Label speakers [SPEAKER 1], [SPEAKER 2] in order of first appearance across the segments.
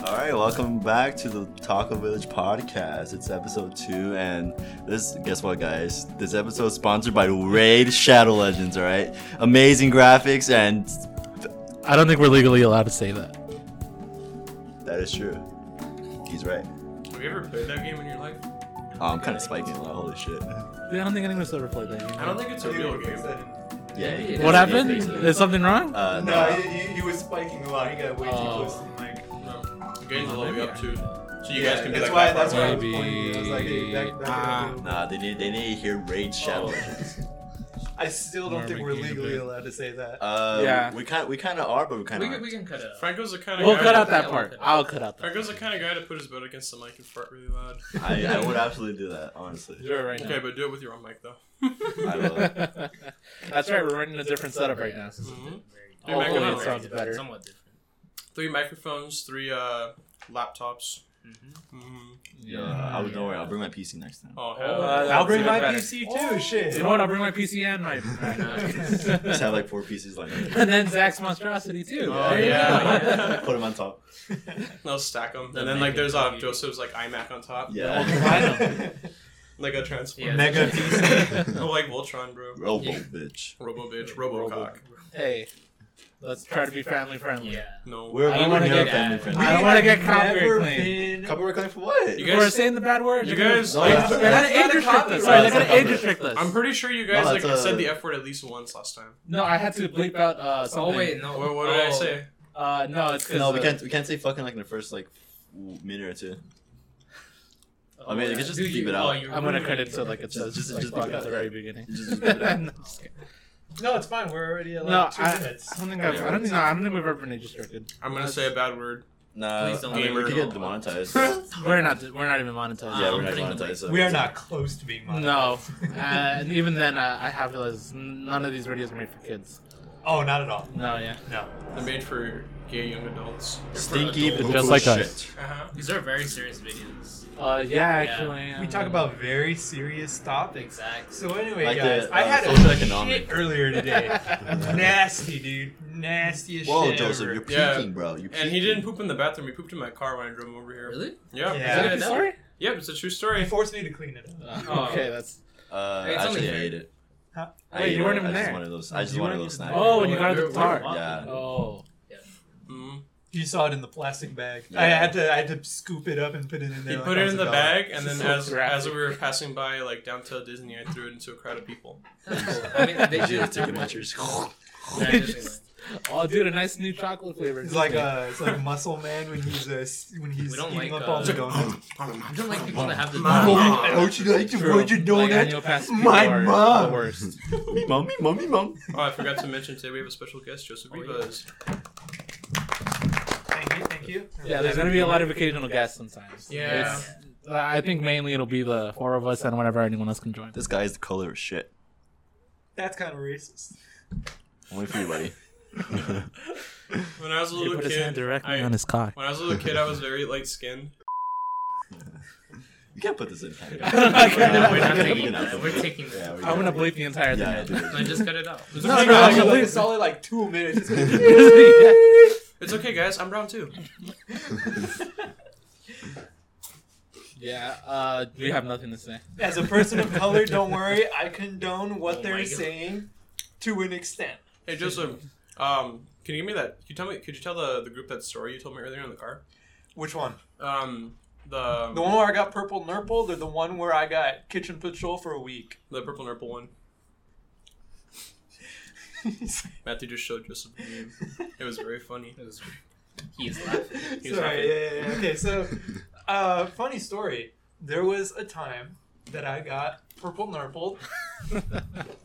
[SPEAKER 1] right, welcome back to the Taco Village podcast. It's episode two, and this guess what, guys? This episode is sponsored by Raid Shadow Legends. All right, amazing graphics, and
[SPEAKER 2] I don't think we're legally allowed to say that.
[SPEAKER 1] that is true. He's right.
[SPEAKER 3] Have you ever played that game in your life?
[SPEAKER 1] Oh, I'm kind of spiking. Like, holy shit.
[SPEAKER 2] Yeah, I don't think anyone's ever played that game.
[SPEAKER 3] I don't think it's a real game.
[SPEAKER 1] Yeah. he-
[SPEAKER 2] What
[SPEAKER 1] yeah,
[SPEAKER 2] happened?
[SPEAKER 1] he-
[SPEAKER 2] Is something wrong?
[SPEAKER 1] Uh, no.
[SPEAKER 4] No, he, he, he was spiking a lot. He got way too
[SPEAKER 5] Oh.
[SPEAKER 4] close to the mic.
[SPEAKER 3] No. The game's all the way up to it. So you
[SPEAKER 4] Yeah,
[SPEAKER 3] guys can be
[SPEAKER 4] that's
[SPEAKER 3] like,
[SPEAKER 4] why.
[SPEAKER 3] half
[SPEAKER 4] That's why I was
[SPEAKER 5] Maybe-
[SPEAKER 4] pointing. I was like, hey, that, that
[SPEAKER 5] Ah.
[SPEAKER 1] Nah, they need they need to hear Raid Shadow Legends.
[SPEAKER 4] I still don't think we're
[SPEAKER 5] Barbecue
[SPEAKER 4] legally
[SPEAKER 5] bit.
[SPEAKER 4] allowed to say that.
[SPEAKER 1] Uh,
[SPEAKER 5] Yeah.
[SPEAKER 1] We kind we kind of are, but we kind
[SPEAKER 5] We
[SPEAKER 1] of
[SPEAKER 5] can,
[SPEAKER 1] aren't.
[SPEAKER 5] we can cut it out.
[SPEAKER 3] Franco's the kind of
[SPEAKER 2] We'll
[SPEAKER 3] guy.
[SPEAKER 2] cut out
[SPEAKER 5] that
[SPEAKER 2] that
[SPEAKER 5] one.
[SPEAKER 2] part. I'll cut out that.
[SPEAKER 3] Franco's the kind of guy to put his butt against the mic and fart really loud.
[SPEAKER 1] I, I would absolutely do that, honestly.
[SPEAKER 5] Do it right
[SPEAKER 3] Okay, but do it with your own mic though.
[SPEAKER 1] I will. Uh,
[SPEAKER 2] That's right. We're running a different setup right now.
[SPEAKER 3] Mhm.
[SPEAKER 5] now.
[SPEAKER 3] Hopefully it
[SPEAKER 2] sounds better.
[SPEAKER 5] Somewhat different.
[SPEAKER 3] Three microphones, three uh, laptops. Mm-hmm.
[SPEAKER 1] Yeah, I would, don't worry, I'll bring my PC next time.
[SPEAKER 3] Oh hell.
[SPEAKER 5] Uh,
[SPEAKER 2] I'll bring my
[SPEAKER 5] better.
[SPEAKER 4] PC too. Oh, Shit.
[SPEAKER 2] You know what? I'll bring my PC and my.
[SPEAKER 1] Just have like four pieces, like
[SPEAKER 2] and then Zach's monstrosity too.
[SPEAKER 3] Oh,
[SPEAKER 2] There you
[SPEAKER 3] yeah,
[SPEAKER 2] go.
[SPEAKER 3] yeah.
[SPEAKER 1] put them on top.
[SPEAKER 3] They'll stack them,
[SPEAKER 5] They'll
[SPEAKER 3] and then
[SPEAKER 5] make
[SPEAKER 3] like
[SPEAKER 5] it
[SPEAKER 3] there's
[SPEAKER 5] look
[SPEAKER 3] uh,
[SPEAKER 5] easy.
[SPEAKER 3] Joseph's like iMac on top,
[SPEAKER 1] Yeah.
[SPEAKER 3] like a transformer,
[SPEAKER 5] Yeah.
[SPEAKER 4] Mega PC.
[SPEAKER 3] Oh, like Voltron, bro.
[SPEAKER 1] Robo bitch.
[SPEAKER 3] Robo bitch, Robocock.
[SPEAKER 2] Hey, let's try to be family friendly.
[SPEAKER 5] Yeah. Oh,
[SPEAKER 3] No,
[SPEAKER 1] We're,
[SPEAKER 2] I
[SPEAKER 1] we
[SPEAKER 2] don't
[SPEAKER 1] were
[SPEAKER 2] wanna
[SPEAKER 1] never
[SPEAKER 2] get-
[SPEAKER 1] family
[SPEAKER 2] I don't
[SPEAKER 1] friendly.
[SPEAKER 4] We
[SPEAKER 2] wanna get
[SPEAKER 4] have
[SPEAKER 2] copyright
[SPEAKER 4] never
[SPEAKER 2] claimed.
[SPEAKER 4] been-
[SPEAKER 1] Copyright claim for what?
[SPEAKER 3] You
[SPEAKER 2] You guys,
[SPEAKER 3] guys-
[SPEAKER 2] we're saying the bad word.
[SPEAKER 3] you
[SPEAKER 2] They're gonna-
[SPEAKER 3] guys,
[SPEAKER 1] No,
[SPEAKER 3] like,
[SPEAKER 1] that's-
[SPEAKER 2] they're gonna
[SPEAKER 4] that's
[SPEAKER 2] age
[SPEAKER 4] not a
[SPEAKER 2] restrict
[SPEAKER 4] copyright.
[SPEAKER 2] us. Sorry, they're
[SPEAKER 1] That's
[SPEAKER 2] gonna
[SPEAKER 1] not
[SPEAKER 2] age
[SPEAKER 1] a-
[SPEAKER 2] restrict us.
[SPEAKER 3] I'm pretty sure you
[SPEAKER 1] No,
[SPEAKER 3] guys like
[SPEAKER 1] that's a-
[SPEAKER 3] said the F word at least once last time.
[SPEAKER 2] No, I had to bleep out uh, something.
[SPEAKER 5] Oh wait, no.
[SPEAKER 3] What, what did I
[SPEAKER 5] Oh.
[SPEAKER 3] say?
[SPEAKER 2] Uh, no, it's 'cause,
[SPEAKER 1] No, we
[SPEAKER 2] uh,
[SPEAKER 1] can't. We can't say fucking like in the first like minute or two.
[SPEAKER 5] Oh,
[SPEAKER 1] I mean, you
[SPEAKER 5] yeah.
[SPEAKER 1] can just
[SPEAKER 5] Dude,
[SPEAKER 1] leave
[SPEAKER 5] you-
[SPEAKER 1] it out.
[SPEAKER 5] oh, you're
[SPEAKER 2] I'm gonna
[SPEAKER 5] ruining
[SPEAKER 2] cut
[SPEAKER 5] it.
[SPEAKER 2] it so like it
[SPEAKER 1] Just-
[SPEAKER 2] says
[SPEAKER 1] just-
[SPEAKER 2] like,
[SPEAKER 1] just
[SPEAKER 2] fuck
[SPEAKER 1] leave it
[SPEAKER 2] at the
[SPEAKER 1] out.
[SPEAKER 2] very beginning.
[SPEAKER 1] Just- just leave it out.
[SPEAKER 2] No, just kidding.
[SPEAKER 4] No, it's fine. We're already at like
[SPEAKER 2] No,
[SPEAKER 4] two
[SPEAKER 2] I, I
[SPEAKER 4] minutes.
[SPEAKER 2] don't think I've, I don't think no, I don't think we've ever been age restricted.
[SPEAKER 3] I'm gonna say a bad word.
[SPEAKER 1] Nah,
[SPEAKER 5] Please don't
[SPEAKER 1] I mean, we
[SPEAKER 3] gamer.
[SPEAKER 1] could get demonetized. yeah,
[SPEAKER 2] We're not we're not even monetized.
[SPEAKER 5] Yeah,
[SPEAKER 1] we're
[SPEAKER 5] I'm
[SPEAKER 1] not
[SPEAKER 5] putting the
[SPEAKER 1] demonetized. so-
[SPEAKER 4] We are not close to being
[SPEAKER 2] No,
[SPEAKER 4] monetized.
[SPEAKER 2] uh, and even then, uh, I have realized none of these videos are made for kids.
[SPEAKER 4] oh, not at all.
[SPEAKER 2] No, yeah.
[SPEAKER 4] No.
[SPEAKER 3] They're made for gay young adults. They're for
[SPEAKER 1] Stinky,
[SPEAKER 3] adults.
[SPEAKER 1] poo-poo
[SPEAKER 2] Just like
[SPEAKER 1] shit.
[SPEAKER 2] us.
[SPEAKER 3] Uh-huh.
[SPEAKER 5] These are very serious videos.
[SPEAKER 2] Uh, yeah, actually,
[SPEAKER 4] We talk about very serious topics.
[SPEAKER 5] Exactly.
[SPEAKER 4] So anyway,
[SPEAKER 1] Like
[SPEAKER 4] guys,
[SPEAKER 1] the,
[SPEAKER 4] I
[SPEAKER 1] uh,
[SPEAKER 4] had a
[SPEAKER 1] socioeconomic.
[SPEAKER 4] shit earlier today. Nasty, dude. Nasty as
[SPEAKER 1] Whoa,
[SPEAKER 4] shit.
[SPEAKER 1] Joseph,
[SPEAKER 4] ever.
[SPEAKER 1] you're peeking,
[SPEAKER 3] Yeah.
[SPEAKER 1] bro. You
[SPEAKER 3] And he
[SPEAKER 1] peeking.
[SPEAKER 3] didn't poop in the bathroom. He pooped in my car when I drove him over here.
[SPEAKER 5] Really?
[SPEAKER 3] Yeah.
[SPEAKER 4] Yeah.
[SPEAKER 2] Is that a good story?
[SPEAKER 3] Yep, it's a true
[SPEAKER 4] He
[SPEAKER 3] story.
[SPEAKER 4] forced me to clean it up.
[SPEAKER 5] Oh.
[SPEAKER 2] okay, that's.
[SPEAKER 1] Uh,
[SPEAKER 5] It's only
[SPEAKER 1] actually, I
[SPEAKER 5] fair.
[SPEAKER 1] ate it.
[SPEAKER 4] Huh?
[SPEAKER 1] I
[SPEAKER 2] Wait,
[SPEAKER 1] ate
[SPEAKER 2] you
[SPEAKER 1] it.
[SPEAKER 2] weren't
[SPEAKER 1] I
[SPEAKER 2] even
[SPEAKER 1] just
[SPEAKER 2] there.
[SPEAKER 1] wanted those. I just
[SPEAKER 4] You
[SPEAKER 1] wanted
[SPEAKER 4] weren't
[SPEAKER 1] those
[SPEAKER 4] even
[SPEAKER 1] snacks.
[SPEAKER 2] Oh, when you got out the
[SPEAKER 5] We're- we're
[SPEAKER 2] guitar.
[SPEAKER 5] walking.
[SPEAKER 2] Oh.
[SPEAKER 3] Mhm.
[SPEAKER 4] You saw it in the plastic bag.
[SPEAKER 1] Yeah.
[SPEAKER 4] I had to, I had to scoop it up and put it in there.
[SPEAKER 3] He
[SPEAKER 4] like
[SPEAKER 3] put it
[SPEAKER 4] was
[SPEAKER 3] in the
[SPEAKER 4] a dog.
[SPEAKER 3] bag, and
[SPEAKER 2] This
[SPEAKER 3] then
[SPEAKER 2] is so
[SPEAKER 3] as as
[SPEAKER 2] graphic.
[SPEAKER 3] we were passing by, like downtown Disney, I threw it into a crowd of people.
[SPEAKER 5] That's cool. I mean, they
[SPEAKER 1] You
[SPEAKER 5] do.
[SPEAKER 1] just took a munchers.
[SPEAKER 5] Yeah,
[SPEAKER 2] Just- Oh, dude, a nice new chocolate flavor.
[SPEAKER 4] It's like uh, a, it's like Muscle Man when he's uh, s- when he's
[SPEAKER 5] We don't
[SPEAKER 4] eating
[SPEAKER 5] like,
[SPEAKER 4] up all
[SPEAKER 5] uh,
[SPEAKER 4] the donuts.
[SPEAKER 5] I don't like people that have the.
[SPEAKER 1] Mommy,
[SPEAKER 3] Mom.
[SPEAKER 1] I hope you like to put your
[SPEAKER 2] Like,
[SPEAKER 1] donut.
[SPEAKER 2] annual pass
[SPEAKER 1] My
[SPEAKER 2] people are
[SPEAKER 1] mom.
[SPEAKER 2] The worst.
[SPEAKER 1] Me mommy, mommy, mom.
[SPEAKER 3] Oh, I forgot to mention today we have a special guest, Joseph
[SPEAKER 5] Oh, yeah.
[SPEAKER 3] Rivas.
[SPEAKER 4] Thank you, thank you.
[SPEAKER 2] Yeah, there's gonna be a lot of occasional guests sometimes.
[SPEAKER 3] Yeah.
[SPEAKER 2] It's- I think mainly it'll be the four of us and whenever anyone else can join.
[SPEAKER 1] This guy is the color of shit.
[SPEAKER 4] That's kind of racist.
[SPEAKER 1] Only for you, buddy.
[SPEAKER 3] When I was a little kid, I,
[SPEAKER 2] his cock.
[SPEAKER 3] when I was a little kid, I was very light skinned.
[SPEAKER 1] you can't put this in. Kind
[SPEAKER 2] I don't know, I can't-
[SPEAKER 5] No,
[SPEAKER 2] I'm
[SPEAKER 5] we're not
[SPEAKER 2] gonna-
[SPEAKER 5] taking that. We're taking
[SPEAKER 1] Yeah,
[SPEAKER 5] that.
[SPEAKER 1] we
[SPEAKER 2] I'm gonna
[SPEAKER 1] gotta-
[SPEAKER 2] bleep the entire thing.
[SPEAKER 1] Yeah, yeah,
[SPEAKER 2] out.
[SPEAKER 1] do it.
[SPEAKER 5] No, just cut it out.
[SPEAKER 3] It's
[SPEAKER 2] No,
[SPEAKER 3] okay,
[SPEAKER 2] no,
[SPEAKER 3] guys.
[SPEAKER 2] I'm gonna-
[SPEAKER 4] Like, solid like two minutes.
[SPEAKER 3] It's okay, guys. I'm brown too.
[SPEAKER 2] yeah, uh, we have nothing to say.
[SPEAKER 4] As a person of color, don't worry. I condone what
[SPEAKER 5] Oh
[SPEAKER 4] they're
[SPEAKER 5] my God.
[SPEAKER 4] saying to an extent.
[SPEAKER 3] Hey Joseph, um, can you give me that? Can you tell me? Could you tell the, the group that story you told me earlier in the car?
[SPEAKER 4] Which one?
[SPEAKER 3] Um, the
[SPEAKER 4] The one where I got purple nurpled, or the one where I got kitchen patrol for a week?
[SPEAKER 3] the purple nurple one. Matthew just showed Joseph the meme. It was very funny.
[SPEAKER 5] He's laughing.
[SPEAKER 3] He's
[SPEAKER 4] Sorry,
[SPEAKER 3] laughing.
[SPEAKER 4] yeah, yeah, yeah. Okay, so, uh, funny story. There was a time that I got purple nurpled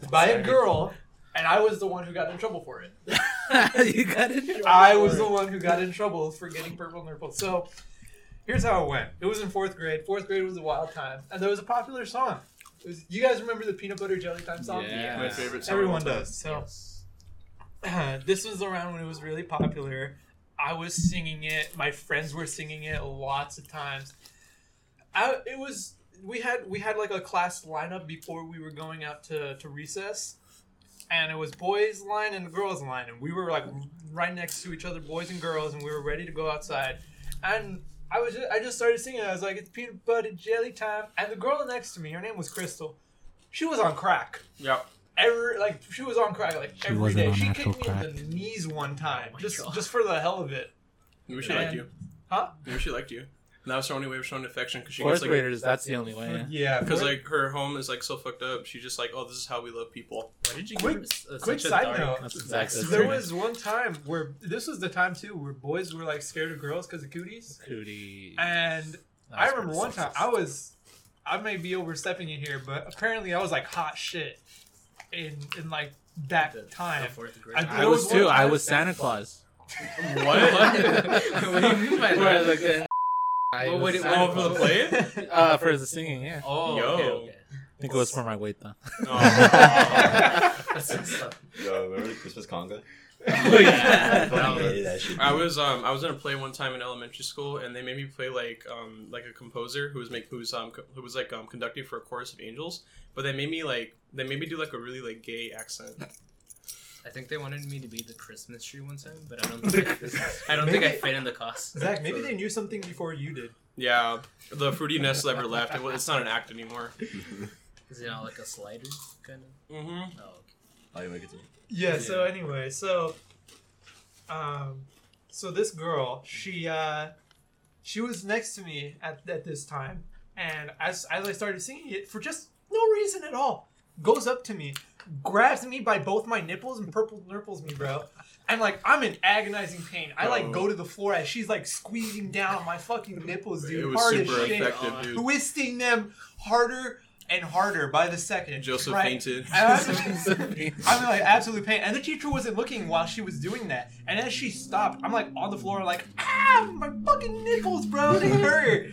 [SPEAKER 4] by a girl, and I was the one who got in trouble for it.
[SPEAKER 2] you got it.
[SPEAKER 4] I was the one who got in trouble for getting purple nurpled. So, here's how it went. It was in fourth grade. Fourth grade was a wild time, and there was a popular song. It was, you guys remember the peanut butter jelly time song?
[SPEAKER 2] Yeah.
[SPEAKER 3] My favorite song.
[SPEAKER 4] Everyone
[SPEAKER 3] of all time.
[SPEAKER 4] does. So. this was around when it was really popular. I was singing it. My friends were singing it lots of times. I, it was we had we had like a class lineup before we were going out to, to recess, and it was boys line and girls line, and we were like right next to each other, boys and girls, and we were ready to go outside. and I was just, I just started singing. I was like, it's peanut butter jelly time. And the girl next to me, her name was Crystal. She was on crack.
[SPEAKER 3] Yep.
[SPEAKER 4] Every like she was on crack like
[SPEAKER 6] She
[SPEAKER 4] every
[SPEAKER 6] wasn't
[SPEAKER 4] day.
[SPEAKER 6] on
[SPEAKER 4] She
[SPEAKER 6] actual
[SPEAKER 4] kicked me in the knees one time,
[SPEAKER 5] my
[SPEAKER 4] just
[SPEAKER 5] God.
[SPEAKER 4] just for the hell of it.
[SPEAKER 3] Maybe she
[SPEAKER 4] Man.
[SPEAKER 3] liked you.
[SPEAKER 4] Huh?
[SPEAKER 3] Maybe she liked you. And that was her only way of showing affection because she
[SPEAKER 6] Fourth
[SPEAKER 3] gets like
[SPEAKER 6] graders, that's the only way.
[SPEAKER 4] Yeah,
[SPEAKER 3] because like her home is like so fucked up. She's just like, oh, this is how we love people.
[SPEAKER 5] Why did you
[SPEAKER 4] Quick-
[SPEAKER 5] give us uh,
[SPEAKER 4] quick
[SPEAKER 5] such a
[SPEAKER 4] side
[SPEAKER 5] dark-
[SPEAKER 4] note.
[SPEAKER 6] That's exactly
[SPEAKER 4] there
[SPEAKER 6] that's
[SPEAKER 4] was one time where this was the time too where boys were like scared of girls because of cooties,
[SPEAKER 6] Cootie.
[SPEAKER 4] and
[SPEAKER 6] That
[SPEAKER 4] I
[SPEAKER 6] was
[SPEAKER 4] remember
[SPEAKER 6] pretty
[SPEAKER 4] one time
[SPEAKER 6] sexist.
[SPEAKER 4] I was, I may be overstepping it here, but apparently I was like hot shit in in like that
[SPEAKER 5] the- the
[SPEAKER 4] time.
[SPEAKER 5] fourth grade.
[SPEAKER 4] I
[SPEAKER 6] I
[SPEAKER 4] was
[SPEAKER 6] was
[SPEAKER 4] one
[SPEAKER 6] too. I
[SPEAKER 4] time-
[SPEAKER 6] was Santa Claus.
[SPEAKER 3] What?
[SPEAKER 5] what do you mean by
[SPEAKER 6] Where I
[SPEAKER 5] that?
[SPEAKER 6] was like, uh, I
[SPEAKER 5] What
[SPEAKER 6] was
[SPEAKER 5] would it-
[SPEAKER 6] Santa
[SPEAKER 3] oh, for the
[SPEAKER 6] Claus.
[SPEAKER 3] play?
[SPEAKER 6] Uh, for the singing, yeah.
[SPEAKER 5] Oh,
[SPEAKER 3] Yo.
[SPEAKER 5] okay, okay.
[SPEAKER 6] I think it was for my weight though.
[SPEAKER 3] Um, Oh.
[SPEAKER 5] That's messed up.
[SPEAKER 1] Yo, remember the Christmas conga?
[SPEAKER 5] yeah.
[SPEAKER 1] Fucking
[SPEAKER 5] No.
[SPEAKER 1] hated that shit.
[SPEAKER 3] I was um I was in a play one time in elementary school, and they made me play like um like a composer who was make who was um co- who was like um conducting for a chorus of angels, but they made me like they made me do like a really like gay accent.
[SPEAKER 5] I think they wanted me to be the Christmas tree one time, but I don't think I, I don't think I
[SPEAKER 4] Maybe-
[SPEAKER 5] fit in the cost.
[SPEAKER 4] Zach, maybe they knew something before you did.
[SPEAKER 3] Yeah, the fruitiness never left. It, wa- it's not an act anymore.
[SPEAKER 5] Is it not like a slider kind of?
[SPEAKER 3] Mm-hmm.
[SPEAKER 5] Oh, okay.
[SPEAKER 1] Oh, you make it to
[SPEAKER 4] Yeah, So anyway, so, um, so this girl, she uh, she was next to me at at this time, and as as I started singing it for just no reason at all, goes up to me, grabs me by both my nipples and purple nurples me, bro. And like I'm in agonizing pain. I like
[SPEAKER 3] Oh.
[SPEAKER 4] go to the floor as she's like squeezing down my fucking nipples, dude.
[SPEAKER 3] It was
[SPEAKER 4] hard as
[SPEAKER 3] super
[SPEAKER 4] shit,
[SPEAKER 3] effective, dude.
[SPEAKER 4] twisting them harder and harder by the second.
[SPEAKER 3] Joseph
[SPEAKER 4] right?
[SPEAKER 3] fainted.
[SPEAKER 4] And I'm- I'm in, like absolute pain, and the teacher wasn't looking while she was doing that. And as she stopped, I'm like on the floor, like ah, my fucking nipples, bro, they hurt.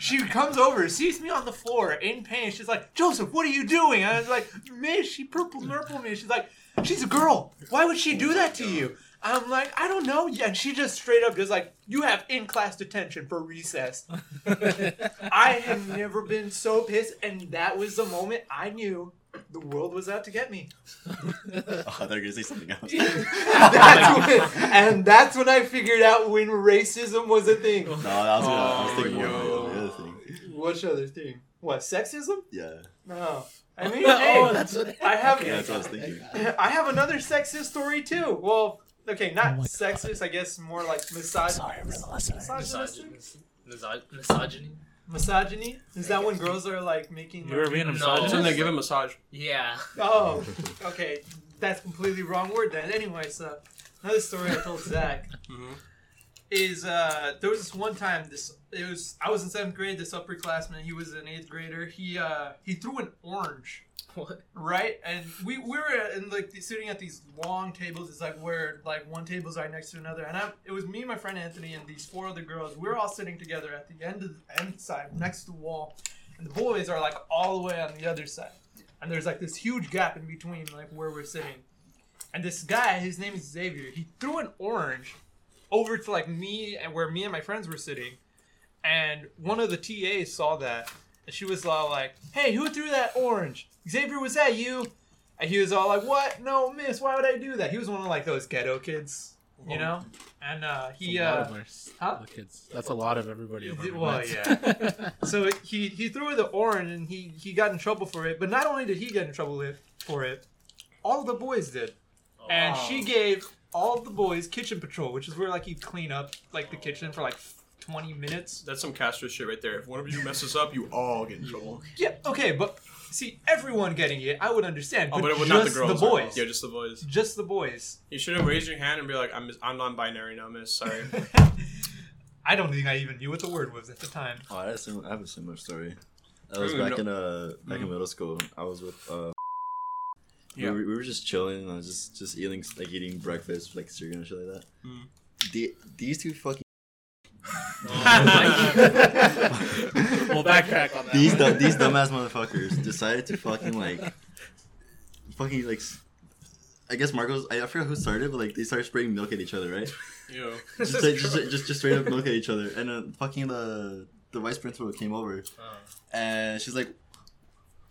[SPEAKER 4] She comes over, sees me on the floor in pain. She's like, Joseph, what are you doing? And I was like, Miss, she purple nurple me. She's like, she's a girl. Why would she do that to you? I'm like, I don't know. Yeah, and she just straight up just like, you have in class detention for recess. I have never been so pissed, and that was the moment I knew the world was out to get me.
[SPEAKER 1] Oh, I thought you were gonna say something else.
[SPEAKER 4] That's when, and that's when I figured out when racism was a thing.
[SPEAKER 1] No, I was, gonna, I was
[SPEAKER 3] Oh,
[SPEAKER 1] thinking more about
[SPEAKER 3] yo.
[SPEAKER 1] the other thing.
[SPEAKER 4] Which other thing? What sexism?
[SPEAKER 1] Yeah,
[SPEAKER 4] No. I mean, hey,
[SPEAKER 5] oh, that's what.
[SPEAKER 4] I have
[SPEAKER 1] yeah, that's what I was thinking.
[SPEAKER 4] I have another sexist story too. Well, okay,
[SPEAKER 6] Oh
[SPEAKER 4] not
[SPEAKER 6] my
[SPEAKER 4] sexist. I guess more like misog-
[SPEAKER 6] Sorry for the listeners.
[SPEAKER 4] misogynistic.
[SPEAKER 5] Misog- misogyny.
[SPEAKER 4] Misogyny is that when girls are like making.
[SPEAKER 6] You were being a
[SPEAKER 5] No.
[SPEAKER 3] That's
[SPEAKER 6] misogynist.
[SPEAKER 3] when they give him a massage.
[SPEAKER 5] Yeah.
[SPEAKER 4] Oh, okay. That's completely wrong word then. Anyway, so another story I told Zach
[SPEAKER 3] Mhm.
[SPEAKER 4] is uh there was this one time this it was I was in seventh grade, this upperclassman, he was an eighth grader, he uh he threw an orange.
[SPEAKER 5] What?
[SPEAKER 4] Right? And we, we were in like the- sitting at these long tables, it's like where like one table's right next to another and I it was me, my friend Anthony, and these four other girls. We were all sitting together at the end of the end side, next to the wall. And the boys are like all the way on the other side and there's like this huge gap in between like where we're sitting and this guy his name is xavier he threw an orange over to like me and where me and my friends were sitting and one of the tas saw that and she was all like hey who threw that orange xavier was that you and he was all like what no miss why would i do that he was one of like those ghetto kids you know and uh he
[SPEAKER 6] That's a lot
[SPEAKER 4] uh
[SPEAKER 6] of our s-
[SPEAKER 4] Huh?
[SPEAKER 6] the kids. That's a lot of everybody. over
[SPEAKER 4] Well,
[SPEAKER 6] my-
[SPEAKER 4] yeah. so he he threw the orange and he he got in trouble for it. But not only did he get in trouble it, for it, all the boys did. And
[SPEAKER 5] Oh.
[SPEAKER 4] she gave all the boys kitchen patrol, which is where like you clean up like the kitchen for like twenty minutes.
[SPEAKER 3] That's some Castro shit right there. If one of you messes up, you all get in trouble.
[SPEAKER 4] Yeah, okay, but see everyone getting it, I would understand.
[SPEAKER 3] Oh,
[SPEAKER 4] But,
[SPEAKER 3] but it was
[SPEAKER 4] just
[SPEAKER 3] not the girls.
[SPEAKER 4] the boys.
[SPEAKER 3] Yeah, just the boys.
[SPEAKER 4] Just the boys.
[SPEAKER 3] You should have raised your hand and be like, I'm I'm non-binary now, miss. Sorry.
[SPEAKER 4] I don't think I even knew what the word was at the time.
[SPEAKER 1] Oh, I, had a sim- I have a similar story. I was
[SPEAKER 3] Ooh,
[SPEAKER 1] back
[SPEAKER 3] no.
[SPEAKER 1] in uh back in
[SPEAKER 3] Mm.
[SPEAKER 1] middle school. I was with uh
[SPEAKER 3] Yeah.
[SPEAKER 1] we, were, we were just chilling. And I was just just eating like eating breakfast like cereal and shit like that.
[SPEAKER 3] Mm.
[SPEAKER 1] The, these two fucking
[SPEAKER 6] we'll backtrack on that.
[SPEAKER 1] these
[SPEAKER 6] one.
[SPEAKER 1] dumb, these dumbass motherfuckers decided to fucking like fucking like s- I guess Marcos I, I forgot who started but like they started spraying milk at each other right
[SPEAKER 3] you know.
[SPEAKER 1] just, like, just just just straight up milk at each other and uh, fucking the the vice principal came over
[SPEAKER 5] Oh.
[SPEAKER 1] and she's like,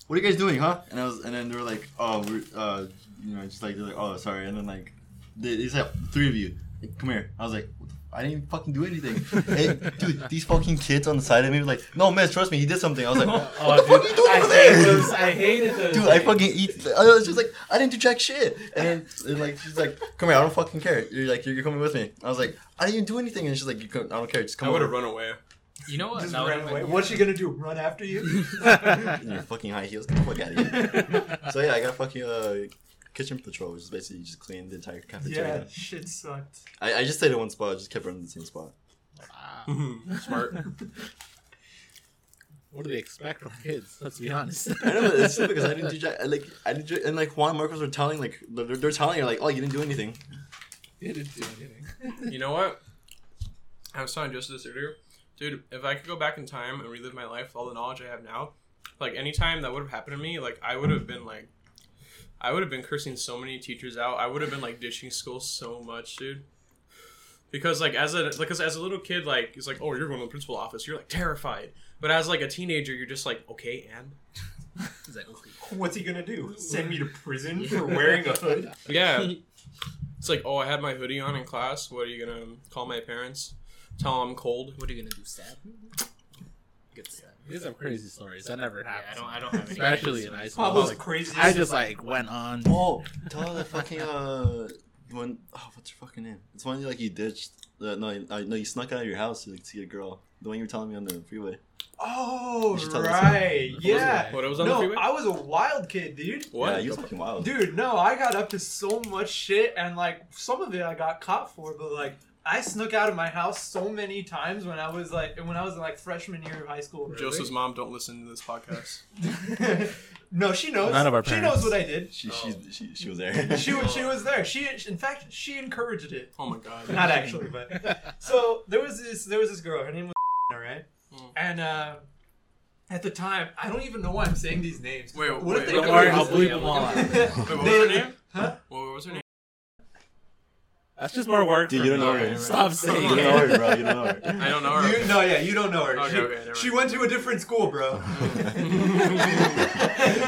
[SPEAKER 1] "What are you guys doing, huh?" And I was, and then they were like, "Oh, we're, uh, you know, just like they're like, oh, sorry." And then like, they, they said, three of you, like, come here." I was like, "What the f- I didn't fucking do anything. And, dude, these fucking kids on the side of me were like, no, miss, trust me, he did something. I was like, what the fuck are you doing
[SPEAKER 4] Oh, I
[SPEAKER 1] over
[SPEAKER 4] hate
[SPEAKER 1] there?
[SPEAKER 4] those. I hated those.
[SPEAKER 1] Dude, I fucking eat. I was just like, I didn't do jack shit. And then, and like, she's like, come here, I don't fucking care. You're like, you're coming with me. I was like, I didn't do anything. And she's like, you co- I don't care, just come
[SPEAKER 3] I would
[SPEAKER 1] over.
[SPEAKER 3] have run away.
[SPEAKER 5] You know what?
[SPEAKER 4] just
[SPEAKER 5] That would've
[SPEAKER 4] ran
[SPEAKER 5] been-
[SPEAKER 4] away. What's she gonna do? Run after you?
[SPEAKER 1] In your fucking high heels, get the fuck out of here. so yeah, I got fucking uh, kitchen patrol, which is basically you just clean the entire cafeteria.
[SPEAKER 4] yeah, shit sucked.
[SPEAKER 1] I, I just stayed in one spot, I just kept running the same spot.
[SPEAKER 5] Wow.
[SPEAKER 3] Mhm, Smart.
[SPEAKER 6] What do they expect from kids? Let's be honest.
[SPEAKER 1] I know, but it's stupid because I didn't do jack. I, Like I didn't, do, and like Juan Marcos were telling, like they're, they're telling her, like, oh, you didn't do anything.
[SPEAKER 6] You didn't do anything.
[SPEAKER 3] You know what? I was telling Joseph this earlier. Dude, if I could go back in time and relive my life, with all the knowledge I have now, like any time that would have happened to me, like I would have been like, I would have been cursing so many teachers out. I would have been like ditching school so much, dude. Because like as a like 'cause as a little kid, like it's like, oh, you're going to the principal office. You're like terrified. But as like a teenager, you're just like, okay, and
[SPEAKER 5] It's like, okay.
[SPEAKER 4] What's he gonna do? Send me to prison for wearing a hood?
[SPEAKER 3] yeah, it's like, oh, I had my hoodie on in class. What are you gonna call my parents? Tell them I'm cold.
[SPEAKER 5] What are you gonna do? Stab me? Get stabbed.
[SPEAKER 6] These are crazy stories. That never
[SPEAKER 5] Yeah, I
[SPEAKER 6] happened.
[SPEAKER 5] don't. I don't have any.
[SPEAKER 6] Especially in high school. I was
[SPEAKER 4] Pablo's
[SPEAKER 6] like-
[SPEAKER 4] crazy.
[SPEAKER 6] I just like went on.
[SPEAKER 1] Oh, tell her the fucking uh, one oh, what's her fucking name? It's one you like you ditched. Uh, no, you- uh, no, you snuck out of your house to, like, see a girl. The one you were telling me on the freeway.
[SPEAKER 4] Oh
[SPEAKER 1] You should tell us.
[SPEAKER 4] right, yeah.
[SPEAKER 6] that?
[SPEAKER 3] What I was on the
[SPEAKER 4] No,
[SPEAKER 3] freeway.
[SPEAKER 4] I was a wild kid, dude.
[SPEAKER 3] what?
[SPEAKER 1] Yeah, you was fucking wild.
[SPEAKER 4] Dude, no, I got up to so much shit, and like some of it I got caught for, but like I snuck out of my house so many times when I was like when I was in like freshman year of high school.
[SPEAKER 3] Joseph's mom don't listen to this podcast.
[SPEAKER 4] no, she knows.
[SPEAKER 6] None of our
[SPEAKER 4] She
[SPEAKER 6] parents.
[SPEAKER 4] knows what I did.
[SPEAKER 1] She,
[SPEAKER 5] Oh.
[SPEAKER 1] she, she, she was there.
[SPEAKER 4] She was she was there. She in fact she encouraged it.
[SPEAKER 3] Oh my god.
[SPEAKER 4] Not actually, but so there was this there was this girl. Her name was all right,
[SPEAKER 3] Mm.
[SPEAKER 4] and uh, at the time I don't even know why I'm saying these names.
[SPEAKER 3] Wait,
[SPEAKER 4] what
[SPEAKER 3] wait,
[SPEAKER 4] if they
[SPEAKER 3] don't
[SPEAKER 4] go-
[SPEAKER 3] worry, I'll
[SPEAKER 6] bleep them all out.
[SPEAKER 3] Wait, what was her
[SPEAKER 4] They-
[SPEAKER 3] name?
[SPEAKER 4] Huh?
[SPEAKER 3] What what was her name?
[SPEAKER 6] That's just more work.
[SPEAKER 1] Dude,
[SPEAKER 6] for
[SPEAKER 1] you don't
[SPEAKER 6] me.
[SPEAKER 1] know her.
[SPEAKER 6] Stop
[SPEAKER 1] you
[SPEAKER 6] saying
[SPEAKER 1] don't know
[SPEAKER 6] it.
[SPEAKER 1] her, bro. You don't know her.
[SPEAKER 3] I don't know her.
[SPEAKER 4] You, no, yeah, you don't know her.
[SPEAKER 3] Okay,
[SPEAKER 4] she,
[SPEAKER 3] okay, never
[SPEAKER 4] she
[SPEAKER 3] mind.
[SPEAKER 4] went to a different school, bro.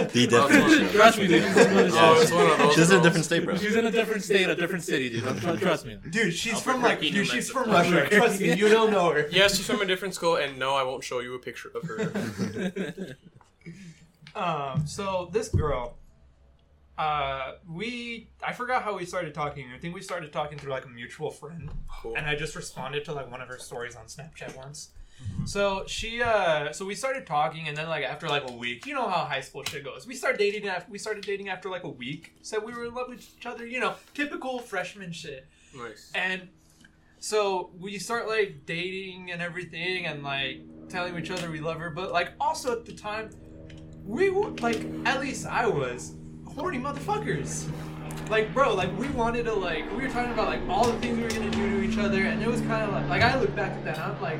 [SPEAKER 1] The
[SPEAKER 3] definition
[SPEAKER 1] definition.
[SPEAKER 3] of
[SPEAKER 6] Trust me, dude.
[SPEAKER 3] Oh, it's one of those
[SPEAKER 1] She's in a
[SPEAKER 3] girls.
[SPEAKER 1] different state, bro.
[SPEAKER 6] She's in a different state, a different city, dude. Don't- don't Trust me.
[SPEAKER 4] Dude, she's
[SPEAKER 3] Albuquerque,
[SPEAKER 4] from like,
[SPEAKER 3] New
[SPEAKER 4] dude, she's
[SPEAKER 3] Mexico.
[SPEAKER 4] from Russia.
[SPEAKER 6] Albuquerque.
[SPEAKER 4] Trust me, you don't know her.
[SPEAKER 3] Yes, she's from a different school, and no, I won't show you a picture of her.
[SPEAKER 4] Um, so this girl, uh, we, I forgot how we started talking. I think we started talking through like a mutual friend.
[SPEAKER 3] Cool.
[SPEAKER 4] and I just responded to like one of her stories on Snapchat once. So she, uh, so we started talking, and then like after like a week, you know how high school shit goes. We started dating after we started dating after like a week. Said we were in love with each other, you know, typical freshman shit.
[SPEAKER 3] Nice.
[SPEAKER 4] And so we start like dating and everything, and like telling each other we love her. But like also at the time, we were like at least I was horny motherfuckers. Like bro, like we wanted to like we were talking about like all the things we were gonna do to each other, and it was kind of like like I look back at that, and I'm like,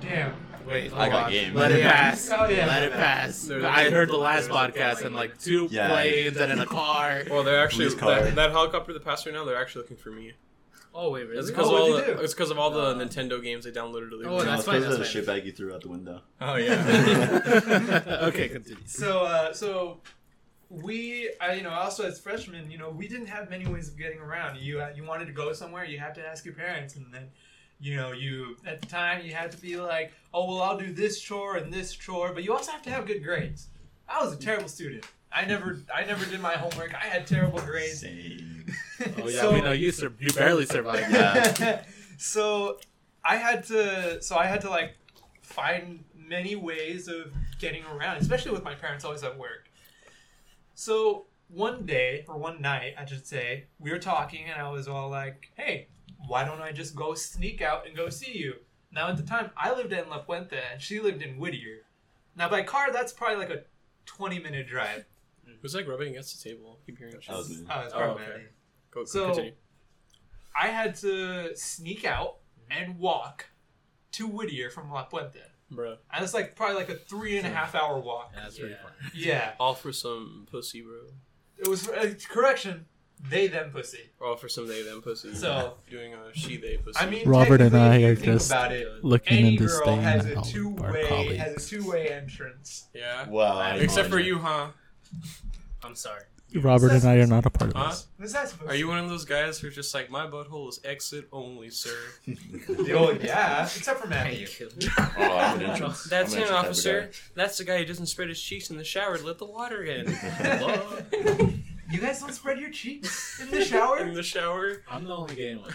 [SPEAKER 4] damn.
[SPEAKER 6] Wait,
[SPEAKER 1] I got
[SPEAKER 6] hold on.
[SPEAKER 1] game.
[SPEAKER 6] Let it pass.
[SPEAKER 4] Oh, yeah.
[SPEAKER 6] Let it pass.
[SPEAKER 3] There's-
[SPEAKER 6] I heard the last podcast and like two
[SPEAKER 1] Yeah.
[SPEAKER 6] planes and in a car.
[SPEAKER 3] Well, they're actually
[SPEAKER 1] Police car.
[SPEAKER 3] that, that helicopter that passed right now. They're actually looking for me.
[SPEAKER 5] Oh wait, really?
[SPEAKER 3] It's because
[SPEAKER 4] Oh, what'd
[SPEAKER 3] all
[SPEAKER 4] you
[SPEAKER 3] the,
[SPEAKER 4] do? Oh.
[SPEAKER 3] it's because of all the Nintendo games they downloaded
[SPEAKER 5] Oh,
[SPEAKER 3] illegally.
[SPEAKER 5] that's
[SPEAKER 1] No, it's
[SPEAKER 5] fine,
[SPEAKER 1] 'cause of
[SPEAKER 5] that's
[SPEAKER 1] the
[SPEAKER 5] fine.
[SPEAKER 1] shit bag you threw out the window.
[SPEAKER 3] Oh yeah.
[SPEAKER 6] okay, continue.
[SPEAKER 4] So uh, so we I, you know also as freshmen you know we didn't have many ways of getting around. You uh, you wanted to go somewhere you had to ask your parents and then you know you at the time you had to be like oh well I'll do this chore and this chore but you also have to have good grades. I was a terrible student. I never I never did my homework. I had terrible grades.
[SPEAKER 1] Same.
[SPEAKER 6] Oh yeah,
[SPEAKER 4] So-
[SPEAKER 6] we know you sur- you barely survived.
[SPEAKER 1] Yeah.
[SPEAKER 4] so I had to so I had to like find many ways of getting around, especially with my parents always at work. So one day or one night, I should say, we were talking and I was all like, "Hey, why don't I just go sneak out and go see you?" Now at the time, I lived in La Puente and she lived in Whittier. Now by car, that's probably like a 20 minute drive.
[SPEAKER 3] Who's like rubbing against the table? I keep hearing that shit.
[SPEAKER 1] That was me.
[SPEAKER 4] Oh, it's
[SPEAKER 3] Oh,
[SPEAKER 4] probably
[SPEAKER 3] okay. Go,
[SPEAKER 4] So-
[SPEAKER 3] continue.
[SPEAKER 4] I had to sneak out and walk to Whittier from La Puente.
[SPEAKER 3] Bro,
[SPEAKER 4] And it's like probably like a three and a half hour walk.
[SPEAKER 6] Yeah, that's pretty
[SPEAKER 5] Yeah.
[SPEAKER 6] fun.
[SPEAKER 4] Yeah.
[SPEAKER 3] all for some pussy, bro.
[SPEAKER 4] It was, uh, correction, they them pussy.
[SPEAKER 3] All for some they them pussy.
[SPEAKER 4] So-
[SPEAKER 3] doing a she they pussy.
[SPEAKER 4] I mean,
[SPEAKER 6] Robert and
[SPEAKER 4] technically, if
[SPEAKER 6] I
[SPEAKER 4] you
[SPEAKER 6] are
[SPEAKER 4] think
[SPEAKER 6] just
[SPEAKER 4] about it,
[SPEAKER 6] Looking
[SPEAKER 4] any
[SPEAKER 6] in
[SPEAKER 4] girl
[SPEAKER 6] disdain
[SPEAKER 4] has
[SPEAKER 6] at
[SPEAKER 4] a
[SPEAKER 6] all of
[SPEAKER 4] two
[SPEAKER 6] our
[SPEAKER 4] way has a
[SPEAKER 6] colleagues.
[SPEAKER 4] two way entrance.
[SPEAKER 3] yeah.
[SPEAKER 1] Wow. I
[SPEAKER 3] Except for
[SPEAKER 1] apologize.
[SPEAKER 3] you, huh?
[SPEAKER 5] I'm sorry.
[SPEAKER 6] Robert and I are not a part
[SPEAKER 3] Huh?
[SPEAKER 6] of this.
[SPEAKER 7] This is not supposed
[SPEAKER 3] Are you one of those guys who's just like my butthole is exit only, sir?
[SPEAKER 7] to- Oh, yeah. Except for Matthew.
[SPEAKER 5] Thank you.
[SPEAKER 1] Oh, I'm an entrance.
[SPEAKER 3] That's
[SPEAKER 1] I'm
[SPEAKER 3] him,
[SPEAKER 1] an entrance type of
[SPEAKER 3] officer.
[SPEAKER 1] guy.
[SPEAKER 3] That's the guy who doesn't spread his cheeks in the shower to let the water in.
[SPEAKER 7] You guys don't spread your cheeks in the shower?
[SPEAKER 3] in the shower.
[SPEAKER 6] I'm the only gay one.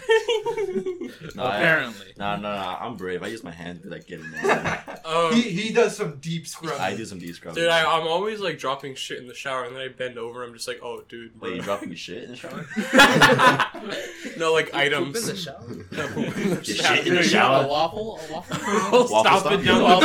[SPEAKER 1] No, I-
[SPEAKER 6] Apparently.
[SPEAKER 1] no, no, no. I'm brave. I use my hands to be like, get in there.
[SPEAKER 3] Um,
[SPEAKER 7] he, he does some deep scrubbing.
[SPEAKER 1] I do some de scrubbing.
[SPEAKER 3] dude, I, I'm always like dropping shit in the shower, and then I bend over. I'm just like, oh, dude.
[SPEAKER 1] Wait, you
[SPEAKER 3] bro.
[SPEAKER 1] dropping shit in the shower?
[SPEAKER 3] no, like
[SPEAKER 5] Poop in
[SPEAKER 3] items.
[SPEAKER 5] the shower.
[SPEAKER 3] No, poop in the
[SPEAKER 1] Get
[SPEAKER 3] shower.
[SPEAKER 1] shit in the
[SPEAKER 3] Dude,
[SPEAKER 1] shower.
[SPEAKER 5] waffle? A waffle?
[SPEAKER 3] I'll stop
[SPEAKER 1] stop?
[SPEAKER 3] it down
[SPEAKER 1] Waffle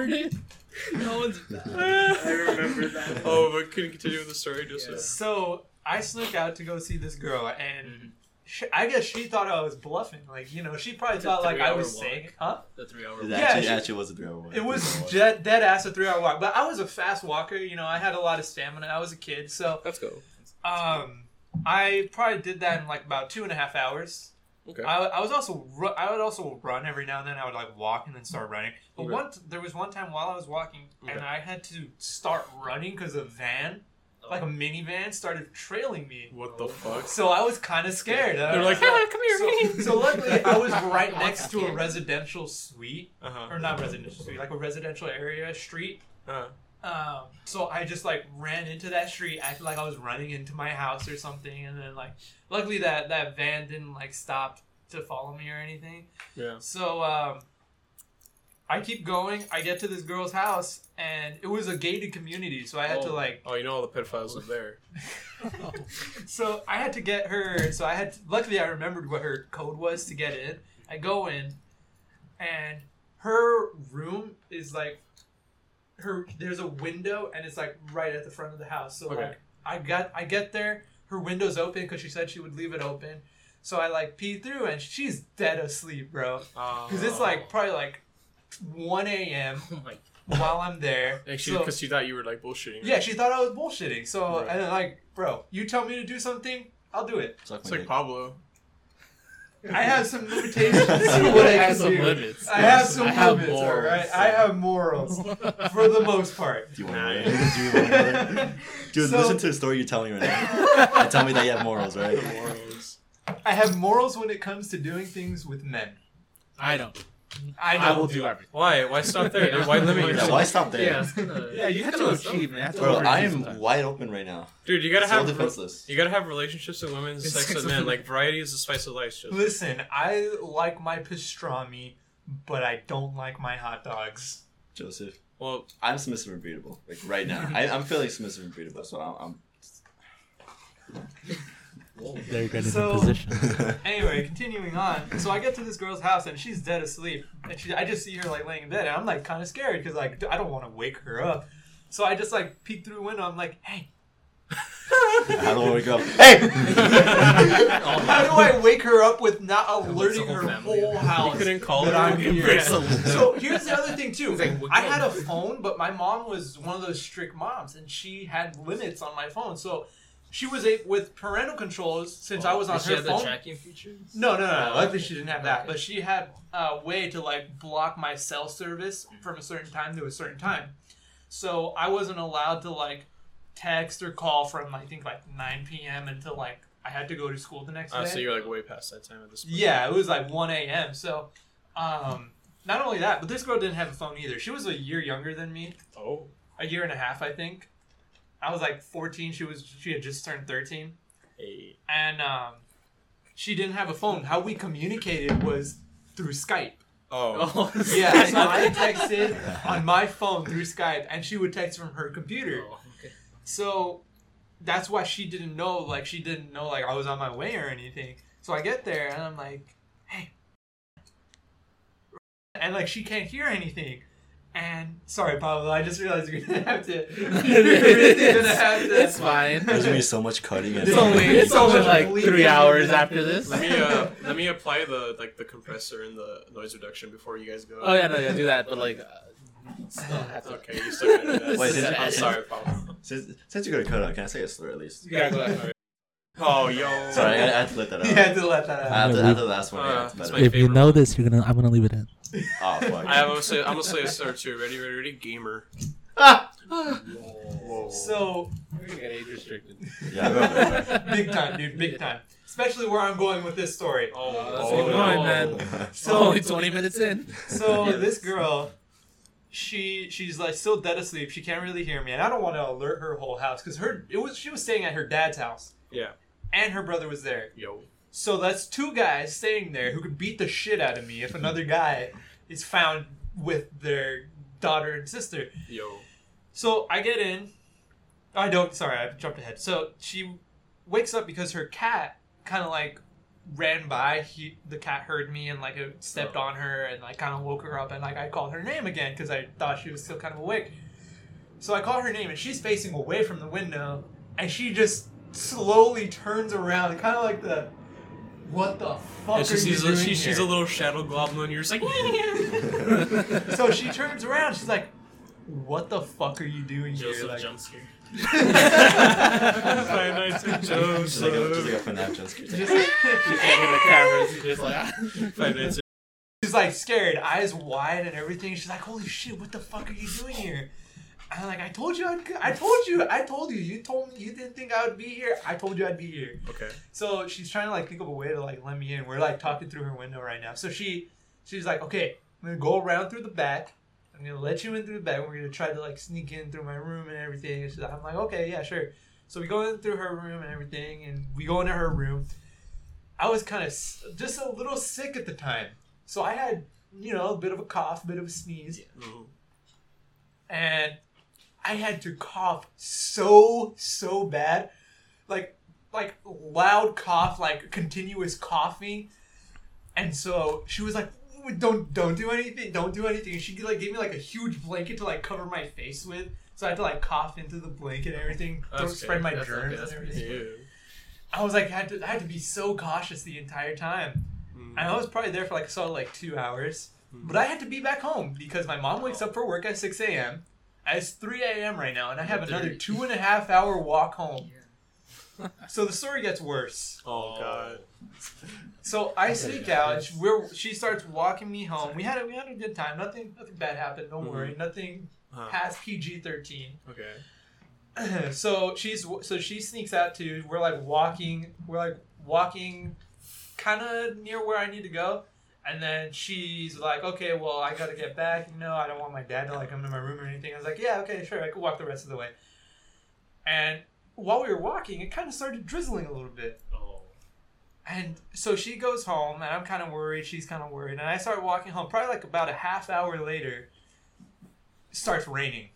[SPEAKER 3] the
[SPEAKER 1] stop?
[SPEAKER 5] no one's. I
[SPEAKER 3] drain.
[SPEAKER 5] remember that.
[SPEAKER 3] Oh, but couldn't continue with the story just uh,
[SPEAKER 5] Yeah.
[SPEAKER 4] So I snuck out to go see this girl,
[SPEAKER 5] Mm-hmm.
[SPEAKER 4] and she, I guess she thought I was bluffing. Like you know, she probably
[SPEAKER 5] It's a
[SPEAKER 4] thought like I
[SPEAKER 5] three-hour
[SPEAKER 4] was
[SPEAKER 5] walk.
[SPEAKER 4] saying, huh?
[SPEAKER 5] The three hour
[SPEAKER 1] It
[SPEAKER 5] walk.
[SPEAKER 1] actually,
[SPEAKER 4] Yeah,
[SPEAKER 1] actually was a three-hour walk.
[SPEAKER 4] It was
[SPEAKER 1] Three-hour walk.
[SPEAKER 4] dead, dead ass a three hour walk, but I was a fast walker. You know, I had a lot of stamina. I was a kid, so
[SPEAKER 3] Let's go.
[SPEAKER 4] um, I probably did that in like about two and a half hours.
[SPEAKER 3] Okay.
[SPEAKER 4] I, I was also ru- I would also run every now and then. I would like walk and then start running. But
[SPEAKER 3] Okay.
[SPEAKER 4] once there was one time while I was walking and
[SPEAKER 3] Okay.
[SPEAKER 4] I had to start running because a van,
[SPEAKER 5] Oh.
[SPEAKER 4] like a minivan, started trailing me.
[SPEAKER 3] What the fuck?
[SPEAKER 4] So I was kind of scared. I
[SPEAKER 3] They're
[SPEAKER 4] was
[SPEAKER 3] like, "Hey, come here,
[SPEAKER 4] so, so luckily I was right next to a residential suite,
[SPEAKER 3] Uh huh.
[SPEAKER 4] or not residential suite, like a residential area street.
[SPEAKER 3] Uh-huh.
[SPEAKER 4] Um, so I just like ran into that street, acted like I was running into my house or something, and then like, luckily that that van didn't like stop to follow me or anything.
[SPEAKER 3] Yeah.
[SPEAKER 4] So um, I keep going. I get to this girl's house, and it was a gated community, so I had to
[SPEAKER 3] Oh.
[SPEAKER 4] like.
[SPEAKER 3] Oh, you know all the pedophiles live there.
[SPEAKER 4] So I had to get her. So I had. Luckily, I remembered what her code was to get in. I go in, and her room is like her. There's a window, and it's like right at the front of the house. So
[SPEAKER 3] Okay.
[SPEAKER 4] like, I got. I get there. Her window's open because she said she would leave it open. So I like pee through, and she's dead asleep, bro. Because
[SPEAKER 3] Uh,
[SPEAKER 4] it's like probably like 1 a.m.
[SPEAKER 5] Oh my
[SPEAKER 4] while I'm there.
[SPEAKER 3] Actually,
[SPEAKER 4] So-
[SPEAKER 3] because she thought you were like bullshitting. her.
[SPEAKER 4] yeah, she thought I was bullshitting. So,
[SPEAKER 3] Right.
[SPEAKER 4] and then, like, bro, you tell me to do something, I'll do it.
[SPEAKER 1] Suck
[SPEAKER 3] It's
[SPEAKER 1] my
[SPEAKER 3] like
[SPEAKER 1] dick.
[SPEAKER 3] Pablo.
[SPEAKER 4] I have some limitations to
[SPEAKER 1] You
[SPEAKER 4] what
[SPEAKER 1] I
[SPEAKER 4] I
[SPEAKER 1] have
[SPEAKER 4] can
[SPEAKER 1] some
[SPEAKER 4] do.
[SPEAKER 6] limits.
[SPEAKER 4] I have some
[SPEAKER 6] I have
[SPEAKER 4] limits,
[SPEAKER 6] morals.
[SPEAKER 4] all right? I have morals for the most part.
[SPEAKER 1] Do you want to Do you want to Dude,
[SPEAKER 4] So-
[SPEAKER 1] listen to the story you're telling right now.
[SPEAKER 4] I
[SPEAKER 1] Tell me that you have morals, right?
[SPEAKER 3] Morals.
[SPEAKER 4] have morals when it comes to doing things with men.
[SPEAKER 6] I don't.
[SPEAKER 4] I know.
[SPEAKER 6] I will do everything.
[SPEAKER 3] Why? Why stop there? dude? Why limit
[SPEAKER 1] Yeah,
[SPEAKER 3] yourself?
[SPEAKER 1] why stop there?
[SPEAKER 5] Yeah, it's gonna-
[SPEAKER 6] Yeah, you have to achieve, man.
[SPEAKER 1] Bro, I am wide open right now.
[SPEAKER 3] Dude, you gotta
[SPEAKER 1] so
[SPEAKER 3] have
[SPEAKER 1] defenseless.
[SPEAKER 3] you gotta have relationships with women, sex with men. Like variety is the spice of life. Just
[SPEAKER 4] Listen, I like my pastrami, but I don't like my hot dogs.
[SPEAKER 1] Joseph,
[SPEAKER 3] well,
[SPEAKER 1] I'm submissive and breedable. Like right now, I, I'm feeling submissive and breedable. So I'm.
[SPEAKER 6] They're good
[SPEAKER 4] So-
[SPEAKER 6] position.
[SPEAKER 1] I'm
[SPEAKER 4] Anyway, continuing on. So I get to this girl's house and she's dead asleep, and she, I just see her like laying in bed, and I'm like kind of scared because like I don't want to wake her up. So I just like peek through the window. I'm like, hey,
[SPEAKER 1] How do I wake up? Hey!
[SPEAKER 4] how do I wake her up with not alerting
[SPEAKER 5] whole
[SPEAKER 4] her
[SPEAKER 5] family.
[SPEAKER 4] whole
[SPEAKER 3] you
[SPEAKER 4] house?
[SPEAKER 3] couldn't call
[SPEAKER 4] But
[SPEAKER 3] her.
[SPEAKER 4] I'm here.
[SPEAKER 3] Yeah.
[SPEAKER 4] So here's the other thing too.
[SPEAKER 5] It's like, what-
[SPEAKER 4] I had a phone, but my mom was one of those strict moms, and she had limits on my phone. So she was a, with parental controls since I was on
[SPEAKER 5] Does she
[SPEAKER 4] her
[SPEAKER 5] have
[SPEAKER 4] phone.
[SPEAKER 5] the tracking features?
[SPEAKER 4] No, no, no.
[SPEAKER 5] Oh,
[SPEAKER 4] no. Luckily,
[SPEAKER 5] okay.
[SPEAKER 4] she didn't have that.
[SPEAKER 5] Okay.
[SPEAKER 4] But she had a way to like block my cell service
[SPEAKER 5] Mm.
[SPEAKER 4] from a certain time to a certain time. So I wasn't allowed to like text or call from I think like 9 p.m. until like I had to go to school the next
[SPEAKER 5] Oh,
[SPEAKER 3] Uh,
[SPEAKER 4] day.
[SPEAKER 3] so you're like way past that time at this point.
[SPEAKER 4] yeah, it was like 1 a.m. So, um, not only that, but this girl didn't have a phone either. She was a year younger than me,
[SPEAKER 3] Oh.
[SPEAKER 4] a year and a half, I think. I was like 14. She was she had just turned 13
[SPEAKER 3] Hey.
[SPEAKER 4] and um, she didn't have a phone. How we communicated was through Skype.
[SPEAKER 3] Oh.
[SPEAKER 5] Oh,
[SPEAKER 4] Yeah, so I texted on my phone through Skype, and she would text from her computer.
[SPEAKER 5] Oh, okay.
[SPEAKER 4] So that's why she didn't know, like she didn't know, like I was on my way or anything. So I get there and I'm like, hey, and like she can't hear anything. And sorry, Pablo, I just realized you're gonna have to. You're really gonna have to.
[SPEAKER 6] It's fine.
[SPEAKER 1] There's gonna be so much cutting. And
[SPEAKER 6] It's only it's
[SPEAKER 4] So
[SPEAKER 6] only
[SPEAKER 4] much
[SPEAKER 6] like
[SPEAKER 4] bleeping
[SPEAKER 6] three hours
[SPEAKER 4] happened
[SPEAKER 6] after this.
[SPEAKER 3] Let me uh, let me apply the like the compressor and the noise reduction before you guys go.
[SPEAKER 6] Oh yeah, no, yeah, do that, but like, uh, still have to.
[SPEAKER 3] Okay, you still gotta do that.
[SPEAKER 1] Wait, did you-
[SPEAKER 3] I'm sorry, Pablo.
[SPEAKER 1] since, since you're gonna cut out, can I say a slur at least?
[SPEAKER 6] You gotta go ahead.
[SPEAKER 3] Oh yo.
[SPEAKER 1] Sorry, I, I had to let that out.
[SPEAKER 4] You had to let that out.
[SPEAKER 1] After, after the last one, I had to
[SPEAKER 3] Uh,
[SPEAKER 1] let
[SPEAKER 3] My
[SPEAKER 1] it
[SPEAKER 6] If you
[SPEAKER 3] favorite
[SPEAKER 6] know
[SPEAKER 3] one.
[SPEAKER 6] this, you're gonna. I'm gonna leave it in.
[SPEAKER 1] out. Oh fuck.
[SPEAKER 3] I have, I'm gonna say I'm gonna say a star too. Ready, ready, ready. Gamer.
[SPEAKER 4] So
[SPEAKER 6] We're gonna get age restricted.
[SPEAKER 1] Yeah, I remember.
[SPEAKER 4] big time, dude, big time. Especially where I'm going with this story.
[SPEAKER 3] Oh,
[SPEAKER 6] that's
[SPEAKER 3] oh,
[SPEAKER 6] a good one,
[SPEAKER 3] no.
[SPEAKER 6] man.
[SPEAKER 4] So
[SPEAKER 6] only 20 minutes in.
[SPEAKER 4] So
[SPEAKER 5] Yes.
[SPEAKER 4] this girl, she she's like still dead asleep. She can't really hear me, and I don't want to alert her whole house because her it was she was staying at her dad's house.
[SPEAKER 3] Yeah.
[SPEAKER 4] and her brother was there.
[SPEAKER 3] Yo.
[SPEAKER 4] So that's two guys staying there who could beat the shit out of me if another guy is found with their daughter and sister.
[SPEAKER 3] Yo.
[SPEAKER 4] So I get in. I don't. Sorry, I jumped ahead. So she wakes up because her cat kind of like ran by. He, the cat heard me and like it stepped
[SPEAKER 3] Oh.
[SPEAKER 4] on her and like kind of woke her up and like I called her name again because I thought she was still kind of awake. So I call her name and she's facing away from the window and she just slowly turns around, kind of like the what the fuck
[SPEAKER 3] And
[SPEAKER 4] are
[SPEAKER 3] she
[SPEAKER 4] you
[SPEAKER 3] sees
[SPEAKER 4] doing
[SPEAKER 3] a, she, she's
[SPEAKER 4] here?"
[SPEAKER 3] a little shadow goblin. You're just like,
[SPEAKER 4] so she turns around. She's like, "What the fuck are you doing here?"
[SPEAKER 5] Joseph
[SPEAKER 4] Like,
[SPEAKER 5] jump scare.
[SPEAKER 3] Five Nights at Joe's.
[SPEAKER 1] Just like a, just like a FNAF jump scare.
[SPEAKER 4] just,
[SPEAKER 3] Five Nights at
[SPEAKER 4] She's like scared, eyes wide and everything. She's like, "Holy shit, what the fuck are you doing here?" I'm like, "I told you, I'd, c- I told you, I told you. You told me you didn't think I would be here. I told you I'd be here."
[SPEAKER 3] Okay.
[SPEAKER 4] So she's trying to like think of a way to like let me in. We're like talking through her window right now. So she, she's like, "Okay, I'm gonna go around through the back. I'm gonna let you in through the back. We're gonna try to like sneak in through my room and everything." And she's I'm like, "Okay, yeah, sure." So we go in through her room and everything, and we go into her room. I was kind of s- just a little sick at the time, so I had you know a bit of a cough, a bit of a sneeze,
[SPEAKER 3] Mhm.
[SPEAKER 4] and I had to cough so so bad, like like loud cough, like continuous coughing, and so she was like. Don't don't do anything. Don't do anything. And She like gave me like a huge blanket to like cover my face with, so I had to like cough into the blanket and everything,
[SPEAKER 3] That's
[SPEAKER 4] throw- spread
[SPEAKER 3] good.
[SPEAKER 4] my
[SPEAKER 5] That's not
[SPEAKER 4] germs
[SPEAKER 5] good.
[SPEAKER 4] and
[SPEAKER 5] That's
[SPEAKER 4] everything.
[SPEAKER 3] Ew.
[SPEAKER 4] I was like, I had to, I had to be so cautious the entire time. And I was probably there for like a solid like two hours. But I had to be back home because my mom wakes up for work at 6 a.m. It's 3 a.m. right now, and I have another
[SPEAKER 5] Thirty.
[SPEAKER 4] two and a half hour walk home. So the story gets worse.
[SPEAKER 3] Oh, God.
[SPEAKER 4] So I sneak out. She, we're, she starts walking me home. We had a, we had a good time. Nothing nothing bad happened. Don't worry. Nothing
[SPEAKER 3] Huh.
[SPEAKER 4] past PG 13.
[SPEAKER 3] Okay.
[SPEAKER 4] so she's so she sneaks out too. We're like walking. We're like walking, kind of near where I need to go, and then she's like, "Okay, well, I gotta get back. You know, I don't want my dad to like come to my room or anything." I was like, "Yeah, okay, sure. I could walk the rest of the way." And while we were walking, it kind of started drizzling a little bit.
[SPEAKER 5] Oh.
[SPEAKER 4] And so she goes home, and I'm kind of worried. She's kind of worried, and I start walking home. Probably like about a half hour later, it starts raining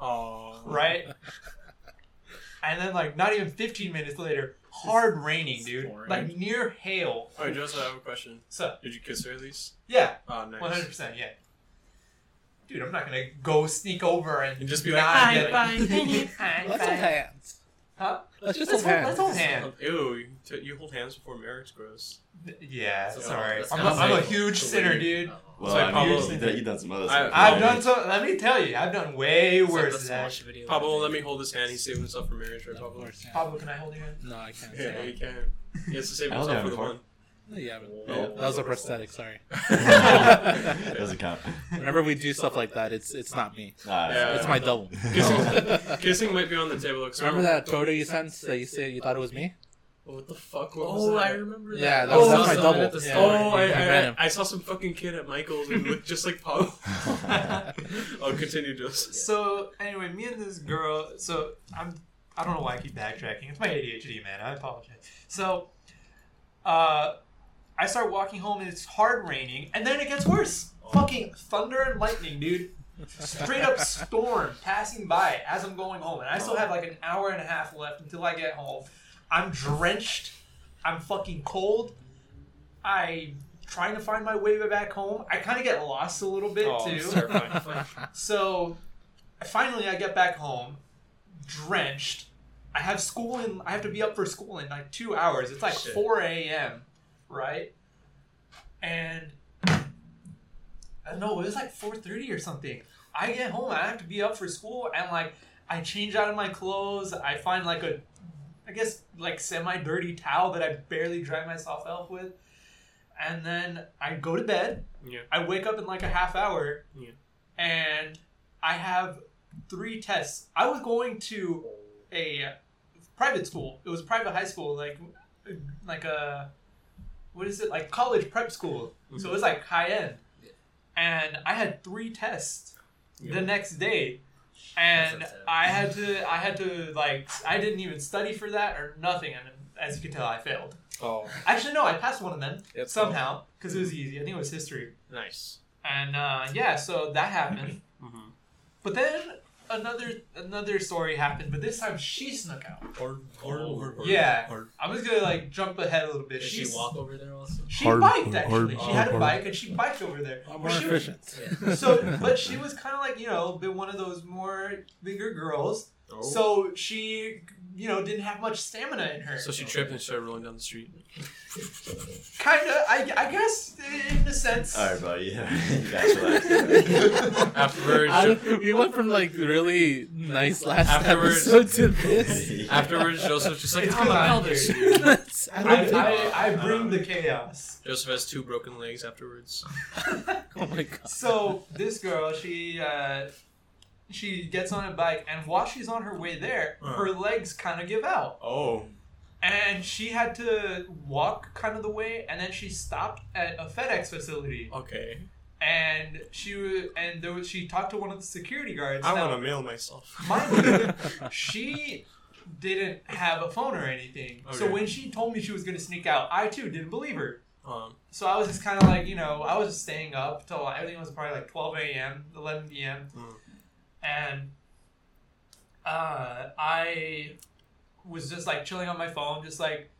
[SPEAKER 3] Oh.
[SPEAKER 4] right? and then like not even 15 minutes later, hard raining, dude.
[SPEAKER 5] pouring.
[SPEAKER 4] Like near hail.
[SPEAKER 3] All right, Joseph, I have a question.
[SPEAKER 4] So
[SPEAKER 3] Did you kiss her at least?
[SPEAKER 4] yeah,
[SPEAKER 3] Oh, nice.
[SPEAKER 4] 100 percent yeah. Dude, I'm not gonna go sneak over and,
[SPEAKER 3] And just be like,
[SPEAKER 4] not
[SPEAKER 3] "Hi,
[SPEAKER 4] get it."
[SPEAKER 3] bye.
[SPEAKER 4] Hi,
[SPEAKER 6] Let's
[SPEAKER 4] bye.
[SPEAKER 6] hold hands.
[SPEAKER 4] Huh?
[SPEAKER 6] Let's just
[SPEAKER 4] Let's
[SPEAKER 6] hold
[SPEAKER 4] hold,
[SPEAKER 6] hands.
[SPEAKER 4] let's hold hand.
[SPEAKER 3] Ew, you, t- you hold hands before marriage, gross.
[SPEAKER 4] Yeah,
[SPEAKER 5] So-
[SPEAKER 4] sorry.
[SPEAKER 5] That's
[SPEAKER 4] I'm a,
[SPEAKER 5] not
[SPEAKER 4] I'm a
[SPEAKER 5] safe.
[SPEAKER 4] huge
[SPEAKER 5] So
[SPEAKER 4] sinner,
[SPEAKER 5] weird.
[SPEAKER 4] dude.
[SPEAKER 5] Oh.
[SPEAKER 1] Well,
[SPEAKER 3] So
[SPEAKER 1] I mean,
[SPEAKER 3] Pablo-
[SPEAKER 1] you done- you done some other
[SPEAKER 3] I-
[SPEAKER 1] stuff.
[SPEAKER 4] I've done so. Let me tell you, I've done way
[SPEAKER 5] It's like
[SPEAKER 4] worse than
[SPEAKER 5] the
[SPEAKER 4] that.
[SPEAKER 5] Smosh video.
[SPEAKER 3] Pablo, let me hold his hand. He's saving himself for marriage, right,
[SPEAKER 6] Of
[SPEAKER 3] Pablo?
[SPEAKER 6] course, yeah.
[SPEAKER 4] Pablo, can I hold your hand?
[SPEAKER 6] No, I can't.
[SPEAKER 3] Yeah,
[SPEAKER 6] say
[SPEAKER 3] he can. He has to save
[SPEAKER 1] I held
[SPEAKER 3] himself for
[SPEAKER 1] him
[SPEAKER 3] the
[SPEAKER 1] before.
[SPEAKER 3] one.
[SPEAKER 6] that. Yeah, but-
[SPEAKER 1] Yeah.
[SPEAKER 6] that was a prosthetic. Sorry.
[SPEAKER 1] Doesn't count.
[SPEAKER 6] Whenever we do stuff like that, it's it's not me.
[SPEAKER 1] Alright.
[SPEAKER 3] Yeah.
[SPEAKER 6] It's my double.
[SPEAKER 3] Kissing might be on the table. 'cause
[SPEAKER 6] Remember that photo you sent that you said you thought it was me?
[SPEAKER 3] What the fuck? What was
[SPEAKER 5] Oh,
[SPEAKER 3] that?
[SPEAKER 5] I remember that.
[SPEAKER 6] Yeah, that
[SPEAKER 5] I
[SPEAKER 6] was-
[SPEAKER 5] saw
[SPEAKER 6] that's my
[SPEAKER 5] someone
[SPEAKER 6] double.
[SPEAKER 5] at the
[SPEAKER 6] Yeah.
[SPEAKER 5] store.
[SPEAKER 3] Oh, I,
[SPEAKER 6] you
[SPEAKER 3] I,
[SPEAKER 6] ran him.
[SPEAKER 3] I saw some fucking kid at Michael's and looked just like Pablo. I'll continue, Joseph.
[SPEAKER 4] So anyway, me and this girl. So I'm. I don't know why I keep backtracking. It's my ADHD, man. I apologize. So, uh, I start walking home and it's hard raining, and then it gets worse. Fucking thunder and lightning, dude. Straight up storm passing by as I'm going home, and I still have like an hour and a half left until I get home. I'm drenched. I'm fucking cold. I trying to find my way back home. I kind of get lost a little bit
[SPEAKER 3] Oh,
[SPEAKER 4] too.
[SPEAKER 3] it's terrifying.
[SPEAKER 4] So finally, I get back home, drenched. I have school in. I have to be up for school in like two hours. It's like
[SPEAKER 5] Shit.
[SPEAKER 4] four a.m. Right, and I don't know. It was like four thirty or something. I get home. I have to be up for school, and like I change out of my clothes. I find like a, I guess like semi dirty towel that I barely dry myself off with, and then I go to bed.
[SPEAKER 3] Yeah.
[SPEAKER 4] I wake up in like a half hour
[SPEAKER 3] Yeah.
[SPEAKER 4] and I have three tests. I was going to a private school. It was a private high school, like like a what is it like college prep school. So it was like high end,
[SPEAKER 5] Yeah.
[SPEAKER 4] and I had three tests
[SPEAKER 3] Yeah.
[SPEAKER 4] the next day, and
[SPEAKER 5] That's
[SPEAKER 4] I had to I had to like I didn't even study for that or nothing, and as you can tell, I failed.
[SPEAKER 3] Oh,
[SPEAKER 4] Actually, no, I passed one of them
[SPEAKER 3] Yep.
[SPEAKER 4] somehow because it was easy. I think it was history,
[SPEAKER 3] nice.
[SPEAKER 4] and uh, yeah, so that happened.
[SPEAKER 3] Mhm.
[SPEAKER 4] But then another another story happened, but this time she snuck out.
[SPEAKER 3] Or, or, or, or
[SPEAKER 4] Yeah.
[SPEAKER 3] Or,
[SPEAKER 4] I'm just gonna like jump ahead a little bit.
[SPEAKER 5] Did she
[SPEAKER 4] She's-
[SPEAKER 5] walk over there also?
[SPEAKER 4] She
[SPEAKER 6] Hard-
[SPEAKER 4] biked
[SPEAKER 6] hard-
[SPEAKER 4] actually.
[SPEAKER 6] hard-
[SPEAKER 4] she had a
[SPEAKER 6] hard-
[SPEAKER 4] bike and she biked over there.
[SPEAKER 3] Um,
[SPEAKER 6] I'm
[SPEAKER 4] But
[SPEAKER 6] more
[SPEAKER 4] she-
[SPEAKER 6] efficient.
[SPEAKER 5] Yeah.
[SPEAKER 4] So, but she was kind of like you know, been one of those more bigger girls.
[SPEAKER 3] Oh.
[SPEAKER 4] So she, you know, didn't have much stamina in her.
[SPEAKER 3] so she tripped and started rolling down the street.
[SPEAKER 4] kind of, I, I guess, in a sense.
[SPEAKER 1] All right, buddy. you guys relax.
[SPEAKER 3] Afterwards,
[SPEAKER 6] I,
[SPEAKER 3] Jo-
[SPEAKER 6] we went from like really nice last
[SPEAKER 3] Afterwards-
[SPEAKER 6] episode to this.
[SPEAKER 3] afterwards, Joseph's just like,
[SPEAKER 4] It's
[SPEAKER 3] I'm
[SPEAKER 4] good
[SPEAKER 3] out
[SPEAKER 4] on
[SPEAKER 3] this.
[SPEAKER 4] you.
[SPEAKER 6] That's- I
[SPEAKER 4] I,
[SPEAKER 6] don't think-
[SPEAKER 4] I, I bring the chaos.
[SPEAKER 3] Joseph has two broken legs afterwards.
[SPEAKER 6] oh my god.
[SPEAKER 4] so this girl, she uh, she gets on a bike, and while she's on her way there,
[SPEAKER 3] Uh.
[SPEAKER 4] her legs kind of give out,
[SPEAKER 3] Oh.
[SPEAKER 4] and she had to walk kind of the way, and then she stopped at a FedEx facility,
[SPEAKER 3] Okay.
[SPEAKER 4] and she wa- and there was, she talked to one of the security guards.
[SPEAKER 3] I
[SPEAKER 4] Now,
[SPEAKER 3] want to mail myself.
[SPEAKER 4] mind you, she didn't have a phone or anything, so
[SPEAKER 3] Okay.
[SPEAKER 4] when she told me she was going to sneak out, I too didn't believe her.
[SPEAKER 3] um,
[SPEAKER 4] So I was just kind of like, you know, I was just staying up till everything was probably like 12 a.m., 11 p.m.
[SPEAKER 3] Mm.
[SPEAKER 4] And uh, I was just like chilling on my phone, just like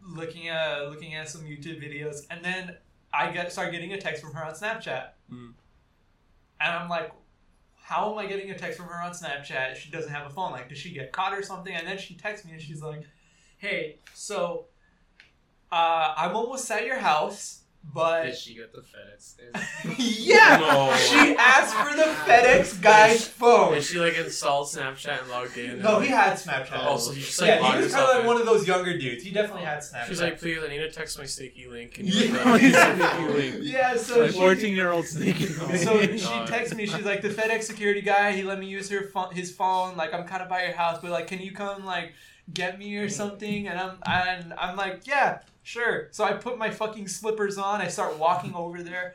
[SPEAKER 4] looking at looking at some YouTube videos, and then I get started getting a text from her on Snapchat,
[SPEAKER 3] Mm.
[SPEAKER 4] and I'm like, how am I getting a text from her on Snapchat? She doesn't have a phone. Like, did she get caught or something? And then she texts me, and she's like, hey, so uh, I'm almost at your house,
[SPEAKER 5] Did
[SPEAKER 4] but
[SPEAKER 5] she get the FedEx?
[SPEAKER 4] yeah,
[SPEAKER 3] No.
[SPEAKER 4] she asked for the FedEx guy's phone.
[SPEAKER 3] and she like installed Snapchat and logged in.
[SPEAKER 4] No, he had Snapchat.
[SPEAKER 3] Also, he just like
[SPEAKER 4] yeah,
[SPEAKER 3] logged
[SPEAKER 4] he was kind
[SPEAKER 3] himself
[SPEAKER 4] of like
[SPEAKER 3] in.
[SPEAKER 4] one of those younger dudes. He definitely had Snapchat.
[SPEAKER 3] She's like, please, I need to text my sneaky link. Can you
[SPEAKER 4] Yeah.
[SPEAKER 3] like,
[SPEAKER 4] yeah, so
[SPEAKER 6] My
[SPEAKER 4] she,
[SPEAKER 6] 14 year old sneaking.
[SPEAKER 4] so
[SPEAKER 6] away.
[SPEAKER 4] she texts me. She's like, the FedEx security guy. He let me use her phone, his phone. Like, I'm kind of by your house, but like, can you come like get me or something? And I'm and I'm like, yeah, sure. So I put my fucking slippers on. I start walking over there.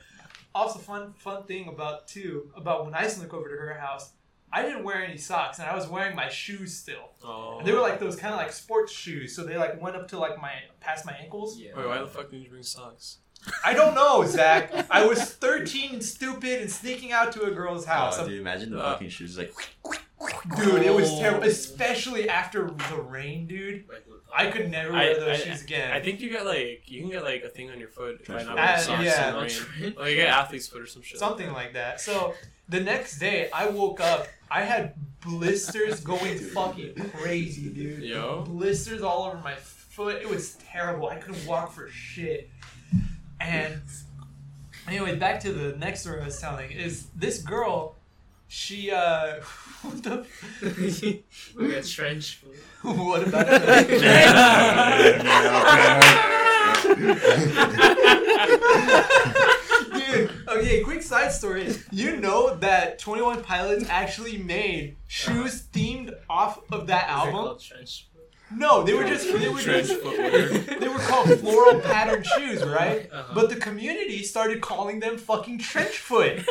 [SPEAKER 4] Also, fun fun thing about too about when I snuck over to her house, I didn't wear any socks and I was wearing my shoes still.
[SPEAKER 3] Oh.
[SPEAKER 4] And they were like those kind of like sports shoes, so they like went up to like my past my ankles.
[SPEAKER 5] Yeah.
[SPEAKER 3] Wait, why the fuck did you bring socks?
[SPEAKER 4] I don't know, Zach. I was 13 and stupid and sneaking out to a girl's house.
[SPEAKER 1] Oh, dude, imagine the
[SPEAKER 3] Uh,
[SPEAKER 1] fucking shoes like
[SPEAKER 4] Dude, it was terrible,
[SPEAKER 5] Oh.
[SPEAKER 4] especially after the rain, dude.
[SPEAKER 5] Like, with-
[SPEAKER 4] I could never
[SPEAKER 3] I-
[SPEAKER 4] wear those
[SPEAKER 3] I-
[SPEAKER 4] shoes again.
[SPEAKER 3] I think you get like you can get like a thing on your foot by not
[SPEAKER 4] Uh,
[SPEAKER 3] wearing socks
[SPEAKER 4] yeah.
[SPEAKER 3] in the rain. Like you get athlete's foot or some shit.
[SPEAKER 4] something like that. So the next day, I woke up. I had blisters going fucking crazy, dude.
[SPEAKER 3] Yo.
[SPEAKER 4] Blisters all over my foot. It was terrible. I couldn't walk for shit. And anyway, back to the next story I was telling is this girl. She uh, what the
[SPEAKER 5] we got trench foot.
[SPEAKER 4] what about her? Dude, okay, quick side story. You know that 21 Pilots actually made shoes themed off of that
[SPEAKER 5] Is it
[SPEAKER 4] album?
[SPEAKER 5] called trench foot?
[SPEAKER 4] No, they were just they were
[SPEAKER 3] Trench
[SPEAKER 4] just
[SPEAKER 3] footwear.
[SPEAKER 4] they were called floral pattern shoes, right?
[SPEAKER 5] Uh-huh.
[SPEAKER 4] But the community started calling them fucking trench foot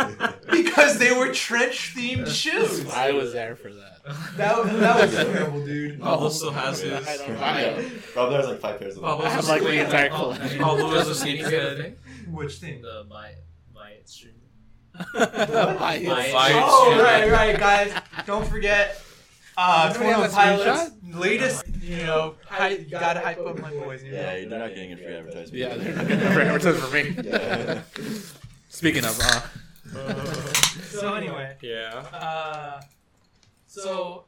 [SPEAKER 4] because they were trench themed shoes.
[SPEAKER 6] I was there for that.
[SPEAKER 4] That, was- that was terrible, dude.
[SPEAKER 3] Pablo still has his.
[SPEAKER 6] I don't know.
[SPEAKER 1] Rob, there's like five pairs of
[SPEAKER 3] Pablo
[SPEAKER 1] them.
[SPEAKER 6] I'm
[SPEAKER 3] has
[SPEAKER 6] like the
[SPEAKER 3] his-
[SPEAKER 6] entire
[SPEAKER 5] Oh,
[SPEAKER 6] collection.
[SPEAKER 3] Pablo was a
[SPEAKER 5] Did you see the
[SPEAKER 3] sneakerhead.
[SPEAKER 5] thing?
[SPEAKER 4] Which thing?
[SPEAKER 5] The buy, buy it stream.
[SPEAKER 6] Why is-
[SPEAKER 5] Why is-
[SPEAKER 3] Why is-
[SPEAKER 4] Oh, right, right, guys. Don't forget. Uh,
[SPEAKER 6] Does anyone
[SPEAKER 4] 21
[SPEAKER 6] have a
[SPEAKER 4] Pilots latest, you know, hy- you gotta hype up my boys, you know.
[SPEAKER 1] Yeah, they're not getting a free advertisement.
[SPEAKER 6] Yeah, they're not gonna ever advertise for me.
[SPEAKER 1] Yeah.
[SPEAKER 6] Speaking of, uh,
[SPEAKER 3] uh,
[SPEAKER 4] So anyway,
[SPEAKER 3] Yeah.
[SPEAKER 4] uh, so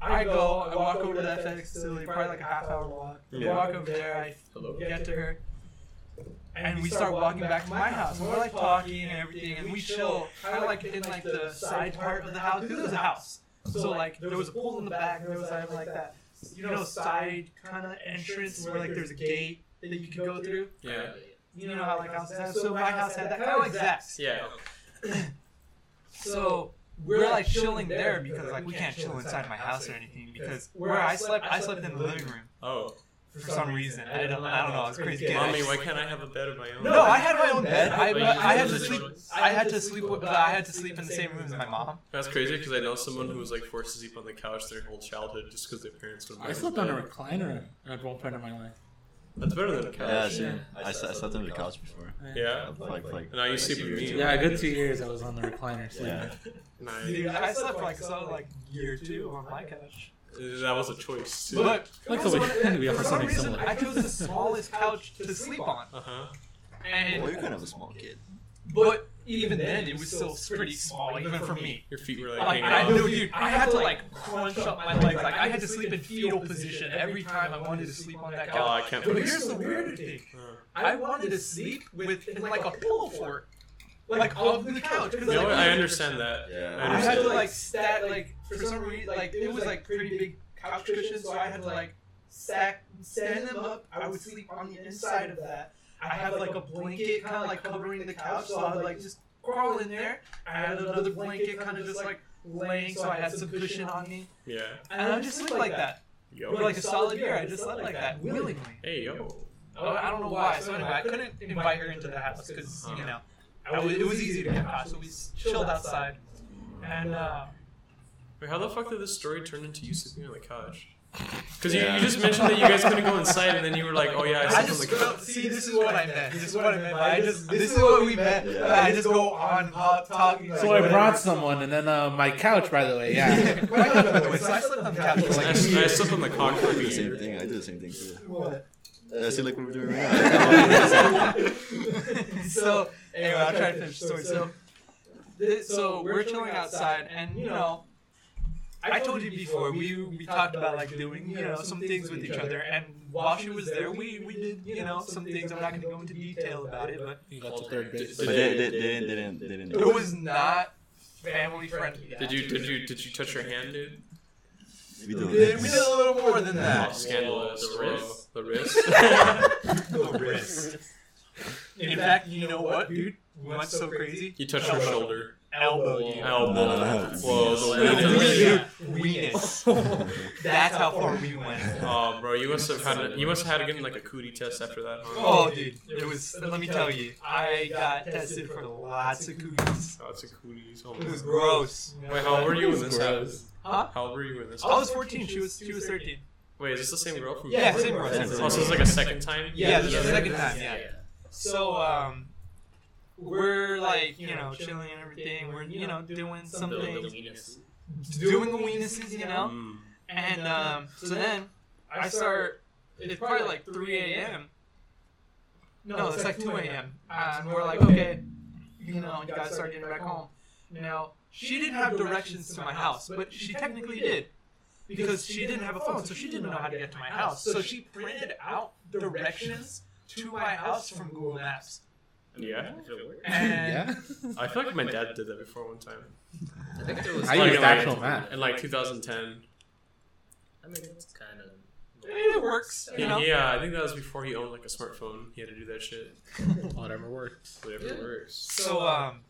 [SPEAKER 4] I go, I walk over to that FedEx facility, probably like a half hour walk.
[SPEAKER 3] Yeah.
[SPEAKER 4] Walk over there, I
[SPEAKER 5] Hello.
[SPEAKER 4] get to her, and we start walking back to my house. And we're like talking and everything, and we chill, kind of like in like the side part of the house, because it was a house. So like there was a pool in the back, and there was something like that, you know, side kind of entrance where like there's a gate that you could go through.
[SPEAKER 5] Uh,
[SPEAKER 3] Yeah.
[SPEAKER 4] You know how like houses have. So my house had that, kind of like Zach's.
[SPEAKER 3] Yeah.
[SPEAKER 4] So we're, like chilling there because like we can't chill inside my house or anything because where I slept, I slept in the living room
[SPEAKER 3] Oh,
[SPEAKER 4] for some reason. I don't, I don't know. I was crazy.
[SPEAKER 7] Yeah,
[SPEAKER 3] mommy,
[SPEAKER 7] I-
[SPEAKER 3] why can't I have a bed of my own?
[SPEAKER 4] No, I had my own bed. I,
[SPEAKER 3] But you
[SPEAKER 4] I had to
[SPEAKER 3] slept
[SPEAKER 4] sleep.
[SPEAKER 3] with-
[SPEAKER 4] I had to sleep. with- I had to sleep in the same room as my mom.
[SPEAKER 3] That's crazy because I know someone who was like forced to sleep on the couch their whole childhood just because their parents would.
[SPEAKER 2] I slept on a recliner at one point in my life.
[SPEAKER 3] That's better than a
[SPEAKER 1] Yeah,
[SPEAKER 3] couch.
[SPEAKER 1] sure.
[SPEAKER 2] Yeah.
[SPEAKER 1] I, s- I slept on the couch before.
[SPEAKER 3] Yeah.
[SPEAKER 1] Like, like.
[SPEAKER 3] Now you
[SPEAKER 1] like
[SPEAKER 3] sleep
[SPEAKER 1] two
[SPEAKER 3] with
[SPEAKER 1] years
[SPEAKER 3] me.
[SPEAKER 1] ago.
[SPEAKER 2] Yeah, a good two years I was on the recliner sleeping.
[SPEAKER 1] Yeah.
[SPEAKER 3] Nice.
[SPEAKER 4] Dude, I slept like so like year two on my couch.
[SPEAKER 3] That was a choice. Too.
[SPEAKER 4] But
[SPEAKER 2] Like
[SPEAKER 4] for
[SPEAKER 2] the
[SPEAKER 4] some
[SPEAKER 2] way
[SPEAKER 4] reason-
[SPEAKER 2] we
[SPEAKER 4] for
[SPEAKER 2] offer
[SPEAKER 4] some
[SPEAKER 2] something
[SPEAKER 4] reason,
[SPEAKER 2] similar.
[SPEAKER 4] I chose the smallest couch to sleep on,
[SPEAKER 3] Uh huh.
[SPEAKER 1] Well,
[SPEAKER 4] and
[SPEAKER 1] you're kind of a small kid.
[SPEAKER 4] but even then it was still pretty small, even for me.
[SPEAKER 3] Your feet were like,
[SPEAKER 4] Like
[SPEAKER 3] hanging
[SPEAKER 4] I
[SPEAKER 3] out.
[SPEAKER 4] know, dude. I had to like crunch up my legs. Like I had to sleep in fetal position every time I wanted to sleep on that
[SPEAKER 3] Oh,
[SPEAKER 4] couch.
[SPEAKER 3] I can't.
[SPEAKER 4] But
[SPEAKER 3] believe
[SPEAKER 4] here's
[SPEAKER 3] it.
[SPEAKER 4] the weirder thing:
[SPEAKER 3] Uh,
[SPEAKER 4] I wanted to sleep with in, like a pillow fort, like off the couch.
[SPEAKER 3] you
[SPEAKER 4] Cause
[SPEAKER 3] know
[SPEAKER 4] like,
[SPEAKER 3] what? I understand that.
[SPEAKER 1] Yeah.
[SPEAKER 3] I
[SPEAKER 4] I had to
[SPEAKER 3] understand.
[SPEAKER 4] like stack like for some reason like it was like pretty big couch cushions, so I had to like stack stand them up. I would sleep on the inside of that. I had like a blanket kind of like covering the couch, so I would like just crawl in there. I had another blanket kind of just like laying, so I had some cushion on me,
[SPEAKER 3] Yeah.
[SPEAKER 4] and I just slept like that
[SPEAKER 3] Yo.
[SPEAKER 4] for like a solid year. I just slept like that willingly.
[SPEAKER 3] Hey yo.
[SPEAKER 4] Oh, I don't know why. So anyway, I couldn't invite her into the house because you know I was, it was easy to get caught, so we s- chilled outside, and. uh
[SPEAKER 3] Wait, how the fuck did this story turn into you sleeping on the couch? Because you,
[SPEAKER 1] Yeah.
[SPEAKER 3] you just mentioned that you guys couldn't go inside, and then you were like, oh yeah, I
[SPEAKER 4] I
[SPEAKER 3] slept on
[SPEAKER 4] just
[SPEAKER 3] the
[SPEAKER 4] felt,
[SPEAKER 3] couch.
[SPEAKER 4] see, this is what I meant. This is what I meant. but I just,
[SPEAKER 7] This
[SPEAKER 4] this
[SPEAKER 7] is
[SPEAKER 4] is what we
[SPEAKER 7] meant,
[SPEAKER 4] meant.
[SPEAKER 1] but
[SPEAKER 4] but I just go on up talking.
[SPEAKER 2] So I brought someone, and then uh, my couch, by the way, yeah.
[SPEAKER 4] Wait, no, no, no, wait, So I slept on the couch for
[SPEAKER 3] I,
[SPEAKER 4] like
[SPEAKER 3] s- I slept on the
[SPEAKER 1] I
[SPEAKER 3] cock for
[SPEAKER 1] do
[SPEAKER 3] a
[SPEAKER 1] the same
[SPEAKER 3] year.
[SPEAKER 1] thing. I do the same thing too.
[SPEAKER 4] What?
[SPEAKER 1] Uh, see, like what we're doing right now.
[SPEAKER 4] so anyway, I'll try to finish the story. So, this, so we're chilling outside, and you know, I told you before we we talked about like doing you know some things with each other, and while she was there, we we did you know some things. I'm not going to go into detail about it, but
[SPEAKER 2] You got to third base.
[SPEAKER 1] but they, they, they didn't, they didn't, they didn't.
[SPEAKER 4] it was not family friendly.
[SPEAKER 3] Did you did you did you touch your hand, dude?
[SPEAKER 1] We doing
[SPEAKER 4] We did
[SPEAKER 1] this.
[SPEAKER 4] a little more than
[SPEAKER 3] Oh,
[SPEAKER 4] that.
[SPEAKER 3] scandalous.
[SPEAKER 5] The
[SPEAKER 3] Whoa.
[SPEAKER 5] wrist.
[SPEAKER 3] The wrist.
[SPEAKER 4] the wrist. In fact, you know what, dude? What's so crazy?
[SPEAKER 3] You touched your shoulder.
[SPEAKER 4] Elbow you.
[SPEAKER 3] Elbow.
[SPEAKER 1] No.
[SPEAKER 3] Whoa. The Oh.
[SPEAKER 4] Dude,
[SPEAKER 3] wrist.
[SPEAKER 4] weenus. That's how far we went.
[SPEAKER 3] Oh, bro, you must have had a, you must have had to get like a cootie test after that, huh?
[SPEAKER 4] Oh, dude, it was. Let me tell you, I got tested for lots of cooties.
[SPEAKER 3] Lots of cooties. Oh,
[SPEAKER 4] It was
[SPEAKER 3] my-
[SPEAKER 4] gross.
[SPEAKER 3] Wait, how old were you when this happened?
[SPEAKER 4] Huh?
[SPEAKER 3] How old were you when this
[SPEAKER 4] I
[SPEAKER 3] happened?
[SPEAKER 4] was 14. She was. She was 13.
[SPEAKER 3] Wait, is this the same girl from?
[SPEAKER 4] Yeah, same girl.
[SPEAKER 1] Yeah,
[SPEAKER 4] Same
[SPEAKER 1] same
[SPEAKER 4] girl.
[SPEAKER 3] Oh, so it's like a second time.
[SPEAKER 4] Yeah, this
[SPEAKER 5] yeah,
[SPEAKER 4] is the
[SPEAKER 5] yeah.
[SPEAKER 4] second time. Yeah.
[SPEAKER 5] Yeah.
[SPEAKER 4] So um, we're like you know chilling and everything. We're you know doing
[SPEAKER 5] The, the
[SPEAKER 4] something,
[SPEAKER 5] weenus.
[SPEAKER 4] doing the weenuses, you know.
[SPEAKER 3] Mm.
[SPEAKER 4] And um, so then I start. It's probably like 3 a.m. No, it's like 2 a.m. Uh, And we're like, okay, you know, you gotta start getting back home. Now, she didn't have directions to my house, but she technically did because she didn't have a phone, so she didn't know how to get to my house. So she printed out directions to my house from Google Maps.
[SPEAKER 3] Yeah.
[SPEAKER 4] And
[SPEAKER 2] Yeah?
[SPEAKER 3] I feel like my dad did that before one time.
[SPEAKER 5] I think there was.
[SPEAKER 2] I
[SPEAKER 5] like,
[SPEAKER 2] used
[SPEAKER 5] like-
[SPEAKER 2] actual map.
[SPEAKER 3] In like 2010.
[SPEAKER 5] I mean, it's kind of.
[SPEAKER 4] it works, you know.
[SPEAKER 3] Yeah, I think that was before he owned like a smartphone. He had to do that shit.
[SPEAKER 2] Whatever works.
[SPEAKER 3] Whatever
[SPEAKER 5] Yeah.
[SPEAKER 3] works.
[SPEAKER 4] So um,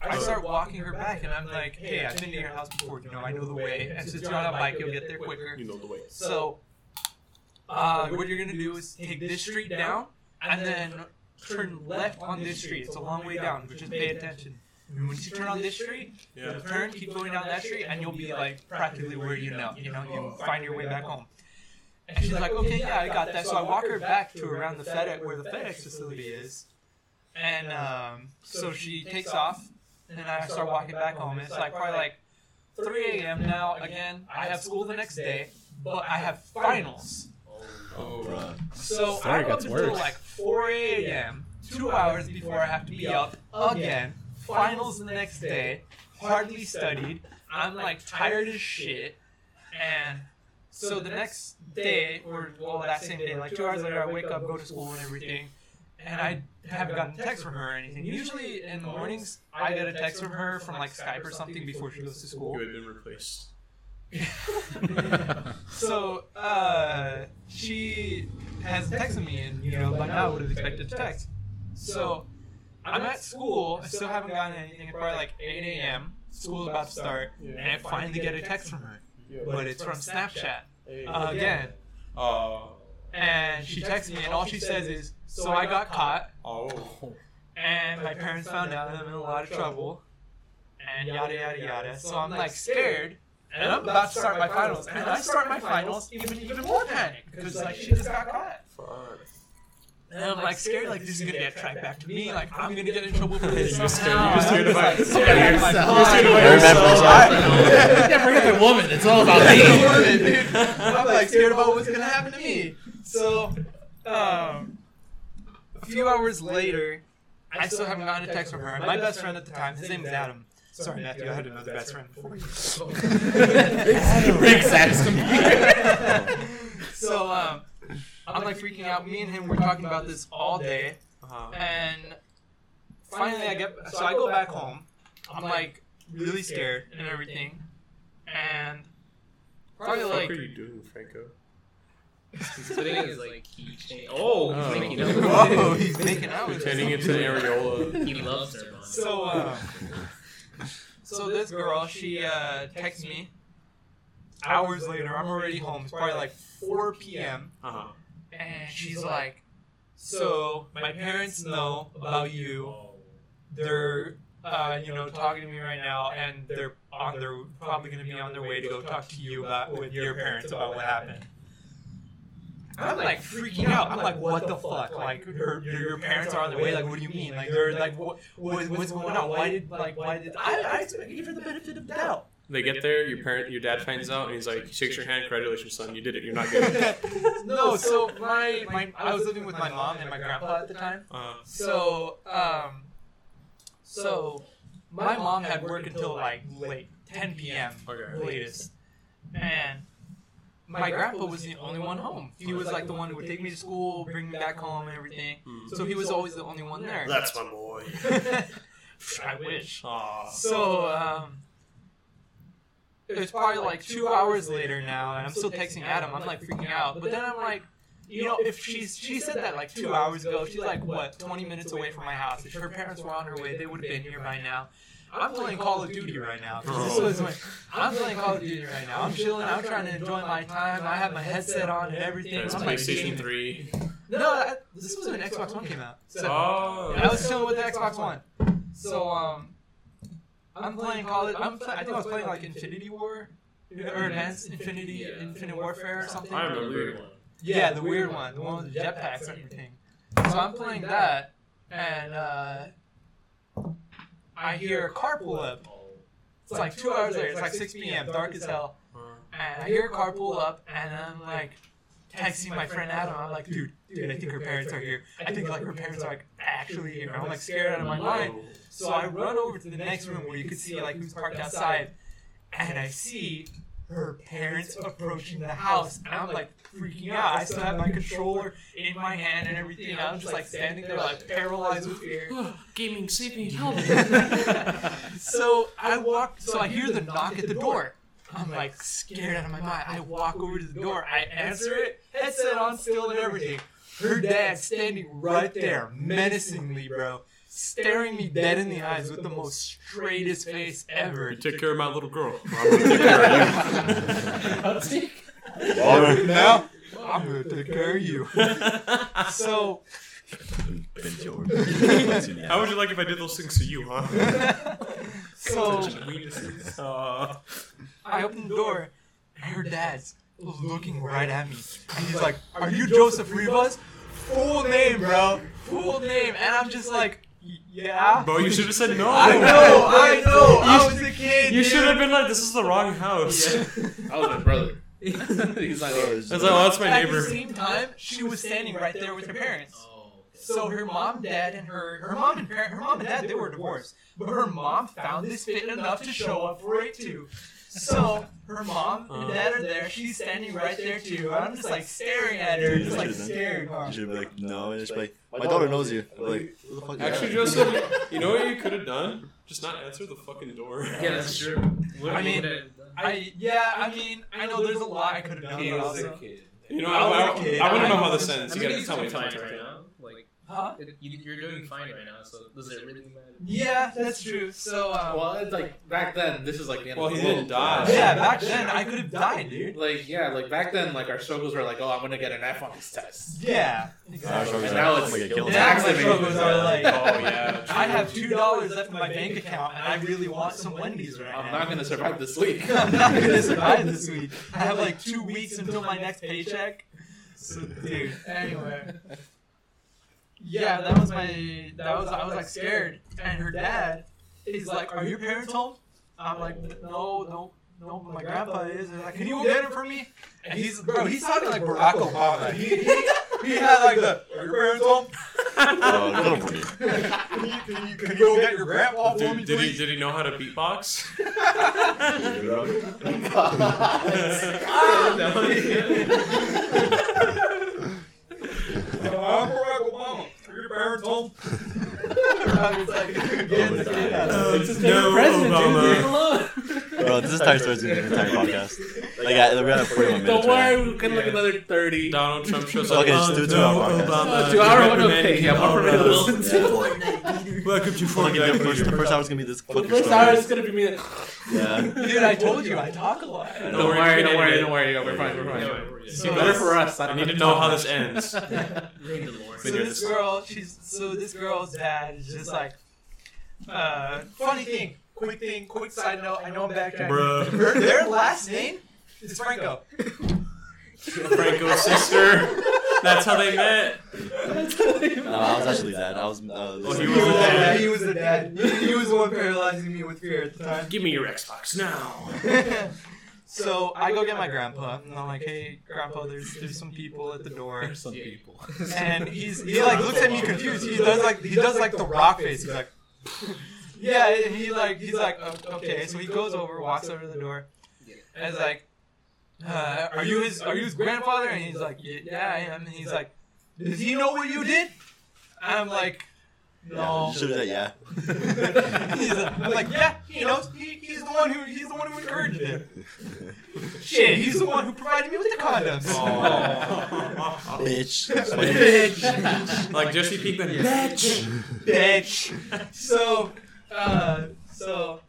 [SPEAKER 4] I
[SPEAKER 3] Oh.
[SPEAKER 4] start walking her back, and I'm like, "Hey, I've been to your house before. You know, I know the way. And since you're on a bike, you'll get there quicker.
[SPEAKER 3] You know the way.
[SPEAKER 4] So, uh, what you're gonna do is take this street down, and then turn left on this street. It's a long way down, but just pay attention. And once you turn on this street,
[SPEAKER 3] Yeah.
[SPEAKER 4] turn, keep going down that street, and you'll be like practically where you know. You know, you'll find your way back home. And she's like, "Okay, yeah, I got that." So I walk her back to around the FedEx where the FedEx facility is, and um, so she takes off, and I start walking back home. And it's like probably like 3 a.m. now. Again, I have school the next day, but I have finals.
[SPEAKER 3] Oh,
[SPEAKER 1] Bruh.
[SPEAKER 4] So
[SPEAKER 2] Sorry,
[SPEAKER 4] I'm
[SPEAKER 2] it
[SPEAKER 4] up
[SPEAKER 2] gets
[SPEAKER 4] until
[SPEAKER 2] worse.
[SPEAKER 4] like 4 a.m. Two hours before I have to be up again. Finals the next day. Hardly studied. I'm like tired as shit. And so the next day, or well, that same day, like two hours later, I wake up, go to school, and everything. And I haven't gotten a text from her or anything. Usually in the mornings, I get a text from her from like Skype or something before she goes to school.
[SPEAKER 3] you had been replaced.
[SPEAKER 4] So, uh, she has texted me, and you know, by now I would have expected to text. So, I'm at school. I still haven't gotten anything. It's probably like 8 a.m. School's about to start,
[SPEAKER 3] Yeah.
[SPEAKER 4] and I finally get a text from her, but it's from Snapchat
[SPEAKER 7] Uh,
[SPEAKER 4] again.
[SPEAKER 3] Oh.
[SPEAKER 4] And she texts me, and all she says is, "So I got caught,
[SPEAKER 3] Oh.
[SPEAKER 4] and my parents found out, and I'm in a lot of trouble, and yada yada yada." So I'm like scared, and I'm about to start my finals, and I start my finals even even more panic because like she just got caught.
[SPEAKER 3] Fuck.
[SPEAKER 4] And I'm like scared, like this is gonna get tracked back to me, like I'm gonna get in trouble for this.
[SPEAKER 5] You're scared-
[SPEAKER 4] somehow.
[SPEAKER 5] you're scared
[SPEAKER 3] about-
[SPEAKER 4] It's
[SPEAKER 3] you're
[SPEAKER 4] like,
[SPEAKER 3] scared
[SPEAKER 4] my
[SPEAKER 1] about
[SPEAKER 4] mind.
[SPEAKER 1] yourself.
[SPEAKER 2] yeah, forget the woman. It's all about
[SPEAKER 4] Hey,
[SPEAKER 2] me.
[SPEAKER 4] woman, dude. I'm like scared about what's gonna happen to me. So, um, a few hours later, I still haven't gotten a text from her. My best friend at the time, his name was Adam. Sorry, Matthew, I had another best friend before you.
[SPEAKER 2] Rick's at his computer.
[SPEAKER 4] So, um, I'm like freaking out. Me and him were talking about this all day,
[SPEAKER 3] Uh-huh.
[SPEAKER 4] and finally, I get so I go back home. I'm like really scared and everything, and
[SPEAKER 3] What
[SPEAKER 4] probably
[SPEAKER 3] the fuck
[SPEAKER 4] like
[SPEAKER 3] are you doing, Franco?
[SPEAKER 5] Sitting is like he changed. Oh, he's
[SPEAKER 3] Oh.
[SPEAKER 5] making
[SPEAKER 3] Whoa.
[SPEAKER 5] out.
[SPEAKER 4] whoa, he's making out with
[SPEAKER 3] Turning
[SPEAKER 4] us.
[SPEAKER 3] into areola.
[SPEAKER 5] He loves her. Bond.
[SPEAKER 4] So, uh, so this girl, she uh, texts me hours later. I'm already home. It's probably like 4 p.m.
[SPEAKER 3] Uh-huh.
[SPEAKER 4] And she's like, "So my parents know about you. They're, uh, you know, talking to me right now, and they're on their probably gonna be on their way to go talk to you about with your parents about what happened." I'm like freaking out. I'm like, "What the fuck? Like, your your your parents are on their way. Like, what do you mean? Like, they're like, what, what what's going on? Why did like why did I I give her the benefit of the doubt?"
[SPEAKER 3] They get there, your parent, your dad finds out, and he's like, he shakes your hand, congratulations, son, you did it, you're not good.
[SPEAKER 4] no, so my, my I was living with my mom and my grandpa at the time.
[SPEAKER 3] Uh,
[SPEAKER 4] So, um, so my mom had work until like late, 10 p.m.
[SPEAKER 3] okay.
[SPEAKER 4] latest, and my grandpa was the only one home. He was like the one who would take me to school, bring me back home, and everything.
[SPEAKER 3] Hmm.
[SPEAKER 4] So he was always the only one there.
[SPEAKER 3] That's my boy.
[SPEAKER 4] I wish.
[SPEAKER 3] Aw.
[SPEAKER 4] So, um, it's probably like two hours later now, and I'm still texting Adam. I'm like freaking out, but then I'm like, you know, if she's she said that like two hours ago, she's like what 20 minutes away from my house. If her parents were on her way, they would have been here by now. I'm playing Call of Duty right now. 'cause This was my, I'm playing Call of Duty right now. I'm chilling. I'm trying to enjoy my time. I have my headset on and everything.
[SPEAKER 3] That's
[SPEAKER 4] I'm like,
[SPEAKER 3] PlayStation
[SPEAKER 4] gaming.
[SPEAKER 3] 3.
[SPEAKER 4] No, that, this was when Xbox One came out. So,
[SPEAKER 3] Oh.
[SPEAKER 4] I was chilling with the Xbox One. So um, I'm playing Call of. I'm play, I think I was playing like Infinity War or Advanced Infinity
[SPEAKER 5] Yeah.
[SPEAKER 4] Infinite Warfare or something.
[SPEAKER 3] I remember.
[SPEAKER 4] Yeah, the weird one, the one with the jetpacks and everything. So I'm playing that, and uh, I hear a car pull up. It's like two hours later. It's like 6 p.m. Dark as hell.
[SPEAKER 3] Uh,
[SPEAKER 4] And I hear a car pull up, and I'm like texting my friend Adam. I'm like, dude, dude, I think her parents are here. I think like her parents are like actually here. I'm like scared out of my mind.
[SPEAKER 3] oh,
[SPEAKER 4] So I run over to the next room where you could see like who's parked outside, and I see her parents approaching the house, and I'm like freaking out. I still have my controller in my hand and everything. I'm just like standing there like paralyzed with fear.
[SPEAKER 5] Gaming, saving, help.
[SPEAKER 4] so I walk. So I hear the knock at the door. I'm like scared out of my mind. I walk over to the door. I answer it. Headset on, still and everything. Her dad standing right there, menacingly, bro, staring me dead in the eyes with the most straightest face ever.
[SPEAKER 3] You took care of my little girl. I'm gonna take care of
[SPEAKER 1] All right, now.
[SPEAKER 4] I'm gonna take care of you. So
[SPEAKER 1] Ben Jordan.
[SPEAKER 3] you. How would you like if I did those things to you, huh?
[SPEAKER 4] so
[SPEAKER 3] Weaknesses. Uh,
[SPEAKER 4] I open the door. and Her dad's looking right at me, and he's like, "Are you Joseph Rivas? Full name, bro. Full name." And I'm just like, "Y- "Yeah."
[SPEAKER 3] bro, you should have said no.
[SPEAKER 4] I know, I know. I was a kid.
[SPEAKER 3] You
[SPEAKER 4] dude.
[SPEAKER 3] should have been like, this is the wrong house.
[SPEAKER 2] I was my brother. He's like,
[SPEAKER 3] That's like, oh, that's my
[SPEAKER 4] At the
[SPEAKER 3] neighbor.
[SPEAKER 4] same time, she was standing right there with her parents.
[SPEAKER 5] Oh,
[SPEAKER 4] So her mom, dad, and her her mom and parent, her mom and dad, they were divorced. But her mom found this fit enough to show up for it too. So her mom and dad are there. She's standing right there too. I'm just like staring at her,
[SPEAKER 1] Dude,
[SPEAKER 4] just
[SPEAKER 1] you
[SPEAKER 4] like
[SPEAKER 1] should've done-
[SPEAKER 4] staring. huh?
[SPEAKER 1] You should be like, no, and just be like, my daughter knows you. I'm like, who the fuck is
[SPEAKER 3] Actually,
[SPEAKER 1] that?
[SPEAKER 3] Joseph, you know what you could have done? Just not answer the fucking door.
[SPEAKER 5] yeah, that's true. What
[SPEAKER 4] I
[SPEAKER 5] would
[SPEAKER 4] mean,
[SPEAKER 5] have done?
[SPEAKER 4] I yeah. I mean, I know there's a lot I could have done.
[SPEAKER 2] he
[SPEAKER 4] but
[SPEAKER 2] was
[SPEAKER 4] also-
[SPEAKER 2] a kid.
[SPEAKER 3] You know,
[SPEAKER 4] I
[SPEAKER 3] I,
[SPEAKER 4] was a kid.
[SPEAKER 3] I, I want to know
[SPEAKER 4] I
[SPEAKER 3] how this
[SPEAKER 4] was-
[SPEAKER 3] ends.
[SPEAKER 5] I'm
[SPEAKER 3] You
[SPEAKER 5] gonna
[SPEAKER 3] gotta
[SPEAKER 5] use
[SPEAKER 3] tell me
[SPEAKER 5] some
[SPEAKER 3] if it's
[SPEAKER 5] time
[SPEAKER 3] right
[SPEAKER 5] right
[SPEAKER 3] now.
[SPEAKER 5] now. Like,
[SPEAKER 4] Huh?
[SPEAKER 5] You, you're doing fine right now, so does it really matter?
[SPEAKER 4] Yeah, that's true. So, um,
[SPEAKER 2] Well, it's like back then. This is like the end
[SPEAKER 3] Well,
[SPEAKER 2] of the
[SPEAKER 3] he didn't die.
[SPEAKER 2] world.
[SPEAKER 4] yeah, back then I could have died, dude.
[SPEAKER 2] Like yeah, like back then, like our struggles were like, oh, I'm gonna get an F on this test.
[SPEAKER 4] Yeah,
[SPEAKER 1] Our
[SPEAKER 4] exactly.
[SPEAKER 1] struggles
[SPEAKER 2] And
[SPEAKER 1] are
[SPEAKER 2] now
[SPEAKER 1] like,
[SPEAKER 2] it's
[SPEAKER 1] oh my God, kill
[SPEAKER 4] Yeah,
[SPEAKER 1] him.
[SPEAKER 4] Now my
[SPEAKER 2] exactly.
[SPEAKER 4] struggles are like,
[SPEAKER 3] oh yeah.
[SPEAKER 4] I have two dollars left in my bank account, and I really want some Wendy's right now.
[SPEAKER 2] I'm not gonna survive this week.
[SPEAKER 4] I'm not gonna survive this week. I have like two weeks until my next paycheck. So, dude. Anyway. Yeah, that was my. That was I was like scared, and her dad is like, "Are your parents home?" I'm like, "No, no, no. but My grandpa is." And like, "Can you go get him for me?" And he's bro. He sounded like Barack Obama. He, he, he had like the "Are your parents home?"
[SPEAKER 1] Oh, little Brady.
[SPEAKER 4] Can you, can you, can you go get your grandpa for me,
[SPEAKER 3] Did, did he
[SPEAKER 4] please?
[SPEAKER 3] did he know how to beatbox?
[SPEAKER 4] I'm Barack Obama. Are your parents home? I was like,
[SPEAKER 1] Oh, my God.
[SPEAKER 3] Uh,
[SPEAKER 2] his favorite
[SPEAKER 3] no,
[SPEAKER 2] president, dude. Leave
[SPEAKER 3] Obama.
[SPEAKER 2] him alone.
[SPEAKER 1] Bro, this entire story is going to be an entire podcast. Like, I, we're going to have 41 minutes.
[SPEAKER 2] Don't
[SPEAKER 1] right
[SPEAKER 2] worry, we can look
[SPEAKER 5] Yeah.
[SPEAKER 2] another thirty.
[SPEAKER 3] Donald Trump shows up.
[SPEAKER 1] Okay, just
[SPEAKER 3] "Oh,
[SPEAKER 1] do a
[SPEAKER 3] no,
[SPEAKER 1] two-hour podcast.
[SPEAKER 3] Obama,
[SPEAKER 2] Two hour one,
[SPEAKER 3] recommending
[SPEAKER 2] okay. Yeah, one for me to
[SPEAKER 3] Obama.
[SPEAKER 2] listen
[SPEAKER 1] now.
[SPEAKER 2] to.
[SPEAKER 3] Welcome to
[SPEAKER 1] Fucking the
[SPEAKER 3] Fortnite.
[SPEAKER 1] first, the first hour is going to be this
[SPEAKER 2] The
[SPEAKER 1] fucking
[SPEAKER 2] first
[SPEAKER 1] story.
[SPEAKER 2] hour is gonna be me. like,
[SPEAKER 1] Yeah.
[SPEAKER 4] Dude, I told you I talk a lot.
[SPEAKER 2] Don't,
[SPEAKER 3] worry,
[SPEAKER 2] worry,
[SPEAKER 3] you
[SPEAKER 2] don't
[SPEAKER 3] can
[SPEAKER 2] worry,
[SPEAKER 3] edit
[SPEAKER 2] don't
[SPEAKER 3] it.
[SPEAKER 2] worry. Yeah, we're fine, we're
[SPEAKER 5] Yeah,
[SPEAKER 2] fine.
[SPEAKER 5] we're- we're-
[SPEAKER 2] It'd
[SPEAKER 4] So-
[SPEAKER 2] be better for us.
[SPEAKER 3] I
[SPEAKER 2] don't
[SPEAKER 3] need to
[SPEAKER 2] have
[SPEAKER 3] know
[SPEAKER 2] talk
[SPEAKER 3] how
[SPEAKER 2] much.
[SPEAKER 3] this ends.
[SPEAKER 5] Read the lore.
[SPEAKER 4] So
[SPEAKER 3] Been here
[SPEAKER 4] this
[SPEAKER 3] this-
[SPEAKER 4] girl, she's so this girl's dad is just like, uh, funny thing, quick thing, quick side note. I know I'm backtracking.
[SPEAKER 3] Bruh.
[SPEAKER 4] Her- Their last name is Franco.
[SPEAKER 3] Franco's sister. That's how they met.
[SPEAKER 1] No, I was actually dead. I was. Uh,
[SPEAKER 3] Oh, he
[SPEAKER 4] He
[SPEAKER 3] was the dad.
[SPEAKER 4] He was the dad. He, he was the one paralyzing me with fear at the time.
[SPEAKER 3] Give me your Xbox now.
[SPEAKER 4] so I go get my grandpa, and I'm like, "Hey, grandpa, there's there's some people at the door."
[SPEAKER 2] There's some people.
[SPEAKER 4] And he's he like looks at me confused. He does like he does like the rock face. He's like, "Yeah," and he like he's like, "Oh, "Okay." So he goes over, walks over to the door, and is like, uh, "Are you his Are you his grandfather?" And he's like, "Yeah, yeah I am." And he's like, "Does he know what you did?" I'm like, "No."
[SPEAKER 1] Should have said yeah.
[SPEAKER 4] he's like, I'm like, yeah, he knows. He, he's the one who he's the one who encouraged it. Shit, he's the one who provided me with the condoms.
[SPEAKER 3] Aw.
[SPEAKER 1] Bitch.
[SPEAKER 3] like Jesse Pinkman.
[SPEAKER 4] Bitch. So, uh, so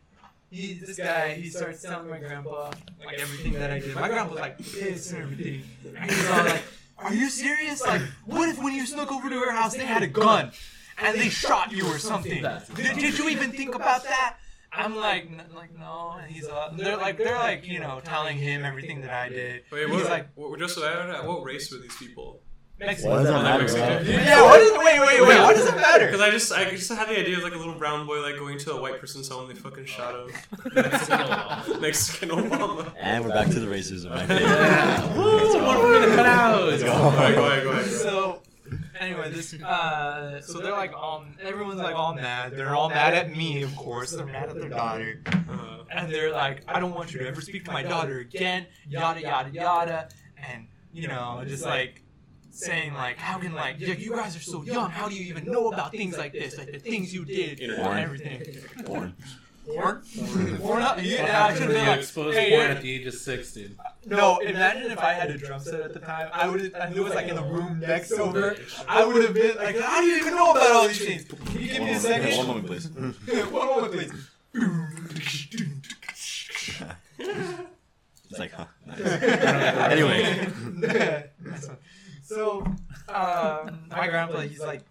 [SPEAKER 4] he, this guy, he starts telling my grandpa like everything that I did. My grandpa was like pissed and everything. And he's all like, "Are you serious? Like, what if when you snuck over to her house, they had a gun and they shot you or something? Did, did you even think about that?" I'm like, n- like no, and he's uh, they're like, they're like, you know, telling him everything that I did.
[SPEAKER 3] Wait,
[SPEAKER 4] He's
[SPEAKER 3] what,
[SPEAKER 4] like-
[SPEAKER 3] what, just so I don't know, what race were these people?
[SPEAKER 1] Why does
[SPEAKER 4] Mexican.
[SPEAKER 1] that matter,
[SPEAKER 3] Mexican.
[SPEAKER 1] bro?
[SPEAKER 4] Yeah, what is? Wait, wait, wait. What does it matter?
[SPEAKER 3] Because I just, I just had the idea of like a little brown boy like going to a white person's home and they fucking shot
[SPEAKER 5] Mexican
[SPEAKER 3] him.
[SPEAKER 5] Obama.
[SPEAKER 3] Mexican Obama.
[SPEAKER 1] And we're back to the racism. Right?
[SPEAKER 2] Yeah.
[SPEAKER 1] Let's
[SPEAKER 2] One for me to cut
[SPEAKER 1] go.
[SPEAKER 2] out.
[SPEAKER 1] Let's
[SPEAKER 3] All right, go
[SPEAKER 1] go.
[SPEAKER 3] ahead, go ahead.
[SPEAKER 4] So, anyway, this uh, so they're like all everyone's like all mad. They're all mad at me, of course. They're mad at their daughter,
[SPEAKER 3] Uh,
[SPEAKER 4] and they're like, I don't want you to ever speak to my daughter again. Yada yada yada, and you know, just like saying like, how can like yeah, you guys are so young? How do you even know about things like this? Like the things you did and
[SPEAKER 1] Porn.
[SPEAKER 4] everything.
[SPEAKER 1] Born.
[SPEAKER 4] Porn? Porn? up? Yeah, I should have been
[SPEAKER 2] You
[SPEAKER 4] like,
[SPEAKER 2] exposed
[SPEAKER 4] hey,
[SPEAKER 2] porn
[SPEAKER 4] yeah.
[SPEAKER 2] at the age of six, dude.
[SPEAKER 4] No, imagine if I had a drum set at the time. I would and it was like in the room next over. I would have been like, how do you even know about all these things? Can you give
[SPEAKER 1] One
[SPEAKER 4] me a
[SPEAKER 1] moment, one
[SPEAKER 4] second?
[SPEAKER 1] moment, please.
[SPEAKER 4] One moment, please.
[SPEAKER 1] It's like, huh? Nice. Anyway.
[SPEAKER 4] so, um, my grandpa, he's like,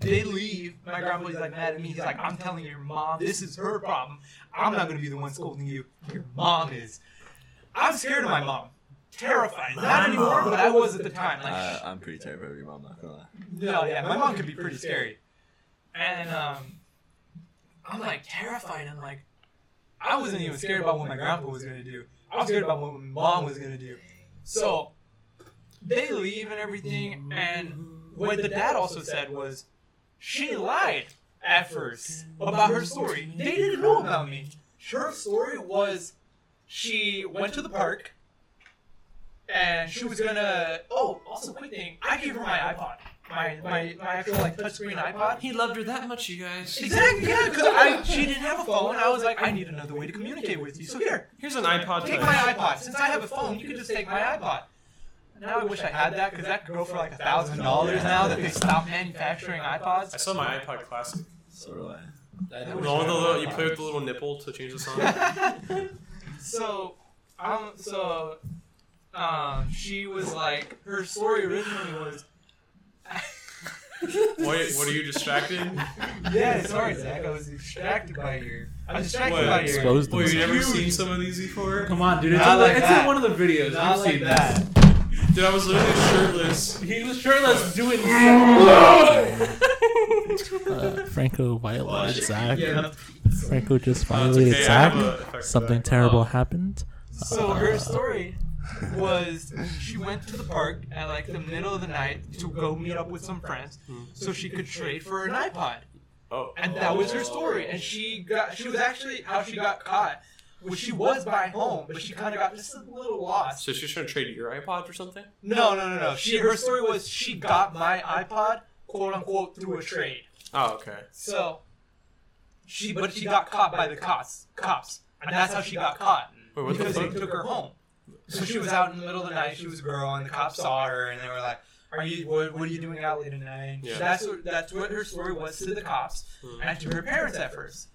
[SPEAKER 4] they leave. My grandpa, he's like mad at me. He's like, I'm telling your mom, this is her problem. I'm not gonna be the one scolding you. Your mom is. I'm scared of my mom. Terrified. Not anymore, but I was at the time. Like,
[SPEAKER 1] Uh, I'm pretty terrified of your mom, not gonna lie.
[SPEAKER 4] No, yeah, my mom could be pretty scary. And um, I'm like terrified. I'm like, I wasn't even scared about what my grandpa was gonna do. I was scared about what my mom was gonna do. So they leave and everything. And what the dad also said was, she lied at first about her story. They didn't know about me. Her story was, she went to the park. And she was gonna. Oh, also quick thing. I gave her my iPod my my my actual like touchscreen iPod.
[SPEAKER 3] he loved her that much, you guys.
[SPEAKER 4] Exactly, yeah, because I she didn't have a phone. I was like, I need another way to communicate with you. So here,
[SPEAKER 3] Here's an iPod
[SPEAKER 4] take
[SPEAKER 3] Touch.
[SPEAKER 4] my iPod. Since I have a phone, you can just take my iPod. Now I wish I had that because that could go for like a thousand dollars now that they stopped manufacturing
[SPEAKER 3] I
[SPEAKER 4] iPods.
[SPEAKER 3] saw my iPod Classic.
[SPEAKER 1] So do I.
[SPEAKER 2] That
[SPEAKER 4] No,
[SPEAKER 3] The
[SPEAKER 2] is-
[SPEAKER 4] no,
[SPEAKER 3] one with the little, you play with the little nipple to change the song.
[SPEAKER 4] so, um, so, um, she was like, her story originally was.
[SPEAKER 3] Wait, what are you distracted?
[SPEAKER 4] Yeah, sorry, Zach. I was distracted by your. I was distracted
[SPEAKER 3] What?
[SPEAKER 4] by your.
[SPEAKER 6] Exposed
[SPEAKER 3] Wait, you
[SPEAKER 6] them.
[SPEAKER 3] never seen some of these before?
[SPEAKER 2] Come on, dude. It's,
[SPEAKER 4] Not
[SPEAKER 2] in, the-
[SPEAKER 4] like
[SPEAKER 2] it's
[SPEAKER 4] that.
[SPEAKER 2] in one of the videos.
[SPEAKER 4] Not
[SPEAKER 2] I've
[SPEAKER 4] like
[SPEAKER 2] seen
[SPEAKER 4] that.
[SPEAKER 2] that.
[SPEAKER 3] Dude, I was literally shirtless.
[SPEAKER 2] He was shirtless doing.
[SPEAKER 6] Uh, Franco violated Zach.
[SPEAKER 2] Oh, yeah.
[SPEAKER 6] Franco just
[SPEAKER 3] Uh, it's
[SPEAKER 6] violated
[SPEAKER 3] okay, I
[SPEAKER 6] Zach.
[SPEAKER 3] have a effect for
[SPEAKER 6] Something
[SPEAKER 3] that.
[SPEAKER 6] terrible
[SPEAKER 2] Uh,
[SPEAKER 6] happened.
[SPEAKER 4] So her story was she went to the park at like the middle of the night to go meet up with some friends so she could trade for an iPod.
[SPEAKER 3] Oh.
[SPEAKER 4] And that was her story. And she got she was actually how she got caught was she was by home, but she kind of got just a little lost.
[SPEAKER 3] So she's trying to trade your iPod for something?
[SPEAKER 4] No, no, no, no. She her story was she got my iPod, quote unquote, through a trade.
[SPEAKER 3] Oh, okay.
[SPEAKER 4] So she but she got caught by the cops, cops. And that's how she got caught
[SPEAKER 3] Wait, what the
[SPEAKER 4] because they
[SPEAKER 3] fuck?
[SPEAKER 4] took her home. So she was out in the middle of the night. She was a girl, and the cops saw her, and they were like, "Are you? What, what are you doing out late tonight?"
[SPEAKER 3] Yeah.
[SPEAKER 4] That's what that's what her story was to the cops
[SPEAKER 3] Mhm.
[SPEAKER 4] and to her parents at first.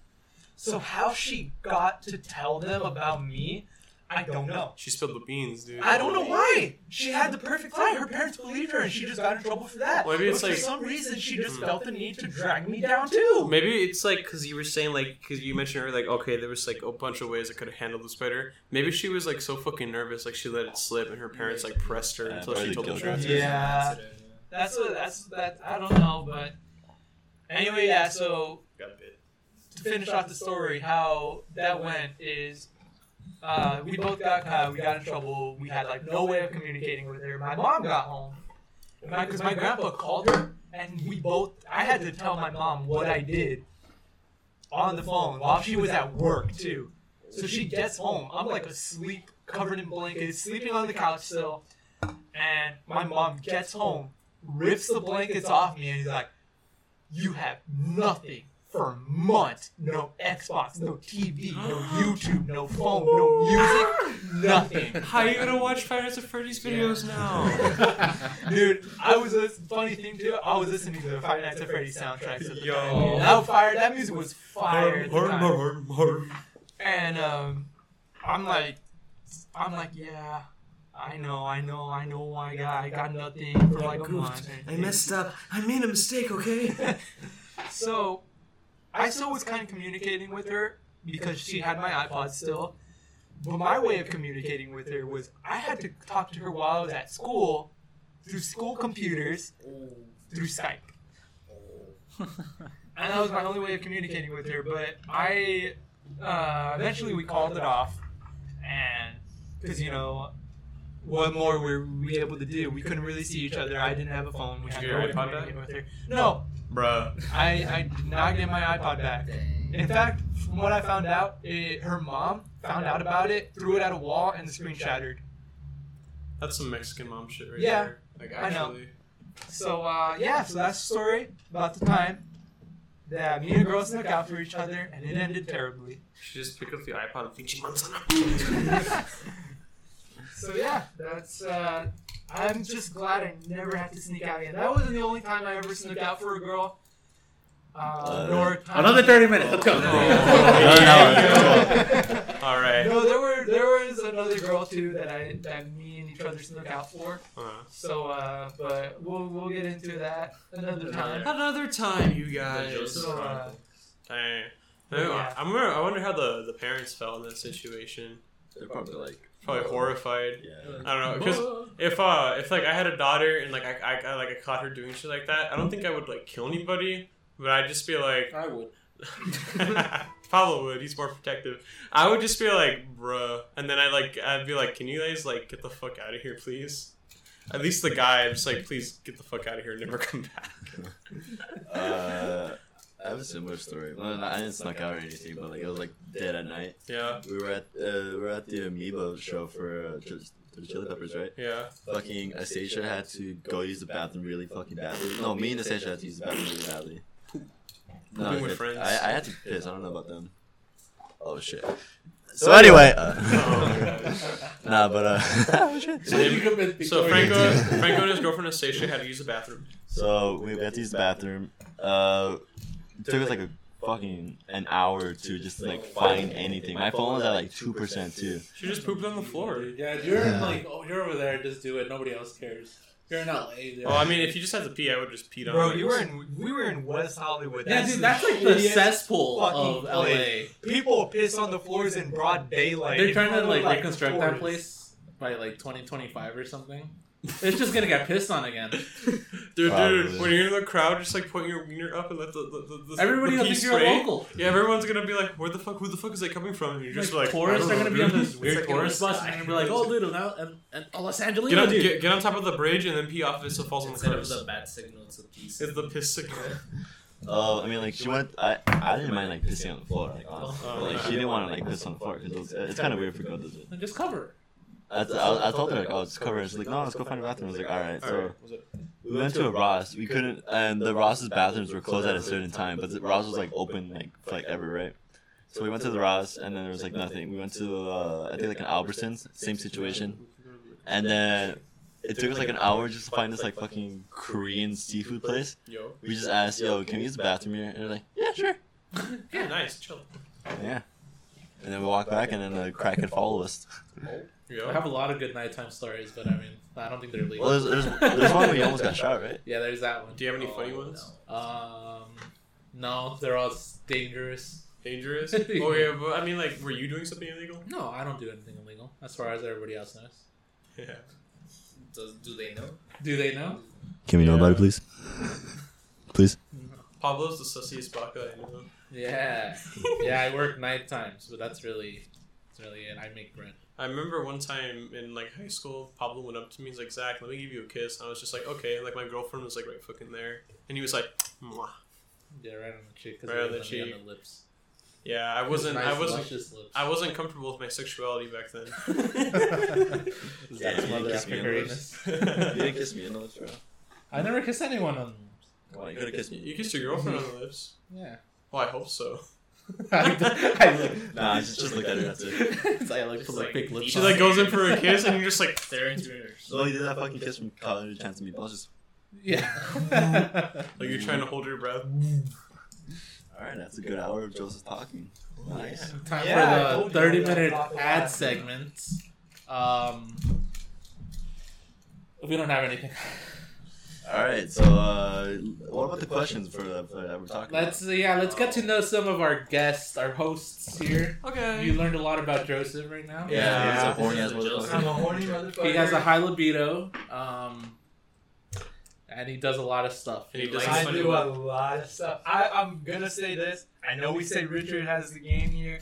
[SPEAKER 4] So how she got to tell them about me, I don't know.
[SPEAKER 3] She spilled the beans, dude.
[SPEAKER 4] I don't know why. She had the perfect lie. Her parents believed her, and she just got in trouble for that.
[SPEAKER 3] Maybe it's
[SPEAKER 4] but
[SPEAKER 3] like-
[SPEAKER 4] for some reason she just
[SPEAKER 3] Hmm.
[SPEAKER 4] felt the need to drag me down too.
[SPEAKER 3] Maybe it's like because you were saying like because you mentioned earlier like okay there was like a bunch of ways I could have handled this better. Maybe she was like so fucking nervous like she let it slip and her parents like pressed her
[SPEAKER 1] Yeah,
[SPEAKER 3] until she
[SPEAKER 1] probably
[SPEAKER 3] told the
[SPEAKER 1] guilt
[SPEAKER 3] truth.
[SPEAKER 1] trip.
[SPEAKER 4] Yeah, that's what that's that. I don't know, but anyway, yeah. So to finish off the story, how that went is uh, we both got caught. We got in trouble. We had like no way of communicating with her. My mom got home because my, grandpa called her, and we both. I had to tell my mom what I did on the phone while she was at work too. So she gets home. I'm like asleep, covered in blankets, sleeping on the couch still. And my mom gets home, rips the blankets off me, and he's like, "You have nothing." for months. No Xbox, no TV, no YouTube, no phone, no music, nothing.
[SPEAKER 3] How you gonna watch Pirates of Freddy's videos now?
[SPEAKER 4] Dude, I was listening. Funny thing too, I was listening to the Five Nights at Freddy's soundtracks at the
[SPEAKER 3] Yo.
[SPEAKER 4] time. dude. That fire, that music was fire. at the time. And um, I'm like, I'm like, yeah. I know, I know, I know why I got, I got nothing for like a month.
[SPEAKER 3] up. I made a mistake. Okay.
[SPEAKER 4] So, I still was kind of communicating with her because she had my iPod still. But my way of communicating with her was I had to talk to her while I was at school through school computers through Skype. And that was my only way of communicating with her. But I uh, eventually we called it off, and because you know. What more were we able to do? We couldn't really see each other. I didn't have a phone. We
[SPEAKER 3] Did
[SPEAKER 4] had
[SPEAKER 3] you
[SPEAKER 4] no
[SPEAKER 3] get
[SPEAKER 4] way
[SPEAKER 3] your
[SPEAKER 4] of
[SPEAKER 3] iPod back?
[SPEAKER 4] communicating with her. No,
[SPEAKER 3] Bruh.
[SPEAKER 4] I, I did not get my iPod back. In fact, from what I found out, it, her mom found out about it, threw it at a wall, and the screen shattered.
[SPEAKER 3] That's some Mexican mom shit right
[SPEAKER 4] Yeah,
[SPEAKER 3] there. Like
[SPEAKER 4] I know.
[SPEAKER 3] actually.
[SPEAKER 4] So, uh, yeah, so that's the story about the time that me and a girl snuck out for each other, and it ended terribly.
[SPEAKER 3] She just picked up the iPod and thinks she months on
[SPEAKER 4] So, yeah, that's. Uh, I'm just glad I never had to sneak out again. That wasn't the only time I ever snuck out for a girl. Uh, nor time-
[SPEAKER 2] Another 30 minutes. Let's go.
[SPEAKER 1] Another hour.
[SPEAKER 3] All right.
[SPEAKER 4] No, there were there was another girl too that I that me and each other snuck out for.
[SPEAKER 3] Uh,
[SPEAKER 4] So, uh, but we'll we'll get into that another time.
[SPEAKER 3] Another time, you guys.
[SPEAKER 4] So, uh,
[SPEAKER 3] Dang.
[SPEAKER 4] Yeah.
[SPEAKER 3] I, wonder, I wonder how the, the parents felt in that situation.
[SPEAKER 1] They're probably like,
[SPEAKER 3] Probably horrified.
[SPEAKER 1] yeah.
[SPEAKER 3] I don't know, because if uh if like I had a daughter and like I, I, I like I caught her doing shit like that, I don't think I would like kill anybody, but I'd just be like,
[SPEAKER 2] I would.
[SPEAKER 3] Pablo would. He's more protective. I would just be like, bruh, and then I like I'd be like, can you guys like get the fuck out of here, please? At least the guy, I'm just like, please get the fuck out of here and never come back.
[SPEAKER 1] Uh, I have a similar story. Well, no, I didn't snuck out or anything, but like it was like dead at night.
[SPEAKER 3] Yeah,
[SPEAKER 1] We were at uh, we were at the Amoeba show for uh, Ch- the Chili Peppers, right?
[SPEAKER 3] yeah.
[SPEAKER 1] Fucking Astacia had to go use the bathroom really fucking badly. No, me and Astacia had to use the bathroom really badly. No,
[SPEAKER 3] Pooping with
[SPEAKER 1] it-
[SPEAKER 3] friends.
[SPEAKER 1] I, I had to piss. I don't know about them. Oh shit. So anyway, uh,
[SPEAKER 2] so
[SPEAKER 1] nah, but uh,
[SPEAKER 2] you commit
[SPEAKER 3] Um, So
[SPEAKER 2] before you
[SPEAKER 3] Franco,
[SPEAKER 2] do.
[SPEAKER 3] Franco and his girlfriend Anastasia had to use the bathroom.
[SPEAKER 1] so we got to use the bathroom. Uh, it took us like a fucking an hour to just like find anything. My phone was at like two percent too.
[SPEAKER 3] She just pooped on the floor.
[SPEAKER 2] Yeah, you're in
[SPEAKER 1] Yeah.
[SPEAKER 2] like, oh, you're over there. Just do it. Nobody else cares. You're in LA.
[SPEAKER 3] Oh, I mean, if you just had to pee, I would just pee on.
[SPEAKER 4] Bro,
[SPEAKER 3] it.
[SPEAKER 4] you were in we were in West Hollywood.
[SPEAKER 2] yeah,
[SPEAKER 4] That's
[SPEAKER 2] dude,
[SPEAKER 4] the
[SPEAKER 2] that's like the
[SPEAKER 4] shittiest-
[SPEAKER 2] cesspool of
[SPEAKER 4] fucking place. People piss on the floors in broad
[SPEAKER 2] LA.
[SPEAKER 4] daylight.
[SPEAKER 2] They're trying to like
[SPEAKER 4] Like,
[SPEAKER 2] reconstruct
[SPEAKER 4] tourists.
[SPEAKER 2] that place by like 2025 or something. It's just gonna get pissed on again.
[SPEAKER 3] Dude,
[SPEAKER 1] Probably.
[SPEAKER 3] dude, when you're in the crowd, just like point your wiener up and let the the, the, the
[SPEAKER 2] Everybody
[SPEAKER 3] the
[SPEAKER 2] will
[SPEAKER 3] pee
[SPEAKER 2] think you're a
[SPEAKER 3] spray.
[SPEAKER 2] local.
[SPEAKER 3] Yeah, everyone's gonna be like, where the fuck? Who the fuck is that coming from? And you're just like,
[SPEAKER 2] like, tourists
[SPEAKER 3] I don't
[SPEAKER 2] are gonna
[SPEAKER 3] know,
[SPEAKER 2] be on
[SPEAKER 3] dude.
[SPEAKER 2] this weird
[SPEAKER 3] It's like
[SPEAKER 2] tourist
[SPEAKER 3] Los
[SPEAKER 2] bus and they're gonna be like,
[SPEAKER 3] Angeles.
[SPEAKER 2] oh, dude, and, now- and, and oh, Los Angeles.
[SPEAKER 3] Get on,
[SPEAKER 2] dude.
[SPEAKER 3] get, get on top of the bridge and then pee off it so it falls on the
[SPEAKER 5] Instead of
[SPEAKER 3] curves.
[SPEAKER 5] the bat signal, it's a piece.
[SPEAKER 3] It's the piss signal.
[SPEAKER 1] Oh, I mean, like she went. I I didn't mind like pissing on the floor, like honestly.
[SPEAKER 3] Oh,
[SPEAKER 1] But, like
[SPEAKER 3] yeah.
[SPEAKER 1] she didn't want to like piss on the floor because it's, it's kind of weird for girls. to do.
[SPEAKER 2] Then just cover.
[SPEAKER 1] I, I, I told her like, oh, just cover. it. She's like, no, let's go find a bathroom. I was like, all right. So
[SPEAKER 2] Was it-
[SPEAKER 1] we went to a Ross. We couldn't, and the Ross's bathrooms were closed at a certain time, but the Ross was like open like for, like ever, right? So we went to the Ross, and then there was like nothing. We went to uh, I think like an Albertsons, same situation, and then. It took us like an hour just to find this like fucking Korean seafood place.
[SPEAKER 3] Yo,
[SPEAKER 1] We just asked, "Yo, can we use the bathroom here?" And they're like, "Yeah, sure."
[SPEAKER 3] yeah, nice, chill.
[SPEAKER 1] Yeah. And then we walk back, and then the crack had followed us.
[SPEAKER 2] I
[SPEAKER 3] Yo,
[SPEAKER 2] have a lot of good nighttime stories, but I mean, I don't think they're legal.
[SPEAKER 1] Well, there's, there's, there's one where you almost got shot, right?
[SPEAKER 2] yeah, there's that one. Oh,
[SPEAKER 3] Do you have any funny ones?
[SPEAKER 2] Um, no, they're all s- dangerous.
[SPEAKER 3] dangerous. oh yeah, but I mean, like, were you doing something illegal?
[SPEAKER 2] No, I don't do anything illegal, as far as everybody else knows.
[SPEAKER 3] Yeah.
[SPEAKER 5] Does, do they know?
[SPEAKER 2] Do they know?
[SPEAKER 1] Can we know about it, please? Please.
[SPEAKER 3] Pablo's the sussiest baka I know.
[SPEAKER 2] Yeah, yeah, I work night times, but that's really, that's really it. I make bread.
[SPEAKER 3] I remember one time in like high school, Pablo went up to me. He's like, "Zach, let me give you a kiss." And I was just like, "Okay." And, like my girlfriend was like right fucking there, and he was like, Mwah.
[SPEAKER 2] Yeah, right on the cheek. 'cause
[SPEAKER 3] Right on
[SPEAKER 2] it
[SPEAKER 3] the
[SPEAKER 2] was on the
[SPEAKER 3] cheek.
[SPEAKER 2] lips.
[SPEAKER 3] "Yeah, I wasn't,
[SPEAKER 2] Nice,
[SPEAKER 3] I wasn't,
[SPEAKER 2] luscious lips.
[SPEAKER 3] I wasn't comfortable with my sexuality back then."
[SPEAKER 1] Zach, you didn't kiss me on the lips. You didn't kiss me on the lips, bro.
[SPEAKER 2] I never kissed anyone on the lips.
[SPEAKER 1] Come on, you gotta kiss me.
[SPEAKER 3] You kissed your girlfriend on the lips.
[SPEAKER 2] Yeah.
[SPEAKER 3] Well, I hope so.
[SPEAKER 2] I, I look.
[SPEAKER 1] Nah, just, just look at it. That's it.
[SPEAKER 2] it's like I look to like big lips.
[SPEAKER 3] She
[SPEAKER 2] on.
[SPEAKER 3] like goes in for a kiss, and you're just like,
[SPEAKER 5] They're into it.
[SPEAKER 1] So you Oh, did that fucking kiss from College of Chance and Meatballs. Just
[SPEAKER 2] Yeah.
[SPEAKER 3] like "Oh, you're trying to hold your breath.
[SPEAKER 1] all right, that's a good hour of Joseph talking. Nice.
[SPEAKER 2] Time
[SPEAKER 4] Yeah, I
[SPEAKER 2] for
[SPEAKER 4] told
[SPEAKER 2] the
[SPEAKER 4] you
[SPEAKER 2] thirty
[SPEAKER 4] I was
[SPEAKER 2] minute
[SPEAKER 4] gonna talk a
[SPEAKER 2] ad
[SPEAKER 4] lot.
[SPEAKER 2] segment. Um, we don't have anything.
[SPEAKER 1] All right, so uh, what about the questions for, the, for that we're talking
[SPEAKER 2] Let's uh, yeah, let's get to know some of our guests, our hosts here. You
[SPEAKER 3] Okay.
[SPEAKER 2] learned a lot about Joseph right now.
[SPEAKER 1] about?
[SPEAKER 3] Yeah.
[SPEAKER 1] he's a horny ass
[SPEAKER 4] I'm a
[SPEAKER 1] motherfucker.
[SPEAKER 4] horny motherfucker.
[SPEAKER 2] He has a high libido, um, and he does a lot of stuff.
[SPEAKER 3] And he does
[SPEAKER 4] I
[SPEAKER 3] Like,
[SPEAKER 4] do a lot of stuff. I, I'm gonna say this. I know we said Richard has the game here.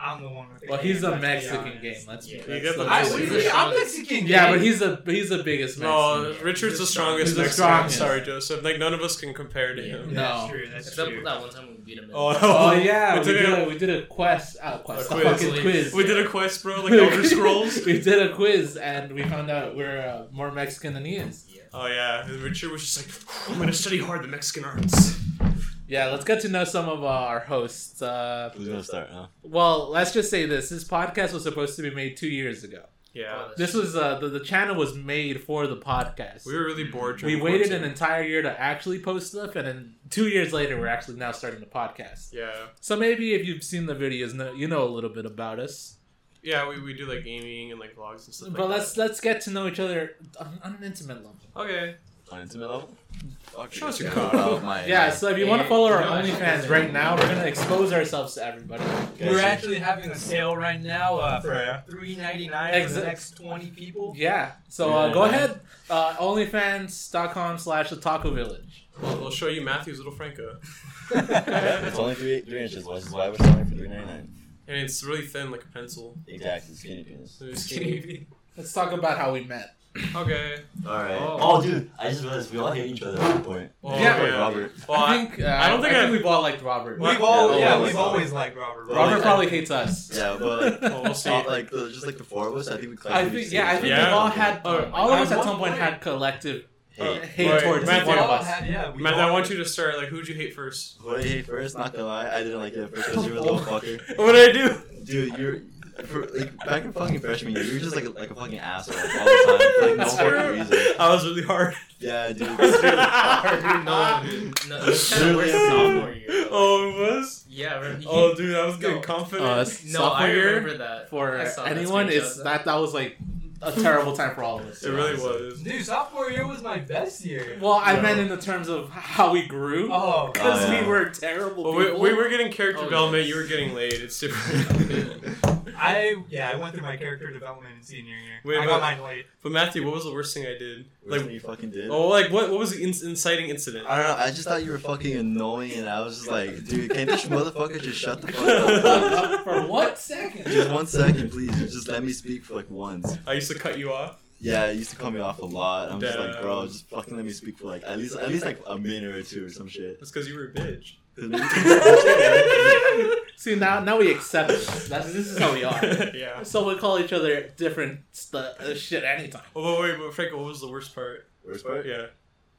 [SPEAKER 4] I'm the one with the
[SPEAKER 2] Well,
[SPEAKER 4] game,
[SPEAKER 2] he's a
[SPEAKER 4] let's be
[SPEAKER 2] Mexican
[SPEAKER 4] honest.
[SPEAKER 2] game. Let's be.
[SPEAKER 5] Yeah.
[SPEAKER 3] You
[SPEAKER 2] let's-
[SPEAKER 3] get the Oh.
[SPEAKER 4] I,
[SPEAKER 2] let's-
[SPEAKER 4] what do you
[SPEAKER 3] Mexican.
[SPEAKER 4] mean? I'm Mexican.
[SPEAKER 2] Yeah, but
[SPEAKER 4] game.
[SPEAKER 2] he's the he's the biggest Mexican.
[SPEAKER 3] No, Richard's the strongest.
[SPEAKER 2] He's the
[SPEAKER 3] Mexican. I'm
[SPEAKER 2] strongest.
[SPEAKER 3] Sorry, Joseph. Like none of us can compare to
[SPEAKER 5] Yeah.
[SPEAKER 3] him.
[SPEAKER 2] No.
[SPEAKER 4] That's true. That's
[SPEAKER 5] Except
[SPEAKER 4] true.
[SPEAKER 5] for that one time we beat him. in-
[SPEAKER 3] Oh,
[SPEAKER 2] Oh yeah,
[SPEAKER 3] We
[SPEAKER 2] we
[SPEAKER 3] took
[SPEAKER 2] did
[SPEAKER 3] a-
[SPEAKER 2] a, we did a quest, uh, quest,
[SPEAKER 3] A
[SPEAKER 2] a
[SPEAKER 3] quiz.
[SPEAKER 2] fucking quiz.
[SPEAKER 3] We did a quest, bro. Like Elder Scrolls.
[SPEAKER 2] we did a quiz and we found out we're uh, more Mexican than he is.
[SPEAKER 5] Yeah.
[SPEAKER 3] Oh yeah, and Richard was just like, I'm gonna study hard the Mexican arts.
[SPEAKER 2] Yeah, let's get to know some of uh, our hosts. Uh,
[SPEAKER 1] Who's gonna start, huh?
[SPEAKER 2] well, let's just say this: this podcast was supposed to be made two years ago.
[SPEAKER 3] Yeah,
[SPEAKER 2] This was uh, the the channel was made for the podcast.
[SPEAKER 3] we were really bored.
[SPEAKER 2] We
[SPEAKER 3] during
[SPEAKER 2] waited an
[SPEAKER 3] quarantine.
[SPEAKER 2] entire year to actually post stuff, and then two years later, we're actually now starting the podcast.
[SPEAKER 3] Yeah,
[SPEAKER 2] So maybe if you've seen the videos, know- you know a little bit about us.
[SPEAKER 3] yeah, we, we do like gaming and like vlogs and stuff.
[SPEAKER 2] But
[SPEAKER 3] like
[SPEAKER 2] let's let's get to know each other on, on an intimate level.
[SPEAKER 3] that. okay.
[SPEAKER 1] On intimate level? Fuck,
[SPEAKER 3] Show
[SPEAKER 1] I
[SPEAKER 3] us
[SPEAKER 1] forgot
[SPEAKER 3] your
[SPEAKER 1] about
[SPEAKER 3] code.
[SPEAKER 1] my-
[SPEAKER 2] Yeah, so if you want to follow our
[SPEAKER 5] Yeah.
[SPEAKER 2] OnlyFans right now, we're gonna expose ourselves to everybody.
[SPEAKER 4] We're actually having a sale right now uh, for
[SPEAKER 3] Yeah.
[SPEAKER 4] three ninety nine for
[SPEAKER 2] Exa-
[SPEAKER 4] the next twenty people.
[SPEAKER 2] Yeah. So uh, go ahead, uh, OnlyFans.com slash the Taco Village.
[SPEAKER 3] We'll, we'll show you Matthew's little Franco,
[SPEAKER 1] it's only three, three inches, which is why we're selling for three ninety nine.
[SPEAKER 3] and it's really thin like a pencil.
[SPEAKER 1] Exactly, skinny penis.
[SPEAKER 3] So it's skinny.
[SPEAKER 2] Let's talk about how we met.
[SPEAKER 3] okay.
[SPEAKER 1] Alright.
[SPEAKER 3] Oh.
[SPEAKER 1] Oh. dude, I just realized we all hate each other at one point.
[SPEAKER 3] Well,
[SPEAKER 2] Yeah.
[SPEAKER 1] Like Robert.
[SPEAKER 3] Well,
[SPEAKER 2] I
[SPEAKER 3] I,
[SPEAKER 2] think uh,
[SPEAKER 3] I don't think I-
[SPEAKER 2] we've all liked Robert.
[SPEAKER 4] We've all
[SPEAKER 1] Yeah,
[SPEAKER 4] yeah,
[SPEAKER 1] always
[SPEAKER 4] we've
[SPEAKER 1] liked-
[SPEAKER 4] always liked Robert.
[SPEAKER 1] Robert
[SPEAKER 2] Robert
[SPEAKER 1] like-
[SPEAKER 2] probably hates us.
[SPEAKER 1] Yeah, but like,
[SPEAKER 3] well, we'll see.
[SPEAKER 1] all- like the, just like the four of us, I think we classed
[SPEAKER 2] I think yeah, I think
[SPEAKER 3] Yeah.
[SPEAKER 2] we've all had
[SPEAKER 3] Oh,
[SPEAKER 2] all of us
[SPEAKER 4] I-
[SPEAKER 2] at
[SPEAKER 4] one
[SPEAKER 2] some point
[SPEAKER 4] point-
[SPEAKER 2] had collective
[SPEAKER 1] Hey,
[SPEAKER 2] hate
[SPEAKER 3] Right.
[SPEAKER 2] towards
[SPEAKER 3] Matthew.
[SPEAKER 2] one of
[SPEAKER 4] all
[SPEAKER 2] us.
[SPEAKER 4] had- yeah, we
[SPEAKER 3] Matt,
[SPEAKER 4] all-
[SPEAKER 3] I want you to start. Like, who'd you hate first?
[SPEAKER 1] what did I hate first? Not gonna lie, I didn't like you at first because you were a little fucker.
[SPEAKER 3] What did I do?
[SPEAKER 1] Dude, you're for, like back in fucking freshman year, you were just like a, like a fucking asshole like, all the time, for, like no
[SPEAKER 8] It's
[SPEAKER 1] fucking
[SPEAKER 8] true.
[SPEAKER 1] reason.
[SPEAKER 3] I was really hard.
[SPEAKER 1] Yeah, dude.
[SPEAKER 8] It's really
[SPEAKER 5] no, no, it's kind
[SPEAKER 1] Literally
[SPEAKER 5] of worse
[SPEAKER 1] a
[SPEAKER 5] sophomore year.
[SPEAKER 3] Oh, it was.
[SPEAKER 5] Yeah, right.
[SPEAKER 3] Oh, dude, I was getting
[SPEAKER 5] No.
[SPEAKER 3] confident.
[SPEAKER 2] Uh, s-
[SPEAKER 5] no, I
[SPEAKER 2] sophomore year,
[SPEAKER 5] remember that.
[SPEAKER 2] for
[SPEAKER 5] I saw that
[SPEAKER 2] anyone,
[SPEAKER 5] screenshot
[SPEAKER 2] it's
[SPEAKER 5] of
[SPEAKER 2] that that was like a terrible time for all of us.
[SPEAKER 3] it really was.
[SPEAKER 4] Dude, sophomore year was my best year.
[SPEAKER 2] Well, I
[SPEAKER 3] No.
[SPEAKER 2] meant in the terms of how we grew.
[SPEAKER 4] Oh,
[SPEAKER 2] Because
[SPEAKER 1] Oh, yeah.
[SPEAKER 2] we were terrible
[SPEAKER 3] Well, we,
[SPEAKER 2] people.
[SPEAKER 3] we were getting character
[SPEAKER 5] Oh,
[SPEAKER 3] development.
[SPEAKER 5] yes.
[SPEAKER 3] You were getting laid. It's different.
[SPEAKER 1] Dude.
[SPEAKER 4] I yeah, I went through my character development in senior year.
[SPEAKER 3] Wait, but-
[SPEAKER 4] I got mine late.
[SPEAKER 3] but Matthew, what was the worst thing I did?
[SPEAKER 1] Like
[SPEAKER 3] Like,
[SPEAKER 1] you fucking did.
[SPEAKER 3] oh, like what? What was the in- inciting incident?
[SPEAKER 1] I don't know. I just thought you were fucking annoying, and I was just like, dude, can this motherfucker just shut the fuck up? please?
[SPEAKER 2] for one second.
[SPEAKER 1] Just one second, please. Just let me speak for like once.
[SPEAKER 3] I used to cut you off.
[SPEAKER 1] Yeah, it used to cut me off a lot. I'm just like,
[SPEAKER 3] Damn.
[SPEAKER 1] bro, just fucking let me speak for like at least at least like a minute or two or some shit.
[SPEAKER 3] That's because you were a bitch.
[SPEAKER 2] See now, now we accept this. That's, this is how we are.
[SPEAKER 3] yeah.
[SPEAKER 2] So we call each other different stu- uh, shit anytime.
[SPEAKER 3] Oh, but wait, but Franco, what was the worst part?
[SPEAKER 1] Worst part?
[SPEAKER 3] Yeah.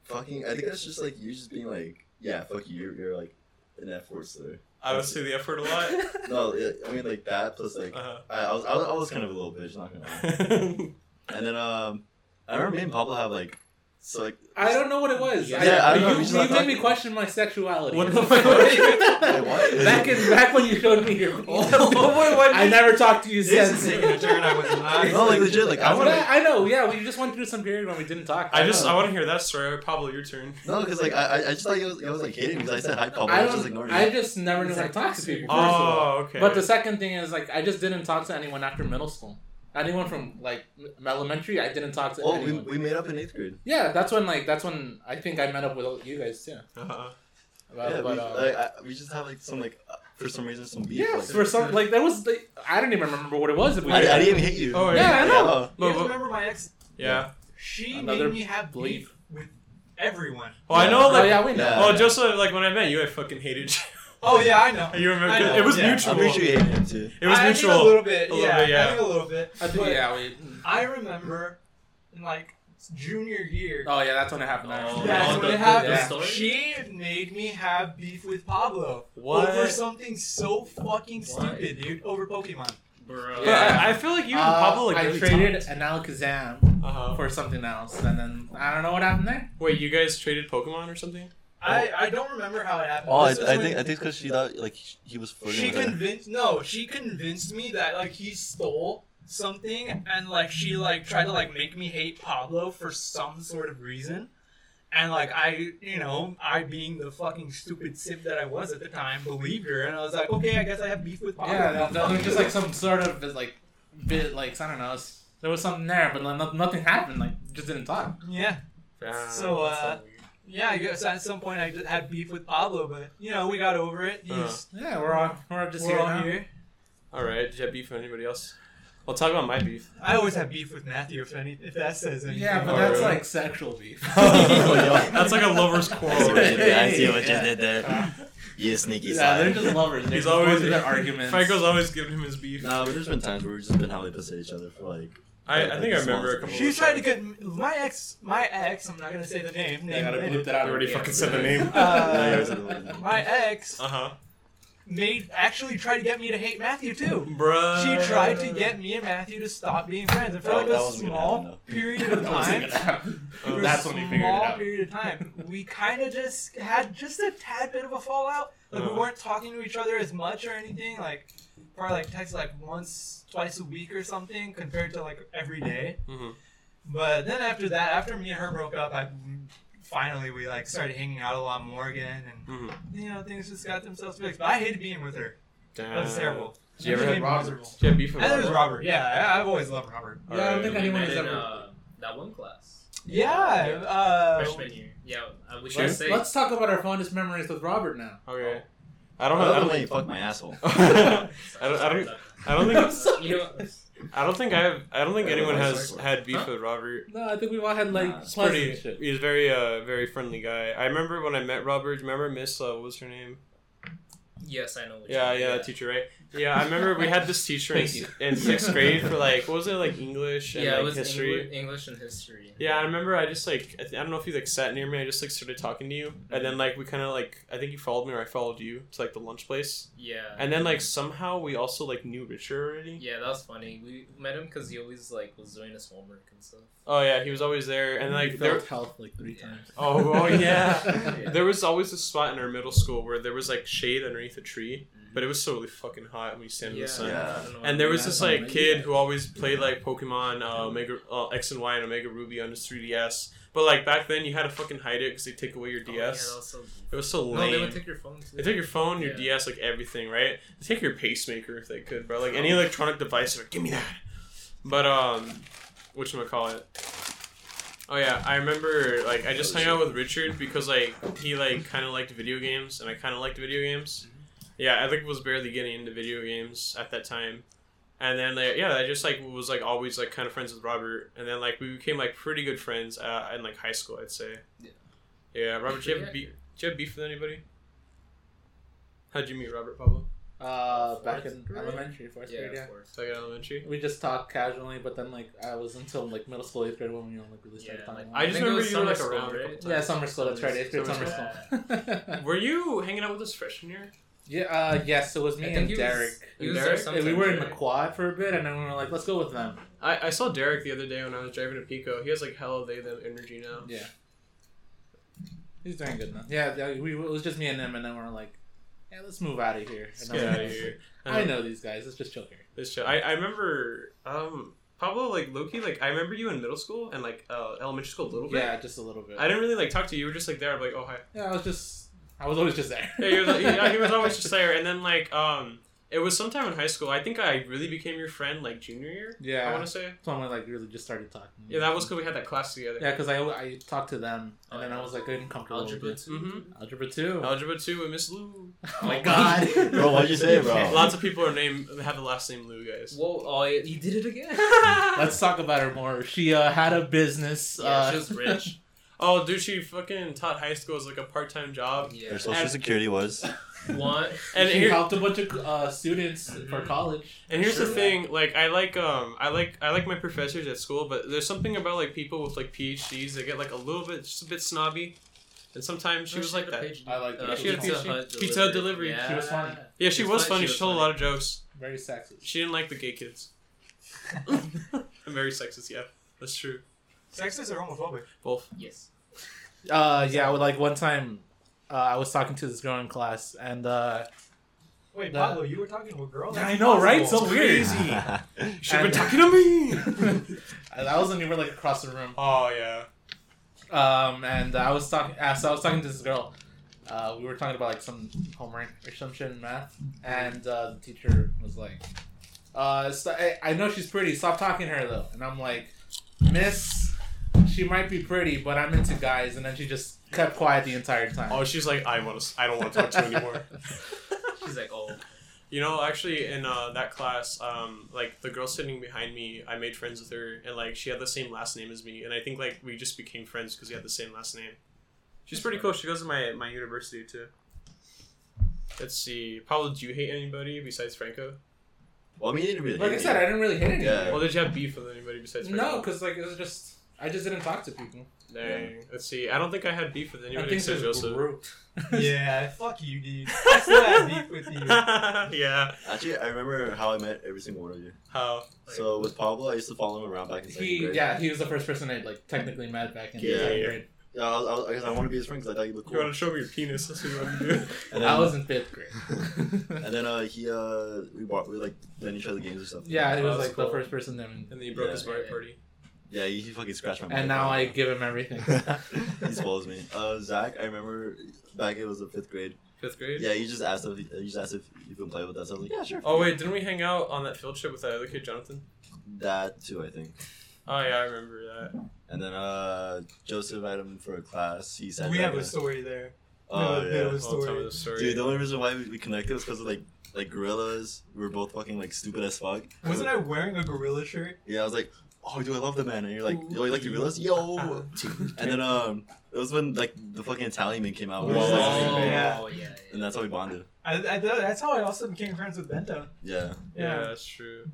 [SPEAKER 1] Fucking, I think that's just like you just being like, yeah, fuck you, you're, you're like an F word slur.
[SPEAKER 3] I would say the F word a lot.
[SPEAKER 1] No, it, I mean like that plus like
[SPEAKER 3] Uh-huh.
[SPEAKER 1] I, I was I was, I was kind of a little bitch, not gonna lie. And then um, I remember me and Pablo have like, so like
[SPEAKER 2] I don't know what it was.
[SPEAKER 5] Yeah,
[SPEAKER 1] I don't know.
[SPEAKER 2] you
[SPEAKER 1] We
[SPEAKER 2] you
[SPEAKER 1] just like-
[SPEAKER 2] made me question my sexuality.
[SPEAKER 3] What the fuck?
[SPEAKER 1] Wait, what?
[SPEAKER 2] back in back when you showed me your.
[SPEAKER 3] what
[SPEAKER 2] I never talked to you
[SPEAKER 4] This
[SPEAKER 2] since.
[SPEAKER 4] is taking a turn I was not.
[SPEAKER 1] no, like legit, like I
[SPEAKER 2] But
[SPEAKER 1] want to
[SPEAKER 2] I, I know, yeah. We just went through some period when we didn't talk.
[SPEAKER 3] I just
[SPEAKER 2] know.
[SPEAKER 3] I want to hear that story. Pablo, your turn.
[SPEAKER 1] no, because like I I I just thought it was, it was like hitting because I said hi, Pablo,
[SPEAKER 2] I
[SPEAKER 1] I, just
[SPEAKER 2] don't.
[SPEAKER 1] ignored
[SPEAKER 2] I
[SPEAKER 1] it.
[SPEAKER 2] just never knew how to
[SPEAKER 5] Exactly.
[SPEAKER 2] talk to people. First of all.
[SPEAKER 3] Oh, okay.
[SPEAKER 2] But the second thing is like I just didn't talk to anyone after middle school. Anyone from like m- elementary, I didn't talk to
[SPEAKER 1] Oh, we,
[SPEAKER 2] anyone.
[SPEAKER 1] we made up in eighth grade.
[SPEAKER 2] Yeah, that's when like that's when I think I met up with all you guys too.
[SPEAKER 3] uh-huh.
[SPEAKER 2] About,
[SPEAKER 1] yeah,
[SPEAKER 2] but,
[SPEAKER 1] we,
[SPEAKER 2] uh,
[SPEAKER 1] like, I, we just have like some like uh, for some reason some beef.
[SPEAKER 2] yeah,
[SPEAKER 1] like,
[SPEAKER 2] for some like there was like, I don't even remember what it was. If we
[SPEAKER 1] I, I
[SPEAKER 2] did.
[SPEAKER 1] didn't even hit you.
[SPEAKER 3] Oh,
[SPEAKER 2] yeah, I know.
[SPEAKER 1] oh.
[SPEAKER 4] You
[SPEAKER 3] But,
[SPEAKER 4] guys
[SPEAKER 3] but-
[SPEAKER 4] remember my ex?
[SPEAKER 3] yeah.
[SPEAKER 4] She
[SPEAKER 2] Another
[SPEAKER 4] made me have
[SPEAKER 2] bleep.
[SPEAKER 4] beef with everyone.
[SPEAKER 3] Oh, I
[SPEAKER 1] Yeah.
[SPEAKER 3] know. Like,
[SPEAKER 2] oh yeah, we know.
[SPEAKER 1] Yeah.
[SPEAKER 3] oh, just so, like when I met you, I fucking hated
[SPEAKER 4] Oh yeah, I know.
[SPEAKER 3] you. you remember?
[SPEAKER 4] I know,
[SPEAKER 3] It was
[SPEAKER 4] yeah. I'm
[SPEAKER 1] I'm
[SPEAKER 3] mutual.
[SPEAKER 1] pretty sure you hated him too.
[SPEAKER 3] It was
[SPEAKER 4] I think A
[SPEAKER 3] mutual.
[SPEAKER 4] little bit.
[SPEAKER 3] A
[SPEAKER 4] yeah,
[SPEAKER 3] little bit, yeah.
[SPEAKER 4] I think a little bit.
[SPEAKER 2] I think,
[SPEAKER 4] But
[SPEAKER 2] yeah, we.
[SPEAKER 4] I remember, in like junior year.
[SPEAKER 2] Oh yeah, that's when it happened. I
[SPEAKER 5] Oh,
[SPEAKER 2] remember.
[SPEAKER 4] That's
[SPEAKER 5] Oh,
[SPEAKER 4] what
[SPEAKER 5] the-
[SPEAKER 4] happened.
[SPEAKER 5] the story?
[SPEAKER 4] She made me have beef with Pablo
[SPEAKER 3] What?
[SPEAKER 4] over something so fucking stupid, dude. Over Pokemon.
[SPEAKER 5] Bro.
[SPEAKER 3] But
[SPEAKER 2] Yeah.
[SPEAKER 3] I, I feel like you and
[SPEAKER 2] Uh,
[SPEAKER 3] Pablo like
[SPEAKER 2] I
[SPEAKER 3] really
[SPEAKER 2] traded
[SPEAKER 3] talked.
[SPEAKER 2] an Alakazam
[SPEAKER 3] Uh-huh.
[SPEAKER 2] for something else, and then I don't know what happened there.
[SPEAKER 3] Wait, you guys traded Pokemon or something?
[SPEAKER 4] I, I don't remember how it happened.
[SPEAKER 1] Oh, I, I
[SPEAKER 4] This was
[SPEAKER 1] think I
[SPEAKER 4] when
[SPEAKER 1] think because she thought like sh- he was flirting.
[SPEAKER 4] she
[SPEAKER 1] with her.
[SPEAKER 4] convinced no, she convinced me that like he stole something and like she like tried to like make me hate Pablo for some sort of reason. And like I, you know, I being the fucking stupid sip that I was at the time, believed her, and I was like, okay, I guess I have beef with Pablo.
[SPEAKER 2] Yeah, that, that was just like some sort of like bit, like I don't know. s- There was something there, but like, no- nothing happened. Like just didn't talk.
[SPEAKER 4] yeah.
[SPEAKER 3] Ah,
[SPEAKER 4] So,
[SPEAKER 3] that's so
[SPEAKER 4] uh,
[SPEAKER 3] weird.
[SPEAKER 4] Yeah, I guess at some point I just had beef with Pablo, but you know we got over it.
[SPEAKER 3] Uh,
[SPEAKER 4] He's
[SPEAKER 2] Yeah, we're all we're just
[SPEAKER 4] we're
[SPEAKER 2] here
[SPEAKER 4] all
[SPEAKER 2] now.
[SPEAKER 4] here.
[SPEAKER 3] all right. Ah, Did you have beef with anybody else? I'll talk about my beef.
[SPEAKER 4] I always have beef with Matthew if any if that says anything.
[SPEAKER 2] Yeah, but
[SPEAKER 3] Oh,
[SPEAKER 2] that's
[SPEAKER 3] really?
[SPEAKER 2] like sexual beef.
[SPEAKER 3] Oh,
[SPEAKER 4] Oh,
[SPEAKER 3] that's like a lover's
[SPEAKER 1] I see
[SPEAKER 3] quarrel.
[SPEAKER 1] what you
[SPEAKER 3] right?
[SPEAKER 1] did. I see what
[SPEAKER 2] Yeah.
[SPEAKER 1] you did there. You sneaky
[SPEAKER 2] yeah, they're
[SPEAKER 1] sly.
[SPEAKER 2] just lovers. They're
[SPEAKER 3] He's
[SPEAKER 2] just going
[SPEAKER 3] always-
[SPEAKER 2] through their arguments.
[SPEAKER 3] Franco's always giving him his beef.
[SPEAKER 1] Nah, but there's been times where we've just been hella pissed at each other for like.
[SPEAKER 3] I, I think I remember a couple.
[SPEAKER 4] She
[SPEAKER 3] of
[SPEAKER 4] tried to get my ex. My ex. I'm not gonna say the name.
[SPEAKER 2] They gotta
[SPEAKER 4] name
[SPEAKER 2] bleep that out.
[SPEAKER 3] already
[SPEAKER 2] Yeah.
[SPEAKER 3] fucking said the name.
[SPEAKER 4] uh,
[SPEAKER 1] yeah,
[SPEAKER 4] my ex
[SPEAKER 3] Uh huh.
[SPEAKER 4] made actually tried to get me to hate Matthew too.
[SPEAKER 3] Bruh.
[SPEAKER 4] She tried to get me and Matthew to stop being friends. And for
[SPEAKER 1] That-
[SPEAKER 4] like
[SPEAKER 1] that
[SPEAKER 4] a
[SPEAKER 1] wasn't gonna happen,
[SPEAKER 4] small
[SPEAKER 1] though.
[SPEAKER 4] period of
[SPEAKER 2] That wasn't
[SPEAKER 4] time.
[SPEAKER 2] gonna happen.
[SPEAKER 3] Oh,
[SPEAKER 4] for a
[SPEAKER 2] Oh, That's when we figured it
[SPEAKER 4] small
[SPEAKER 2] out.
[SPEAKER 4] period of time. We kind of just had just a tad bit of a fallout. Like
[SPEAKER 3] Uh-huh.
[SPEAKER 4] we weren't talking to each other as much or anything. Like probably like text like once, twice a week or something, compared to like every day.
[SPEAKER 2] Mm-hmm.
[SPEAKER 3] Mhm.
[SPEAKER 4] But then after that, after me and her broke up, I finally we like started hanging out a lot more again, and
[SPEAKER 3] Mhm.
[SPEAKER 2] Mm-hmm.
[SPEAKER 4] you know things just got themselves fixed. But I hated being with her. That was
[SPEAKER 2] Uh,
[SPEAKER 4] terrible.
[SPEAKER 3] Did you ever
[SPEAKER 4] She
[SPEAKER 3] have
[SPEAKER 4] made me
[SPEAKER 2] Robert?
[SPEAKER 4] miserable.
[SPEAKER 3] Did you have beef with
[SPEAKER 4] And it was
[SPEAKER 3] Robert?
[SPEAKER 4] Robert. Yeah, I, I've always loved Robert.
[SPEAKER 2] Yeah, I don't
[SPEAKER 3] Alright.
[SPEAKER 2] think anyone has
[SPEAKER 5] in,
[SPEAKER 2] ever.
[SPEAKER 5] uh, that one class.
[SPEAKER 4] Yeah. Uh,
[SPEAKER 5] Freshman year. Yeah, uh, we should
[SPEAKER 2] Let's,
[SPEAKER 5] say.
[SPEAKER 2] let's talk about our fondest memories with Robert now.
[SPEAKER 3] Okay. I don't know. I
[SPEAKER 1] Another
[SPEAKER 3] don't
[SPEAKER 1] way you
[SPEAKER 3] think.
[SPEAKER 1] fuck my asshole.
[SPEAKER 3] I don't. I don't. I don't think.
[SPEAKER 5] You know,
[SPEAKER 3] I don't think I have. I don't think anyone has had beef
[SPEAKER 5] Huh?
[SPEAKER 3] with Robert.
[SPEAKER 2] No, I think we've all had like
[SPEAKER 1] Nah,
[SPEAKER 3] He's
[SPEAKER 2] pleasant
[SPEAKER 3] pretty.
[SPEAKER 2] shit.
[SPEAKER 3] He's very, uh, very friendly guy. I remember when I met Robert. Remember Miss? Uh, what was her name?
[SPEAKER 5] yes, I know. Which
[SPEAKER 3] Yeah,
[SPEAKER 5] one,
[SPEAKER 3] yeah, that teacher, right? Yeah, I remember we had this teacher in,
[SPEAKER 2] Thank
[SPEAKER 3] in sixth grade for like what was it like English and
[SPEAKER 5] yeah,
[SPEAKER 3] like
[SPEAKER 5] it was
[SPEAKER 3] history.
[SPEAKER 5] Engli- English and history.
[SPEAKER 3] Yeah, I remember I just like I, th- I don't know if you like sat near me. I just like started talking to you, and then like we kind of like I think you followed me or I followed you to like the lunch place,
[SPEAKER 5] Yeah.
[SPEAKER 3] and then like somehow we also like knew Richard already.
[SPEAKER 5] yeah, that was funny. We met him because he always like was doing his homework and stuff.
[SPEAKER 3] Oh yeah, he was always there, and like there.
[SPEAKER 2] felt health like three
[SPEAKER 5] Yeah.
[SPEAKER 2] times.
[SPEAKER 3] Oh, oh yeah.
[SPEAKER 5] Yeah.
[SPEAKER 3] There was always a spot in our middle school where there was like shade underneath a tree,
[SPEAKER 5] Mm-hmm.
[SPEAKER 3] but it was totally fucking hot when you stand in the sun.
[SPEAKER 1] Yeah.
[SPEAKER 5] I don't know
[SPEAKER 3] And there was
[SPEAKER 5] why.
[SPEAKER 3] this like kid who always played like Pokemon uh, Omega uh, X and Y and Omega Ruby on his 3DS. But like back then, you had to fucking hide it because they take away your
[SPEAKER 5] Oh, yeah, that
[SPEAKER 3] DS.
[SPEAKER 5] was so goofy.
[SPEAKER 3] it was so
[SPEAKER 5] No,
[SPEAKER 3] lame.
[SPEAKER 5] they
[SPEAKER 3] they,
[SPEAKER 5] would take your phone too.
[SPEAKER 3] take your phone, your
[SPEAKER 5] Yeah.
[SPEAKER 3] DS, like everything, right? They take your pacemaker if they could, bro. Like any electronic device, like give me that. But um, what call it? Oh yeah, I remember. Like I just hung out with Richard because like he like kind of liked video games, and I kind of liked video games. Yeah, I like was barely getting into video games at that time, and then like yeah, I just like was like always like kind of friends with Robert, and then like we became like pretty good friends uh, in like high school, I'd say.
[SPEAKER 5] Yeah.
[SPEAKER 3] Yeah, Robert, do you have beef? Do you have beef with anybody? How'd you meet Robert Pablo?
[SPEAKER 2] Uh, back
[SPEAKER 5] Fourth
[SPEAKER 2] in
[SPEAKER 5] grade?
[SPEAKER 2] elementary, fourth
[SPEAKER 5] Yeah,
[SPEAKER 2] grade, yeah.
[SPEAKER 5] of course.
[SPEAKER 3] Like at elementary.
[SPEAKER 2] We just talked casually, but then like I was until like middle school, eighth grade when we like really started
[SPEAKER 5] Yeah,
[SPEAKER 2] talking.
[SPEAKER 5] like-
[SPEAKER 3] I
[SPEAKER 2] about
[SPEAKER 3] just
[SPEAKER 5] think it
[SPEAKER 3] remember
[SPEAKER 5] was
[SPEAKER 3] you were like
[SPEAKER 5] summer
[SPEAKER 3] around.
[SPEAKER 5] school,
[SPEAKER 3] a
[SPEAKER 5] right?
[SPEAKER 3] couple
[SPEAKER 2] it. yeah, summer school. That's right,
[SPEAKER 5] Summer
[SPEAKER 2] eighth grade
[SPEAKER 3] school.
[SPEAKER 2] summer school.
[SPEAKER 3] Were you hanging out with us freshman year?
[SPEAKER 2] yeah, uh, yes, it was me
[SPEAKER 5] I
[SPEAKER 2] and
[SPEAKER 5] think he was-
[SPEAKER 2] Derek.
[SPEAKER 5] he
[SPEAKER 3] Derek?
[SPEAKER 5] was there
[SPEAKER 2] Yeah, we
[SPEAKER 5] sometimes,
[SPEAKER 2] were in the
[SPEAKER 5] right?
[SPEAKER 2] quad for a bit, and then we were like, let's go with them.
[SPEAKER 3] I, I saw Derek the other day when I was driving to Pico. He has like hell they them energy now.
[SPEAKER 2] Yeah. He's doing good now. Yeah, yeah, we, it was just me and him, and then we are like, yeah, let's move out of here.
[SPEAKER 3] Let's
[SPEAKER 2] And
[SPEAKER 3] get
[SPEAKER 2] I'm
[SPEAKER 3] out
[SPEAKER 2] like,
[SPEAKER 3] of here.
[SPEAKER 2] I know these guys. Let's just chill here.
[SPEAKER 3] This show. I, I remember um Pablo like Loki like I remember you in middle school and like uh, elementary school a little bit.
[SPEAKER 2] Yeah, just a little bit.
[SPEAKER 3] I didn't really like talk to you. You were just like there. I'm like oh hi.
[SPEAKER 2] yeah, I was just. I was always just there.
[SPEAKER 3] Yeah, he was, yeah, he was always just there. And then like um it was sometime in high school. I think I really became your friend like junior year. I
[SPEAKER 2] Yeah.
[SPEAKER 3] want to say.
[SPEAKER 2] That's when we like really just started talking.
[SPEAKER 3] Yeah, that was because we had that class together.
[SPEAKER 2] Yeah, because I, I talked to them and
[SPEAKER 5] Oh,
[SPEAKER 2] then
[SPEAKER 5] yeah.
[SPEAKER 2] I was like getting comfortable. with
[SPEAKER 5] Algebra
[SPEAKER 2] it.
[SPEAKER 5] too.
[SPEAKER 3] hmm
[SPEAKER 2] Algebra two.
[SPEAKER 3] Algebra two with Miss Lou.
[SPEAKER 2] Oh my god,
[SPEAKER 1] Bro, what'd you say, bro?
[SPEAKER 3] Lots of people are named have the last name Lou,
[SPEAKER 2] Mm-hmm.
[SPEAKER 3] guys.
[SPEAKER 5] Whoa! Oh, yeah, he did it again.
[SPEAKER 2] Let's talk about her more. She uh, had a business.
[SPEAKER 5] yeah,
[SPEAKER 2] uh,
[SPEAKER 5] she was rich.
[SPEAKER 3] Oh, dude, she fucking taught high school as like a part time job.
[SPEAKER 5] Yeah.
[SPEAKER 1] Their social security was.
[SPEAKER 5] One.
[SPEAKER 3] And
[SPEAKER 2] she
[SPEAKER 3] here,
[SPEAKER 2] helped a bunch of uh, students for college.
[SPEAKER 3] and here's the
[SPEAKER 5] Sure.
[SPEAKER 3] thing, like I like um I like I like my professors at school, but there's something about like people with like PhDs that get like a little bit just a bit snobby, and sometimes she was like that.
[SPEAKER 2] I like
[SPEAKER 5] Uh,
[SPEAKER 2] that.
[SPEAKER 5] she had
[SPEAKER 3] Pizza
[SPEAKER 5] pizza,
[SPEAKER 3] Hut
[SPEAKER 5] Hut
[SPEAKER 3] delivery.
[SPEAKER 5] Yeah.
[SPEAKER 2] She was funny.
[SPEAKER 3] Yeah, she
[SPEAKER 5] She's
[SPEAKER 3] was funny.
[SPEAKER 5] funny,
[SPEAKER 3] She
[SPEAKER 5] she was
[SPEAKER 3] told a
[SPEAKER 5] funny.
[SPEAKER 3] lot of jokes.
[SPEAKER 2] Very sexy.
[SPEAKER 3] She didn't like the gay kids. I'm very sexist. Yeah, that's true.
[SPEAKER 4] Sexist or homophobic?
[SPEAKER 3] Both.
[SPEAKER 5] Yes.
[SPEAKER 2] Uh, yeah, well, like one time, uh, I was talking to this girl in class, and uh,
[SPEAKER 4] Wait,
[SPEAKER 2] That-
[SPEAKER 4] Pablo, you were talking to a girl.
[SPEAKER 2] I
[SPEAKER 4] That's
[SPEAKER 2] know, right?
[SPEAKER 4] possible.
[SPEAKER 2] So weird.
[SPEAKER 3] She's been
[SPEAKER 2] And-
[SPEAKER 3] talking to me.
[SPEAKER 2] I I was anywhere like across the room,
[SPEAKER 3] oh yeah.
[SPEAKER 2] um, and I was talking. Uh, so I was talking to this girl. Uh, we were talking about like some homework or some shit in math, and uh, the teacher was like, uh, so- I, "I know she's pretty. Stop talking to her though." And I'm like, "Miss, she might be pretty, but I'm into guys." And then she just kept quiet the entire time.
[SPEAKER 3] Oh, she's like I want to. I don't want to talk to you anymore.
[SPEAKER 5] She's like, oh,
[SPEAKER 3] You know, actually, in uh, that class, um, like the girl sitting behind me, I made friends with her, and like she had the same last name as me, and I think like we just became friends because we had the same last name. She's pretty cool. She goes to my my university too. Let's see, Pablo, do you hate anybody besides Franco?
[SPEAKER 1] Well, I mean, you didn't really.
[SPEAKER 2] like I
[SPEAKER 1] hate
[SPEAKER 2] said, I
[SPEAKER 1] me.
[SPEAKER 2] didn't really hit anything.
[SPEAKER 1] Yeah.
[SPEAKER 3] Well, did you have beef with anybody besides Franco?
[SPEAKER 2] No, because like it was just I just didn't talk to people.
[SPEAKER 3] Dang. Let's see. I don't think I had beef with
[SPEAKER 2] I
[SPEAKER 3] anybody
[SPEAKER 2] think
[SPEAKER 3] except
[SPEAKER 2] it was
[SPEAKER 3] Joseph.
[SPEAKER 2] group.
[SPEAKER 4] Yeah, fuck you, dude. I still have beef with you.
[SPEAKER 3] yeah.
[SPEAKER 1] Actually, I remember how I met every single one of you.
[SPEAKER 3] How?
[SPEAKER 1] So with Pablo, I used to follow him around back in second
[SPEAKER 2] He
[SPEAKER 1] grade.
[SPEAKER 2] yeah, he was the first person I like technically met back in
[SPEAKER 1] Yeah,
[SPEAKER 2] second
[SPEAKER 3] yeah.
[SPEAKER 2] grade.
[SPEAKER 1] Yeah, I, was, I, was, I guess I want to be his friend because I thought you looked
[SPEAKER 3] You want
[SPEAKER 1] cool.
[SPEAKER 3] to show me your penis? Let's see what you do.
[SPEAKER 1] And
[SPEAKER 2] I
[SPEAKER 1] then-
[SPEAKER 2] was in fifth grade.
[SPEAKER 1] and then uh, he uh, we bought we like playing each other games or something.
[SPEAKER 2] Yeah, he
[SPEAKER 3] Oh,
[SPEAKER 2] was
[SPEAKER 3] that's
[SPEAKER 2] like
[SPEAKER 3] cool.
[SPEAKER 2] the first person that. we-
[SPEAKER 3] And then you broke
[SPEAKER 1] Yeah.
[SPEAKER 3] his bar party.
[SPEAKER 1] Yeah, he, he fucking scratched my. mic.
[SPEAKER 2] And now I give him everything.
[SPEAKER 1] he spoils me. Uh, Zach, I remember back it was in fifth grade.
[SPEAKER 3] Fifth grade.
[SPEAKER 1] Yeah, you just asked if you just asked if you can play with us. I was like, yeah, sure.
[SPEAKER 3] Oh wait, didn't we hang out on that field trip with that other kid, Jonathan?
[SPEAKER 1] That too, I think.
[SPEAKER 3] Oh yeah, I remember that.
[SPEAKER 1] And then uh, Joseph had him for a class. He said
[SPEAKER 4] We
[SPEAKER 1] that
[SPEAKER 4] have
[SPEAKER 1] guy-
[SPEAKER 4] a story there.
[SPEAKER 1] Oh
[SPEAKER 4] no,
[SPEAKER 1] yeah.
[SPEAKER 4] no.
[SPEAKER 3] I'll tell you the story.
[SPEAKER 1] Dude, the only reason why we we connected was because of like like gorillas. We were both fucking like stupid as fuck.
[SPEAKER 4] Wasn't I wearing a gorilla shirt?
[SPEAKER 1] Yeah, I was like, oh, dude, I love the man. And you're like, yo, you like the gorillas? Yo. and then um, it was when like the fucking Italian man came out. We were just, like,
[SPEAKER 5] oh,
[SPEAKER 4] yeah.
[SPEAKER 5] yeah. yeah.
[SPEAKER 1] And and that's how we bonded.
[SPEAKER 4] I, I, that's how I also became friends with Bento.
[SPEAKER 1] Yeah.
[SPEAKER 3] Yeah,
[SPEAKER 4] Yeah.
[SPEAKER 3] that's true.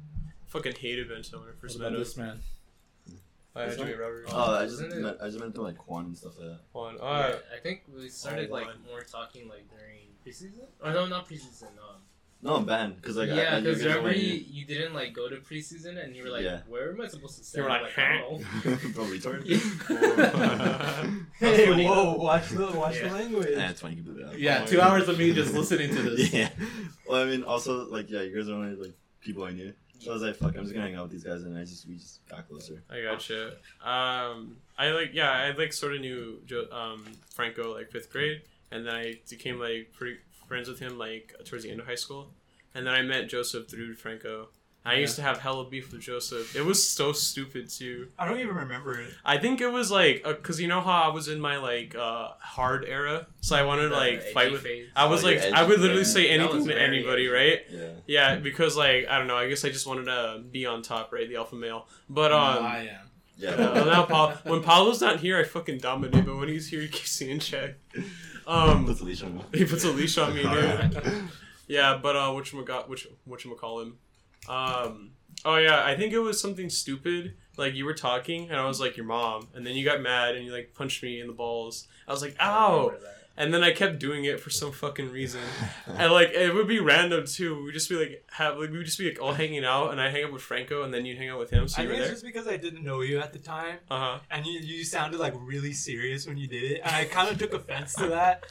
[SPEAKER 3] Fucking hated Bento when I first met
[SPEAKER 2] About
[SPEAKER 3] him.
[SPEAKER 2] this man.
[SPEAKER 3] Uh,
[SPEAKER 5] This
[SPEAKER 3] Jimmy
[SPEAKER 5] one?
[SPEAKER 3] Roberts.
[SPEAKER 1] Oh, I just
[SPEAKER 5] Isn't it-
[SPEAKER 1] met, I just met through like Quan and stuff like that.
[SPEAKER 3] One.
[SPEAKER 5] yeah,
[SPEAKER 3] Uh,
[SPEAKER 5] I think we started
[SPEAKER 3] Oh,
[SPEAKER 5] like
[SPEAKER 3] one.
[SPEAKER 5] more talking like during preseason. Oh no, not preseason. Um,
[SPEAKER 1] No, I'm banned because like I-
[SPEAKER 5] yeah,
[SPEAKER 1] I, you
[SPEAKER 5] because
[SPEAKER 1] guys
[SPEAKER 5] remember
[SPEAKER 1] were-
[SPEAKER 5] you, you didn't like go to preseason, and you were like,
[SPEAKER 1] Yeah.
[SPEAKER 5] "Where am I supposed to sit?"
[SPEAKER 3] You were
[SPEAKER 5] I'm
[SPEAKER 3] like,
[SPEAKER 5] I don't know.
[SPEAKER 1] bro retard.
[SPEAKER 5] Yeah.
[SPEAKER 4] Hey,
[SPEAKER 5] funny.
[SPEAKER 4] whoa! Watch the watch
[SPEAKER 5] Yeah.
[SPEAKER 4] the language.
[SPEAKER 1] That's when you can bleep it out.
[SPEAKER 2] Yeah,
[SPEAKER 3] Oh,
[SPEAKER 2] two
[SPEAKER 3] yeah.
[SPEAKER 2] hours of me just listening to this.
[SPEAKER 1] yeah. Well, I mean, also like yeah, you guys are only like people I knew, so I was like, fuck, I'm just gonna hang out with these guys, and I just we just got closer.
[SPEAKER 3] I gotcha. Um, I like yeah, I like sort of knew jo- um Franco like fifth grade, and then I became like pretty friends with him like towards the end of high school, and then I met Joseph through Franco. I used to have hella beef with Joseph. It was so stupid too.
[SPEAKER 4] I don't even remember it.
[SPEAKER 3] I think it was like uh 'cause you know how I was in my like uh hard era, so I wanted to like
[SPEAKER 5] The
[SPEAKER 3] fight
[SPEAKER 5] edgy
[SPEAKER 3] with.
[SPEAKER 5] phase.
[SPEAKER 3] I was
[SPEAKER 1] Oh,
[SPEAKER 3] like
[SPEAKER 1] your
[SPEAKER 3] I would
[SPEAKER 1] edgy
[SPEAKER 3] literally
[SPEAKER 1] phase.
[SPEAKER 3] say
[SPEAKER 5] That
[SPEAKER 3] anything
[SPEAKER 5] was
[SPEAKER 3] to
[SPEAKER 5] very
[SPEAKER 3] anybody,
[SPEAKER 5] edgy.
[SPEAKER 3] right?
[SPEAKER 1] Yeah.
[SPEAKER 3] Yeah, because like I don't know. I guess I just wanted to be on top, right? The alpha male, but
[SPEAKER 5] Mm,
[SPEAKER 3] um.
[SPEAKER 2] I am.
[SPEAKER 1] Yeah.
[SPEAKER 3] well, now Paul, when Paulo's not here, I fucking dominate. But when he's here, he keeps me in check. Um,
[SPEAKER 1] Puts a leash on me.
[SPEAKER 3] he puts a leash on me, dude.
[SPEAKER 1] Yeah.
[SPEAKER 3] Yeah, but uh, which which which call him? Um, oh yeah, I think it was something stupid. Like you were talking, and I was like your mom, and then you got mad and you like punched me in the balls. I was like,
[SPEAKER 5] I
[SPEAKER 3] ow!
[SPEAKER 5] remember that.
[SPEAKER 3] And then I kept doing it for some fucking reason. And like it would be random too. We'd just be like have like we'd just be like all hanging out, and I hang out with Franco, and then you hang out with him. So
[SPEAKER 4] I
[SPEAKER 3] you
[SPEAKER 4] think
[SPEAKER 3] were
[SPEAKER 4] it's
[SPEAKER 3] there.
[SPEAKER 4] just because I didn't know you at the time,
[SPEAKER 3] Uh huh.
[SPEAKER 4] and you, you sounded like really serious when you did it, and I kind of took offense to that.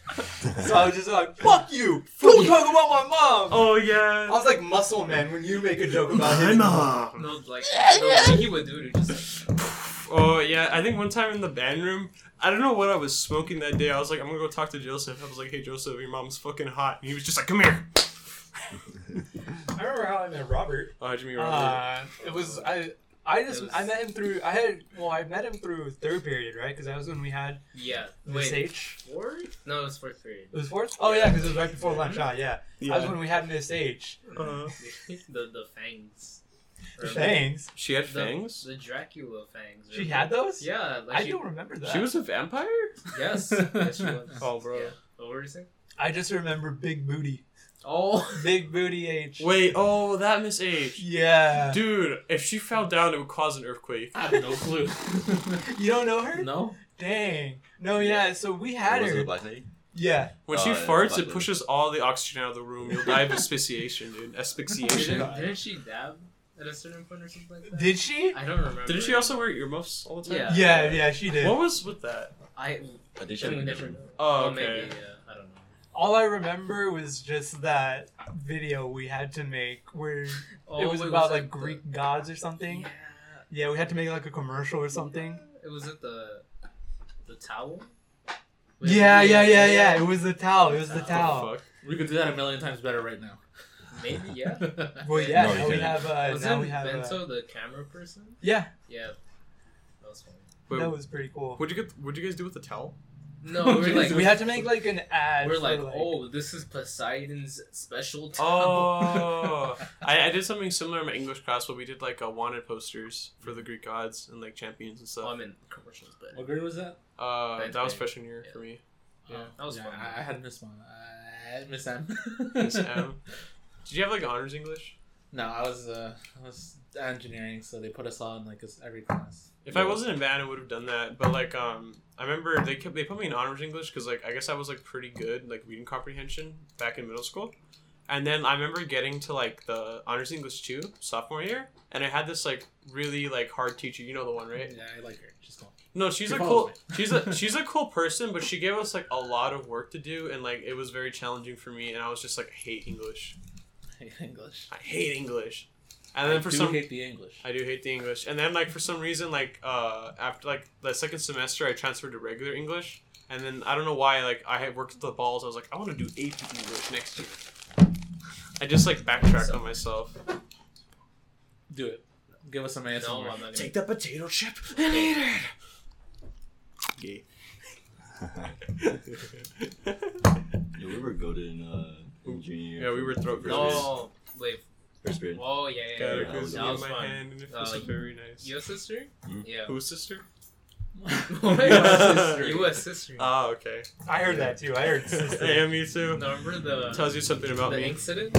[SPEAKER 4] So I was just like, "Fuck you! Don't talk about my mom."
[SPEAKER 3] Oh
[SPEAKER 4] I
[SPEAKER 3] yeah.
[SPEAKER 4] was like muscle man when you make a joke about his
[SPEAKER 5] No, like the thing he would do to just
[SPEAKER 3] Oh yeah, I think one time in the band room, I don't know what I was smoking that day. I was like, I'm gonna go talk to Joseph. I was like, Hey Joseph, your mom's fucking hot, and he was just like, Come here.
[SPEAKER 4] I remember how I met Robert.
[SPEAKER 3] Oh, Jimmy Robert.
[SPEAKER 4] Uh, it was I. I just
[SPEAKER 5] It was-
[SPEAKER 4] I met him through I had well I met him through third period right because that was when we had
[SPEAKER 5] yeah.
[SPEAKER 4] Miss
[SPEAKER 5] Wait,
[SPEAKER 4] H.
[SPEAKER 5] fourth? No, it's fourth period.
[SPEAKER 4] It was fourth. Oh yeah, because it was right before lunch. Ah, yeah. That was
[SPEAKER 3] yeah.
[SPEAKER 4] when we had Miss H.
[SPEAKER 3] Uh,
[SPEAKER 5] the the fangs. Remember?
[SPEAKER 4] Thanks.
[SPEAKER 3] she had
[SPEAKER 5] The-
[SPEAKER 3] fangs.
[SPEAKER 5] The Dracula fangs.
[SPEAKER 4] She
[SPEAKER 5] remember?
[SPEAKER 4] had those.
[SPEAKER 5] Yeah, like
[SPEAKER 4] I
[SPEAKER 5] she,
[SPEAKER 4] don't remember that.
[SPEAKER 3] She was a vampire.
[SPEAKER 5] Yes, yes, she was.
[SPEAKER 3] Oh, bro.
[SPEAKER 5] Yeah. What were you saying?
[SPEAKER 4] I just remember Big Booty.
[SPEAKER 5] Oh,
[SPEAKER 4] Big Booty H.
[SPEAKER 3] Wait, oh that Miss H.
[SPEAKER 4] Yeah.
[SPEAKER 3] Dude, if she fell down, it would cause an earthquake.
[SPEAKER 2] I have no clue.
[SPEAKER 4] You don't know her?
[SPEAKER 2] no?
[SPEAKER 4] Dang. No, yeah. So we had
[SPEAKER 1] Was it
[SPEAKER 4] her.
[SPEAKER 1] the black lady?
[SPEAKER 4] Yeah.
[SPEAKER 3] When
[SPEAKER 1] Oh,
[SPEAKER 3] she
[SPEAKER 1] yeah, it's
[SPEAKER 3] farts,
[SPEAKER 1] black
[SPEAKER 3] it pushes all the oxygen out of the room. You'll die of asphyxiation, dude. Asphyxiation.
[SPEAKER 5] didn't, didn't she dab at a certain point or something like that?
[SPEAKER 4] Did she?
[SPEAKER 5] I don't remember.
[SPEAKER 3] Didn't she also wear earmuffs all the time?
[SPEAKER 5] Yeah.
[SPEAKER 4] Yeah, yeah, she did.
[SPEAKER 3] What was with that?
[SPEAKER 5] I
[SPEAKER 1] I think she had
[SPEAKER 5] we
[SPEAKER 1] a
[SPEAKER 5] never know.
[SPEAKER 1] condition.
[SPEAKER 3] Oh,
[SPEAKER 5] Well,
[SPEAKER 3] okay.
[SPEAKER 5] maybe. Yeah, I don't know.
[SPEAKER 4] All I remember was just that video we had to make where
[SPEAKER 5] Oh,
[SPEAKER 4] it was
[SPEAKER 5] wait,
[SPEAKER 4] about
[SPEAKER 5] it
[SPEAKER 4] like
[SPEAKER 5] the-
[SPEAKER 4] Greek gods or something.
[SPEAKER 5] Yeah.
[SPEAKER 4] Yeah. we had to make like a commercial or something.
[SPEAKER 5] It was it the the towel. With-
[SPEAKER 4] Yeah, yeah, yeah, yeah. It was the towel. It was the
[SPEAKER 5] What the
[SPEAKER 4] towel.
[SPEAKER 3] Fuck.
[SPEAKER 2] We could do that a million times better right now.
[SPEAKER 5] Maybe yeah.
[SPEAKER 4] Well, yeah.
[SPEAKER 1] No, you
[SPEAKER 4] now we
[SPEAKER 1] didn't.
[SPEAKER 4] have. Uh,
[SPEAKER 5] was
[SPEAKER 4] now
[SPEAKER 5] it
[SPEAKER 4] we have. Uh,
[SPEAKER 5] Bento the camera person?
[SPEAKER 4] yeah,
[SPEAKER 5] Yeah. That was funny.
[SPEAKER 3] Wait,
[SPEAKER 4] that was pretty cool.
[SPEAKER 3] What'd you get? What'd you guys do with the towel?
[SPEAKER 5] No, we we're like
[SPEAKER 4] we had to make like an ad.
[SPEAKER 5] We're
[SPEAKER 4] for,
[SPEAKER 5] like, oh, this is Poseidon's special towel.
[SPEAKER 3] Oh, I, I did something similar in my English class where we did like uh, wanted posters for the Greek gods and like champions and
[SPEAKER 5] Well, I
[SPEAKER 3] stuff.
[SPEAKER 5] mean commercials, but
[SPEAKER 2] What grade was that?
[SPEAKER 3] Uh,
[SPEAKER 5] Ninth
[SPEAKER 3] that was
[SPEAKER 5] grade.
[SPEAKER 3] freshman year
[SPEAKER 5] Yeah.
[SPEAKER 3] for me.
[SPEAKER 5] uh, that was
[SPEAKER 2] yeah,
[SPEAKER 5] fun.
[SPEAKER 2] I, I had Miss Mom. I had Miss M.
[SPEAKER 3] Miss M. Did you have like honors English?
[SPEAKER 2] No, I was uh, I was engineering, so they put us all in like this- every class.
[SPEAKER 3] If I
[SPEAKER 1] No.
[SPEAKER 3] wasn't in band, I would have done that. But like, um, I remember they kept they put me in honors English because like I guess I was like pretty good like reading comprehension back in middle school. And then I remember getting to like the honors English two sophomore year, and I had this like really like hard teacher. You know the one, right?
[SPEAKER 2] Yeah, I like her. She's cool.
[SPEAKER 3] No, she's
[SPEAKER 2] She
[SPEAKER 3] a
[SPEAKER 2] follows
[SPEAKER 3] cool. She's a she's a cool person, but she gave us like a lot of work to do, and like it was very challenging for me. And I was just like, I hate English.
[SPEAKER 2] I hate English.
[SPEAKER 3] I hate English. And then
[SPEAKER 2] I
[SPEAKER 3] for
[SPEAKER 2] do
[SPEAKER 3] some,
[SPEAKER 2] hate the English.
[SPEAKER 3] I do hate the English. And then like for some reason, like uh after like the second semester, I transferred to regular English. And then I don't know why, like I had worked the balls. I was like, I want to do AP English next year. I just like backtracked on myself.
[SPEAKER 2] do it. Give us some ASMR.
[SPEAKER 5] no, I'm not gonna
[SPEAKER 3] that potato chip and eat it. Gay.
[SPEAKER 1] Yeah, we were goaded in uh in junior.
[SPEAKER 3] yeah, we were throat Oh. goats.
[SPEAKER 1] First grade.
[SPEAKER 5] No, wait.
[SPEAKER 1] First grade.
[SPEAKER 5] Oh yeah, yeah,
[SPEAKER 3] Got a
[SPEAKER 5] yeah.
[SPEAKER 1] Yeah,
[SPEAKER 5] That
[SPEAKER 1] it
[SPEAKER 3] Christmas
[SPEAKER 5] was
[SPEAKER 1] that
[SPEAKER 3] in
[SPEAKER 5] fun.
[SPEAKER 3] my hand, and it
[SPEAKER 5] Uh,
[SPEAKER 3] feels so very nice.
[SPEAKER 5] Your sister?
[SPEAKER 1] Hmm?
[SPEAKER 5] Yeah. Oh
[SPEAKER 3] Who's sister?
[SPEAKER 2] Oh
[SPEAKER 1] God.
[SPEAKER 5] U.S. history.
[SPEAKER 3] Oh, okay.
[SPEAKER 4] I heard that too. I heard sister.
[SPEAKER 3] Hey, me too.
[SPEAKER 5] Remember the
[SPEAKER 3] Tells you something about
[SPEAKER 5] uh, the
[SPEAKER 3] me.
[SPEAKER 5] incident?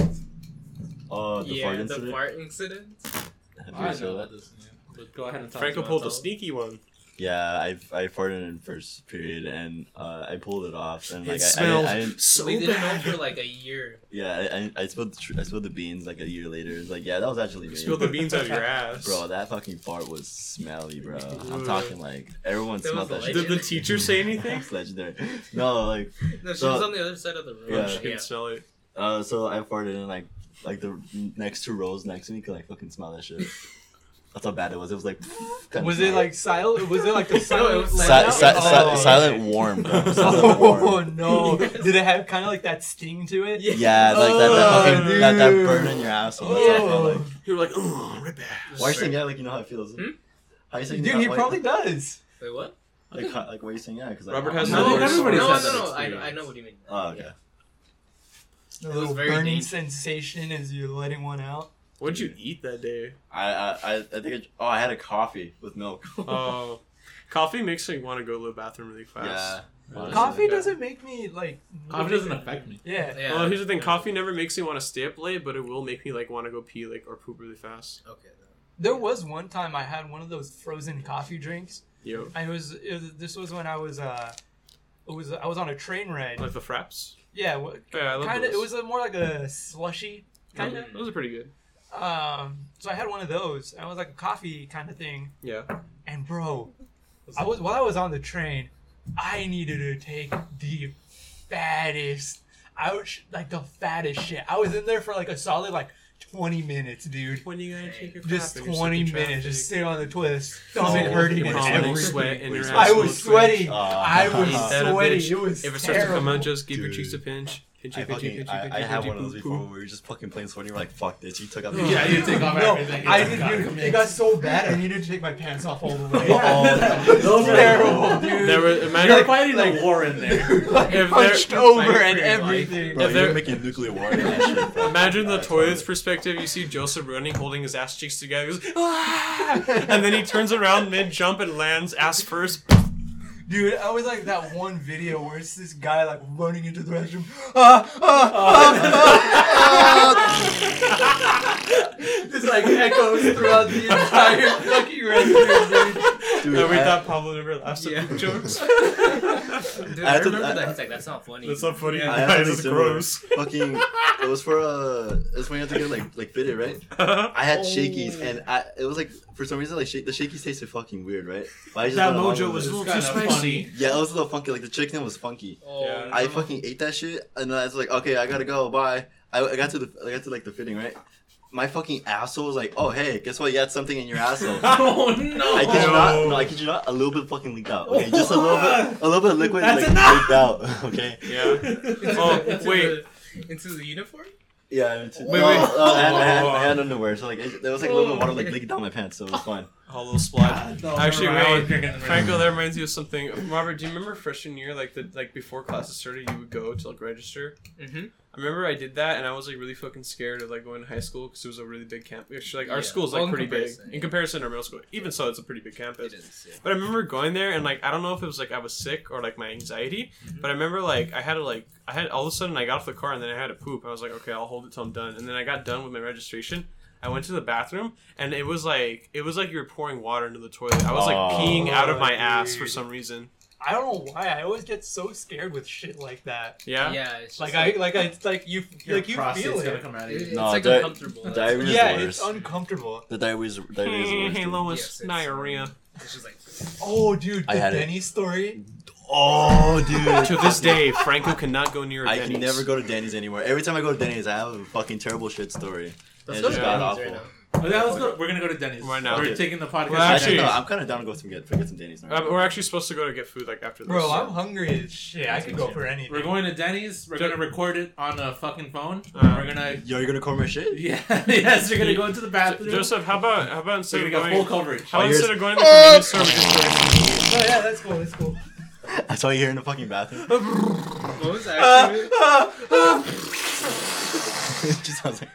[SPEAKER 1] Oh, the
[SPEAKER 5] yeah,
[SPEAKER 1] fart
[SPEAKER 5] the
[SPEAKER 1] incident.
[SPEAKER 5] fart incident.
[SPEAKER 1] Have you
[SPEAKER 2] I
[SPEAKER 1] guys
[SPEAKER 2] know
[SPEAKER 1] heard
[SPEAKER 2] about
[SPEAKER 1] that?
[SPEAKER 2] this. Yeah. But go ahead and tell
[SPEAKER 3] Franco
[SPEAKER 2] us
[SPEAKER 3] pulled a
[SPEAKER 2] about it.
[SPEAKER 3] sneaky one.
[SPEAKER 1] Yeah, I I farted in first period and uh, I pulled it off and like
[SPEAKER 3] it
[SPEAKER 1] I, I, didn't-
[SPEAKER 3] smells
[SPEAKER 1] I didn't,
[SPEAKER 3] so
[SPEAKER 5] we didn't
[SPEAKER 3] bad.
[SPEAKER 5] know for like a year.
[SPEAKER 1] yeah I, I, I spilled the tr- I spilled the beans like a year later. It's like yeah, that was actually me.
[SPEAKER 3] You spilled the beans out of your ass.
[SPEAKER 1] Bro, that fucking fart was smelly, bro. I'm
[SPEAKER 3] Ugh.
[SPEAKER 1] talking like everyone
[SPEAKER 5] That
[SPEAKER 1] smelled
[SPEAKER 5] was
[SPEAKER 1] that
[SPEAKER 5] a
[SPEAKER 1] shit.
[SPEAKER 3] Did the teacher say anything?
[SPEAKER 1] It's legendary. No, like
[SPEAKER 5] No, she
[SPEAKER 1] So-
[SPEAKER 5] was on the other side of the road.
[SPEAKER 1] Yeah.
[SPEAKER 3] She can smell it.
[SPEAKER 1] uh, so I farted in like like the next two rows next to me could like fucking smell that shit. That's how bad it was. It was like kinda
[SPEAKER 4] Was
[SPEAKER 1] smell.
[SPEAKER 4] it like silent? Was it like a silent?
[SPEAKER 5] Si-
[SPEAKER 1] Si-
[SPEAKER 4] let-out?
[SPEAKER 1] si- si-
[SPEAKER 4] Oh, okay.
[SPEAKER 1] silent warm, bro. Silent
[SPEAKER 4] Oh
[SPEAKER 1] warm.
[SPEAKER 4] no! Did it have kind of like that sting to it?
[SPEAKER 1] Yeah, like that,
[SPEAKER 4] Oh,
[SPEAKER 1] that fucking that, that
[SPEAKER 4] dude.
[SPEAKER 1] burn in your asshole. That's how I felt,
[SPEAKER 4] Oh.
[SPEAKER 1] like.
[SPEAKER 3] You were like, oh, right back.
[SPEAKER 1] Why are you saying yeah? Like you know how it feels.
[SPEAKER 5] Hmm?
[SPEAKER 1] How you saying
[SPEAKER 4] Dude,
[SPEAKER 1] yeah,
[SPEAKER 4] he
[SPEAKER 1] why-
[SPEAKER 4] probably does.
[SPEAKER 5] Wait, what?
[SPEAKER 1] like, how- like why are you saying yeah? Because like,
[SPEAKER 3] Robert
[SPEAKER 1] I'm
[SPEAKER 3] has
[SPEAKER 1] not-
[SPEAKER 3] the
[SPEAKER 2] No,
[SPEAKER 3] worst.
[SPEAKER 2] everybody
[SPEAKER 5] no,
[SPEAKER 2] says
[SPEAKER 5] no,
[SPEAKER 2] that
[SPEAKER 5] no. I, I know what you mean.
[SPEAKER 1] Oh, okay.
[SPEAKER 4] The
[SPEAKER 5] It
[SPEAKER 4] little
[SPEAKER 5] was very
[SPEAKER 4] burning
[SPEAKER 5] deep.
[SPEAKER 4] sensation as you're letting one out.
[SPEAKER 3] What'd you eat that day?
[SPEAKER 1] I I I I think it, oh I had a coffee with milk.
[SPEAKER 3] Oh, coffee makes me want to go to the bathroom really fast.
[SPEAKER 1] yeah.
[SPEAKER 2] Honestly.
[SPEAKER 4] Coffee
[SPEAKER 3] Yeah.
[SPEAKER 4] doesn't make me like.
[SPEAKER 2] Coffee doesn't affect me.
[SPEAKER 4] Yeah.
[SPEAKER 5] Yeah.
[SPEAKER 3] Well, here's the thing: coffee never makes me want to stay up late, but it will make me like want to go pee like or poop really fast.
[SPEAKER 5] Okay.
[SPEAKER 4] There was one time I had one of those frozen coffee drinks.
[SPEAKER 3] Yo,
[SPEAKER 4] I was, it was this was when I was uh, it was I was on a train ride.
[SPEAKER 3] like the fraps.
[SPEAKER 4] Yeah,
[SPEAKER 3] Yeah, I love
[SPEAKER 4] kind of.
[SPEAKER 3] those.
[SPEAKER 4] It was a, more like a slushy kind of.
[SPEAKER 5] Mhm.
[SPEAKER 3] Those are pretty good.
[SPEAKER 4] Um, so I had one of those. And it was like a coffee kind of thing.
[SPEAKER 3] Yeah.
[SPEAKER 4] And bro, I was while I was on the train, I needed to take the fattest. I was like the fattest shit. I was in there for like a solid like twenty minutes, dude.
[SPEAKER 3] When you
[SPEAKER 5] gotta take your
[SPEAKER 4] Just twenty minutes, just sitting on the toilet, stomach
[SPEAKER 5] Oh,
[SPEAKER 4] hurting
[SPEAKER 5] you
[SPEAKER 4] and
[SPEAKER 5] were all
[SPEAKER 4] everything.
[SPEAKER 3] sweat and your
[SPEAKER 1] I
[SPEAKER 4] I
[SPEAKER 3] ass
[SPEAKER 4] was
[SPEAKER 3] will twitch.
[SPEAKER 4] sweating.
[SPEAKER 1] Uh,
[SPEAKER 4] I was
[SPEAKER 1] Is
[SPEAKER 3] that a
[SPEAKER 4] sweating.
[SPEAKER 3] bitch?
[SPEAKER 4] It was
[SPEAKER 3] If it starts to
[SPEAKER 4] terrible.
[SPEAKER 3] come out, just give your
[SPEAKER 1] Dude.
[SPEAKER 3] cheeks a pinch. Pinchy,
[SPEAKER 1] I,
[SPEAKER 3] pinchy, pinchy,
[SPEAKER 1] fucking, I, I
[SPEAKER 3] pinchy,
[SPEAKER 1] had
[SPEAKER 3] pinchy,
[SPEAKER 1] one of those
[SPEAKER 3] poo,
[SPEAKER 1] before
[SPEAKER 3] poo.
[SPEAKER 1] where we were just fucking playing sweaty. We're like, fuck this. You took out the.
[SPEAKER 2] Yeah, you take off
[SPEAKER 4] no,
[SPEAKER 2] everything.
[SPEAKER 4] I
[SPEAKER 2] It's
[SPEAKER 4] didn't.
[SPEAKER 2] not-
[SPEAKER 4] Dude, it got so bad. I needed to take my pants off all the way.
[SPEAKER 1] Oh,
[SPEAKER 4] It was
[SPEAKER 2] those are-
[SPEAKER 4] terrible, dude.
[SPEAKER 3] There was
[SPEAKER 2] You're
[SPEAKER 3] imagine
[SPEAKER 2] fighting a war in there.
[SPEAKER 4] like,
[SPEAKER 3] If
[SPEAKER 4] punched
[SPEAKER 3] there-
[SPEAKER 4] over and
[SPEAKER 5] Fight for your life.
[SPEAKER 4] everything.
[SPEAKER 1] Bro,
[SPEAKER 3] If
[SPEAKER 1] you're
[SPEAKER 3] there-
[SPEAKER 1] making nuclear war in that shit. bro.
[SPEAKER 3] Imagine the
[SPEAKER 1] Uh,
[SPEAKER 3] toilet's perspective. You see Joseph running, holding his ass cheeks together. He goes, "Ah!" and then he turns around mid jump and lands ass first.
[SPEAKER 4] Dude, I was like that one video where it's this guy like running into the restroom. Ah, ah,
[SPEAKER 3] Oh.
[SPEAKER 4] ah, ah, This like echoes throughout the entire fucking restroom, dude.
[SPEAKER 1] Dude,
[SPEAKER 3] and we
[SPEAKER 1] I-
[SPEAKER 3] thought Pablo never laughed at
[SPEAKER 5] Yeah.
[SPEAKER 3] poop jokes.
[SPEAKER 5] Dude,
[SPEAKER 1] I
[SPEAKER 5] I,
[SPEAKER 1] had to-
[SPEAKER 5] remember
[SPEAKER 1] I-
[SPEAKER 5] that. He's like, that's not funny.
[SPEAKER 3] That's not funny.
[SPEAKER 5] Yeah.
[SPEAKER 1] I had
[SPEAKER 3] Guys,
[SPEAKER 1] something
[SPEAKER 3] it's
[SPEAKER 1] similar.
[SPEAKER 3] gross.
[SPEAKER 1] Fucking, it was for uh, it's when you have to get like like fitted, right? I
[SPEAKER 3] Oh.
[SPEAKER 1] had shakies and I it was like for some reason like shake, the shakies tasted fucking weird, right? But I just
[SPEAKER 3] that
[SPEAKER 1] went along
[SPEAKER 3] mojo
[SPEAKER 1] with
[SPEAKER 3] was a
[SPEAKER 1] it.
[SPEAKER 3] little too
[SPEAKER 2] It's kinda
[SPEAKER 3] spicy.
[SPEAKER 1] yeah, it was a little funky. Like the chicken was funky.
[SPEAKER 5] Oh,
[SPEAKER 3] Yeah.
[SPEAKER 1] I
[SPEAKER 5] no.
[SPEAKER 1] fucking ate that shit and then I was like, okay, I gotta go, bye. I, I got to the I got to like the fitting, right? My fucking asshole was like, oh hey, guess what? You had something in your asshole.
[SPEAKER 2] oh no!
[SPEAKER 1] I kid you
[SPEAKER 3] Oh.
[SPEAKER 1] not. No, I kid you not. A little bit fucking leaked out. Okay, just a little bit. A little bit of liquid
[SPEAKER 2] That's
[SPEAKER 1] like
[SPEAKER 2] enough!
[SPEAKER 1] leaked out. Okay.
[SPEAKER 3] Yeah.
[SPEAKER 5] Into
[SPEAKER 3] Oh,
[SPEAKER 5] the- into
[SPEAKER 3] wait.
[SPEAKER 5] the- into the uniform?
[SPEAKER 1] Yeah. It's,
[SPEAKER 5] Wait,
[SPEAKER 1] no,
[SPEAKER 5] wait.
[SPEAKER 1] no, I, had, I, had, I had underwear, so like it, there was like a little bit of water like
[SPEAKER 5] Oh.
[SPEAKER 1] leaking down my pants, so it was fine.
[SPEAKER 3] A little splotch.
[SPEAKER 2] No,
[SPEAKER 3] Actually,
[SPEAKER 2] never mind. I
[SPEAKER 3] wait.
[SPEAKER 2] was drinking in the
[SPEAKER 3] Franco, that reminds me of something. Robert, do you remember freshman year, like the like before classes started, you would go to like register.
[SPEAKER 5] Mm-hmm.
[SPEAKER 3] I remember I did that, and I was like really fucking scared of like going to high school because it was a really big campus. like our
[SPEAKER 5] Yeah.
[SPEAKER 3] school's
[SPEAKER 5] Well,
[SPEAKER 3] like
[SPEAKER 5] in
[SPEAKER 3] pretty big
[SPEAKER 5] comparison,
[SPEAKER 3] in comparison to our middle school. Even so, it's a pretty big
[SPEAKER 5] It
[SPEAKER 3] campus.
[SPEAKER 5] is.
[SPEAKER 3] But I remember going there, and like I don't know if it was like I was sick or like my anxiety,
[SPEAKER 5] Mm-hmm.
[SPEAKER 3] but I remember like I had to like I had all of a sudden I got off the car and then I had to poop. I was like, okay, I'll hold it till I'm done, and then I got done with my registration. I went to the bathroom and it was like it was like you were pouring water into the toilet. I was like
[SPEAKER 1] Oh,
[SPEAKER 3] peeing out of my ass for
[SPEAKER 4] dude.
[SPEAKER 3] some reason.
[SPEAKER 4] I don't know why. I always get so scared with shit like that.
[SPEAKER 3] Yeah.
[SPEAKER 5] Yeah, it's just
[SPEAKER 4] Like I, like I, it's like you,
[SPEAKER 2] Your
[SPEAKER 4] like you feel
[SPEAKER 2] prostate's gonna
[SPEAKER 4] it.
[SPEAKER 2] come out of
[SPEAKER 5] it's
[SPEAKER 2] you.
[SPEAKER 1] No,
[SPEAKER 5] like
[SPEAKER 1] di-
[SPEAKER 5] uncomfortable. That's-
[SPEAKER 1] diarrhea is
[SPEAKER 4] Yeah,
[SPEAKER 1] worse.
[SPEAKER 4] it's uncomfortable.
[SPEAKER 1] The diarrhea is diarrhea is
[SPEAKER 3] Hey,
[SPEAKER 1] worse.
[SPEAKER 3] hey,
[SPEAKER 1] dude.
[SPEAKER 3] Lois,
[SPEAKER 5] Yes, it's-
[SPEAKER 3] diarrhea.
[SPEAKER 5] It's just like
[SPEAKER 4] Oh, dude, the
[SPEAKER 1] I had it.
[SPEAKER 4] Denny story.
[SPEAKER 1] Oh, dude.
[SPEAKER 3] to this day, Franco cannot go near. a
[SPEAKER 1] I
[SPEAKER 3] Denny's.
[SPEAKER 1] can never go to Denny's anymore. Every time I go to Denny's, I have a fucking terrible shit story.
[SPEAKER 5] let's
[SPEAKER 1] It
[SPEAKER 5] go
[SPEAKER 1] just
[SPEAKER 5] to
[SPEAKER 1] got
[SPEAKER 5] Denny's
[SPEAKER 1] awful.
[SPEAKER 5] right now.
[SPEAKER 2] Okay, let's go. We're gonna go to Denny's.
[SPEAKER 3] Right now.
[SPEAKER 2] We're
[SPEAKER 1] Okay.
[SPEAKER 2] taking the podcast.
[SPEAKER 3] Well,
[SPEAKER 1] I
[SPEAKER 3] actually-
[SPEAKER 1] don't know, I'm kind of down to go to get, get some Denny's.
[SPEAKER 2] Um,
[SPEAKER 3] Uh, we're actually supposed to go to get food like after this.
[SPEAKER 4] Bro, I'm hungry as shit. I could go for anything.
[SPEAKER 2] we're going to Denny's. We're
[SPEAKER 3] Ju-
[SPEAKER 2] gonna record it on a fucking phone.
[SPEAKER 3] Uh,
[SPEAKER 2] we're gonna.
[SPEAKER 1] Yo, you're gonna call my shit?
[SPEAKER 2] Yeah. yes, you're gonna
[SPEAKER 3] You-
[SPEAKER 2] go into the
[SPEAKER 3] Jo-
[SPEAKER 2] bathroom.
[SPEAKER 3] Joseph, how about how about
[SPEAKER 2] we're
[SPEAKER 3] instead of
[SPEAKER 2] gonna get full
[SPEAKER 3] going,
[SPEAKER 2] coverage.
[SPEAKER 3] how about
[SPEAKER 1] Here's-
[SPEAKER 3] instead of going to the convenience store, we just go
[SPEAKER 4] Oh, yeah, that's cool. That's cool.
[SPEAKER 1] That's all you hear in the fucking bathroom.
[SPEAKER 2] Oh.
[SPEAKER 4] Uh,
[SPEAKER 5] What was that?
[SPEAKER 1] it just sounds like.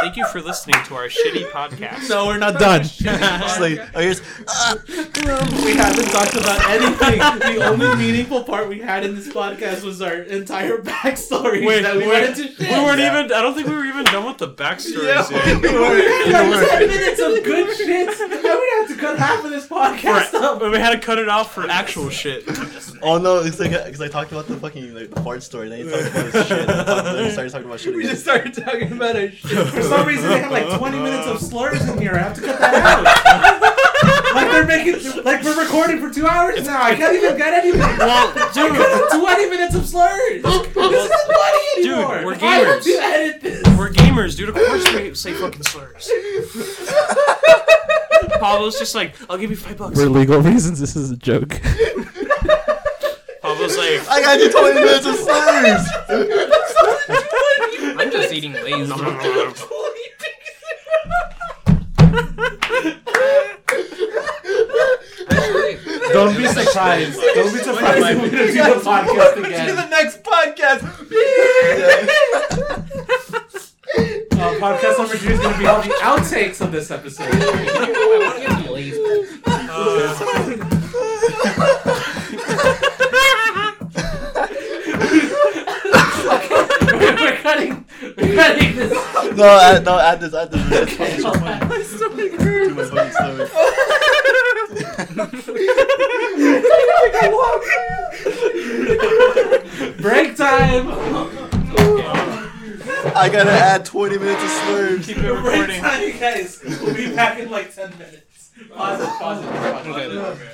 [SPEAKER 3] Thank you for listening to our shitty podcast.
[SPEAKER 1] No, we're not done. Just like, oh, here's, ah,
[SPEAKER 2] we haven't talked about anything. The only meaningful part we had in this podcast was our entire backstory.
[SPEAKER 3] Wait,
[SPEAKER 2] that we
[SPEAKER 3] wait.
[SPEAKER 2] went into
[SPEAKER 3] We
[SPEAKER 2] shit.
[SPEAKER 3] weren't even. I don't think we were even done with the backstory.
[SPEAKER 1] we were- we
[SPEAKER 2] Like,
[SPEAKER 1] were-
[SPEAKER 2] 10 minutes of good shit. I would have to cut half of this podcast up.
[SPEAKER 3] But we had to cut it off for actual shit.
[SPEAKER 1] Oh no, it's like because I talked about the fucking like the fart story, then you talked about this shit, and then you started talking about shit.
[SPEAKER 4] We
[SPEAKER 1] Again.
[SPEAKER 4] just started talking about our shit.
[SPEAKER 2] For some reason, they have like 20 minutes of slurs in here. I have to cut that out. like they're making, like we're recording for two hours now. I can't even get anything.
[SPEAKER 3] Well,
[SPEAKER 2] I
[SPEAKER 3] dude,
[SPEAKER 2] cut out 20 minutes of slurs. This isn't funny
[SPEAKER 3] Dude,
[SPEAKER 2] anymore.
[SPEAKER 3] we're
[SPEAKER 2] I have
[SPEAKER 3] gamers.
[SPEAKER 2] to edit this.
[SPEAKER 3] we're gamers, dude. Of course we say fucking slurs. Pablo's just like, I'll give you five bucks.
[SPEAKER 2] legal reasons, this is a joke.
[SPEAKER 3] Pablo's like,
[SPEAKER 1] I got you 20 minutes of slurs.
[SPEAKER 5] I'm just eating Lay's. Actually,
[SPEAKER 2] Don't be surprised. Don't be surprised if we do the podcast
[SPEAKER 4] to the
[SPEAKER 2] again.
[SPEAKER 4] next podcast.
[SPEAKER 2] Uh, podcast number two is going to be all the outtakes of this episode.
[SPEAKER 5] I want to get some Lay's.
[SPEAKER 3] uh,
[SPEAKER 2] we're cutting. We're cutting this.
[SPEAKER 1] no, add, no, add this, add this. That's fucking
[SPEAKER 2] Hold on.
[SPEAKER 1] to my fucking stomach.
[SPEAKER 2] Break time.
[SPEAKER 1] I gotta add 20 minutes of slurs.
[SPEAKER 3] keep it recording.
[SPEAKER 2] time, you guys. We'll be back in like ten minutes. Pause it. Pause it. Pause it.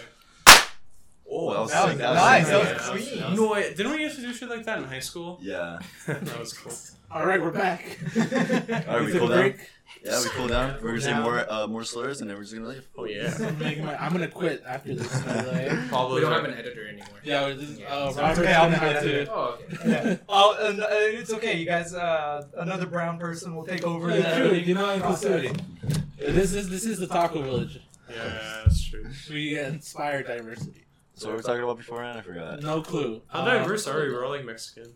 [SPEAKER 1] Oh, that was
[SPEAKER 4] That was
[SPEAKER 1] sick,
[SPEAKER 4] nice.
[SPEAKER 1] sick.
[SPEAKER 4] That was clean.
[SPEAKER 3] No, wait, didn't we used to do shit like that in high school?
[SPEAKER 1] Yeah.
[SPEAKER 3] that was cool.
[SPEAKER 2] All right, we're back.
[SPEAKER 1] Alright, we
[SPEAKER 2] It's a
[SPEAKER 1] cool down.
[SPEAKER 2] break.
[SPEAKER 1] Yeah, we cool down. We're gonna say more, uh, more slurs, and then we're just gonna leave.
[SPEAKER 3] Oh yeah.
[SPEAKER 2] I'm making my- I'm gonna quit after this. By the way.
[SPEAKER 5] We
[SPEAKER 3] Pablo's
[SPEAKER 5] don't have
[SPEAKER 3] like,
[SPEAKER 5] an editor anymore.
[SPEAKER 2] Yeah, this
[SPEAKER 5] is-
[SPEAKER 2] is,
[SPEAKER 5] uh,
[SPEAKER 2] Robert's
[SPEAKER 4] okay, I'll
[SPEAKER 2] gonna have
[SPEAKER 4] do it.
[SPEAKER 2] to.
[SPEAKER 5] Oh, okay.
[SPEAKER 4] Yeah. Oh, and, uh, it's okay, you guys. Uh, another brown person will take over. the
[SPEAKER 2] Yeah, dude, you know, in
[SPEAKER 4] Possibility.
[SPEAKER 2] Kasuari. This is this is the Taco Village.
[SPEAKER 3] yeah, that's true.
[SPEAKER 2] We inspire diversity.
[SPEAKER 1] So what were we talking about beforehand? I forgot.
[SPEAKER 2] No clue.
[SPEAKER 3] How
[SPEAKER 2] Um,
[SPEAKER 3] diverse are we? We're all like Mexican.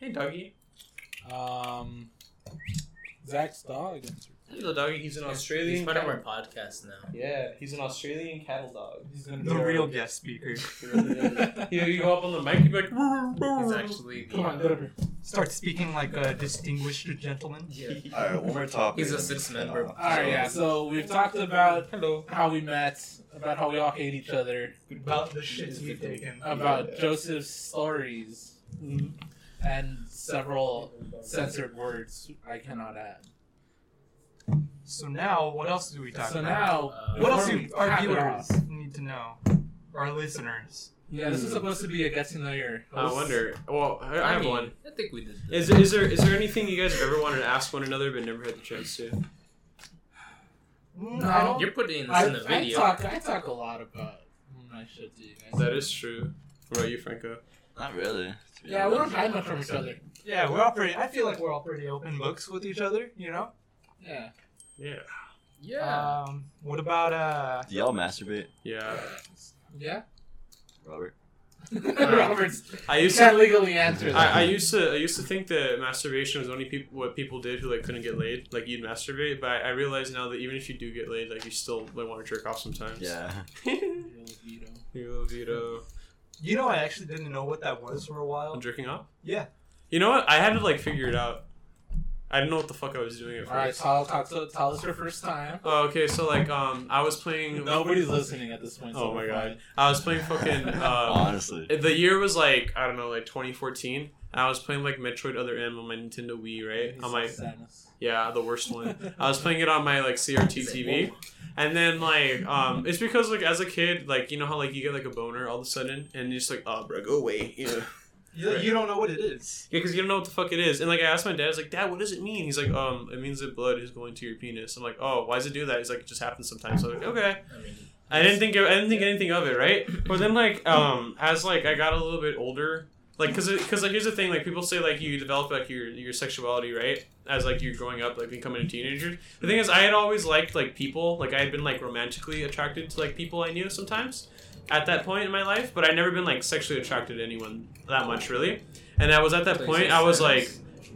[SPEAKER 3] Hey, doggy.
[SPEAKER 2] Um, Zach's dog.
[SPEAKER 3] Hello, doggy. He's an
[SPEAKER 5] He's
[SPEAKER 3] Australian.
[SPEAKER 5] part of
[SPEAKER 3] cat-
[SPEAKER 5] our podcast now.
[SPEAKER 3] Yeah, he's an Australian cattle dog.
[SPEAKER 2] He's gonna
[SPEAKER 4] The real guest speaker.
[SPEAKER 3] You know, you go up on the mic, you're like,
[SPEAKER 5] He's actually
[SPEAKER 2] Come on, get up here.
[SPEAKER 4] Start speaking like a distinguished gentleman.
[SPEAKER 5] Yeah.
[SPEAKER 1] Alright, one more topic.
[SPEAKER 5] He's a sixth member.
[SPEAKER 2] All right, yeah. So we've talked about how we met, about how we all hate each other,
[SPEAKER 4] About the shits we've taken.
[SPEAKER 2] about Joseph's stories, and several censored words I cannot add.
[SPEAKER 4] So now, what else do we talk
[SPEAKER 2] So
[SPEAKER 4] about?
[SPEAKER 2] now,
[SPEAKER 5] Uh,
[SPEAKER 4] what else
[SPEAKER 2] before
[SPEAKER 4] do
[SPEAKER 2] we
[SPEAKER 4] our
[SPEAKER 2] cap it off-
[SPEAKER 4] viewers need to know? Our listeners.
[SPEAKER 2] Yeah, this is supposed to be a get to know your.
[SPEAKER 3] Hmm. I
[SPEAKER 2] hosts.
[SPEAKER 3] wonder. Well, I, I have
[SPEAKER 5] mean,
[SPEAKER 3] one.
[SPEAKER 5] I think we did.
[SPEAKER 3] Is,
[SPEAKER 5] This.
[SPEAKER 3] is there is there anything you guys have ever wanted to ask one another but never had the chance to?
[SPEAKER 2] No. I don't-
[SPEAKER 5] You're putting this
[SPEAKER 2] I,
[SPEAKER 5] in the
[SPEAKER 2] I
[SPEAKER 5] video.
[SPEAKER 2] talk. I talk a lot about my shit to you guys.
[SPEAKER 3] That is true. What about you, Franco?
[SPEAKER 1] Not really. to be
[SPEAKER 2] Yeah, we don't
[SPEAKER 1] honest.
[SPEAKER 2] hide much from each other.
[SPEAKER 4] Yeah, we're all pretty. I feel like we're all pretty open books with each other. You know.
[SPEAKER 2] Yeah.
[SPEAKER 3] Yeah.
[SPEAKER 5] yeah.
[SPEAKER 4] Um, what about uh?
[SPEAKER 1] Do y'all masturbate,
[SPEAKER 3] Yeah.
[SPEAKER 2] Yeah.
[SPEAKER 1] Robert?
[SPEAKER 2] Roberts
[SPEAKER 3] I
[SPEAKER 2] you
[SPEAKER 3] used
[SPEAKER 2] can't
[SPEAKER 3] to.
[SPEAKER 2] legally answer that.
[SPEAKER 3] I, I used to I used to think that masturbation was only peop what people did who like couldn't get laid like you'd masturbate but I, I realize now that even if you do get laid like you still like want to jerk off sometimes
[SPEAKER 1] Yeah.
[SPEAKER 3] you veto
[SPEAKER 4] You know, I actually didn't know what that was for a while.
[SPEAKER 3] jerking off
[SPEAKER 4] Yeah.
[SPEAKER 3] you know what I had to like figure it out I didn't know what the fuck I was doing at first
[SPEAKER 2] All right, Tal, talk to Tal is her first time.
[SPEAKER 3] Oh, okay, so like um, I was playing.
[SPEAKER 2] Nobody's listening at this point. so
[SPEAKER 3] Oh my
[SPEAKER 2] we're
[SPEAKER 3] god, I was playing fucking. Uh,
[SPEAKER 1] Honestly.
[SPEAKER 3] the year was like I don't know, like 2014. And I was playing like Metroid Other M on my Nintendo Wii,
[SPEAKER 2] fine.
[SPEAKER 3] right?
[SPEAKER 2] He's
[SPEAKER 3] On my
[SPEAKER 2] so Samus.
[SPEAKER 3] yeah, the worst one.
[SPEAKER 2] Uh,
[SPEAKER 3] I was playing it on my like CRT TV, and then like um, it's because like as a kid, like you know how like you get like a boner all of a sudden, and you're just like, oh, bro, go away, you know.
[SPEAKER 4] You,
[SPEAKER 3] Right.
[SPEAKER 4] you don't know what it is.
[SPEAKER 3] Yeah, because you don't know what the fuck it is. And like I asked my dad, I was like, Dad, what does it mean? He's like, um, it means that blood is going to your penis. I'm like, oh, why does it do that? He's like, it just happens sometimes. So I'm like, okay.
[SPEAKER 5] I mean,
[SPEAKER 3] I didn't think I didn't think anything of it, right? But then like um as like I got a little bit older, like because because like here's the thing, like people say like you develop like your your sexuality, right? As like you're growing up, like becoming a teenager. The thing is, I had always liked like people, like I had been like romantically attracted to like people I knew sometimes at that point in my life, but I'd never been like sexually attracted to anyone that much really. And I was at that
[SPEAKER 5] so you
[SPEAKER 3] point,
[SPEAKER 5] say
[SPEAKER 3] I was
[SPEAKER 5] Samus.
[SPEAKER 3] like.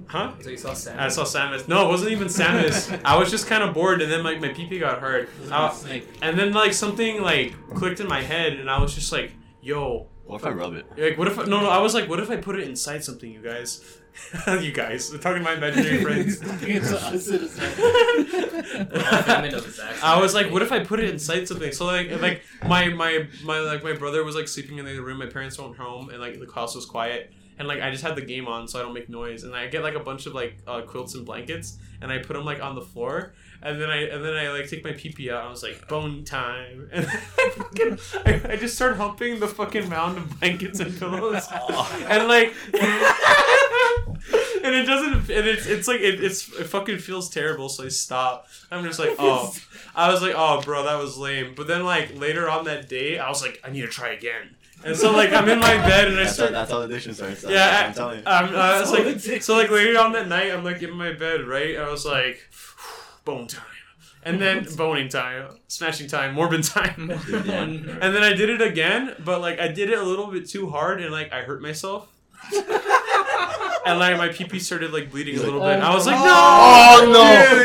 [SPEAKER 3] Huh?
[SPEAKER 5] So you saw Sam.
[SPEAKER 3] I saw Samus. No, it wasn't even Samus. I was just kind of bored, and then like my PP got hurt, I-
[SPEAKER 2] Snake.
[SPEAKER 3] and then like something like clicked in my head, and I was just like, "Yo,
[SPEAKER 1] What if I rub it?
[SPEAKER 3] like what if I, no no?" I was like, "What if I put it inside something, you guys? you guys, I'm talking to my imaginary friends."
[SPEAKER 2] It's us.
[SPEAKER 5] Famine of his action.
[SPEAKER 3] I was like, what if I put it inside something? So like, and, like my my my like my brother was like sleeping in the other room. My parents weren't home, and like the house was quiet. And like I just had the game on, so I don't make noise. And I get like a bunch of like uh, quilts and blankets, and I put them like on the floor. And then I and then I like take my pee pee out. And I was like bone time, and I, fucking, I, I just start humping the fucking mound of blankets and pillows, and like. And it doesn't, and it's, it's like, it, it's, it fucking feels terrible, so I stop. I'm just like, oh. I was like, oh, bro, that was lame. But then, like, later on that day, I was like, I need to try again. And so, like, I'm in my bed and I
[SPEAKER 1] That's, how,
[SPEAKER 3] start.
[SPEAKER 1] that's how addiction starts. That's
[SPEAKER 3] Yeah,
[SPEAKER 1] what
[SPEAKER 3] I-
[SPEAKER 1] I'm telling you.
[SPEAKER 3] I'm, uh, I was like, so, like, later on that night, I'm, like, in my bed, right? I was like, bone time. And then boning time, smashing time, morbid time.
[SPEAKER 1] Yeah.
[SPEAKER 3] and then I did it again, but, like, I did it a little bit too hard and, like, I hurt myself. and, like, my pee pee started, like, bleeding
[SPEAKER 1] He's
[SPEAKER 3] a
[SPEAKER 1] like,
[SPEAKER 3] little bit. I was like, no!
[SPEAKER 1] Oh, no!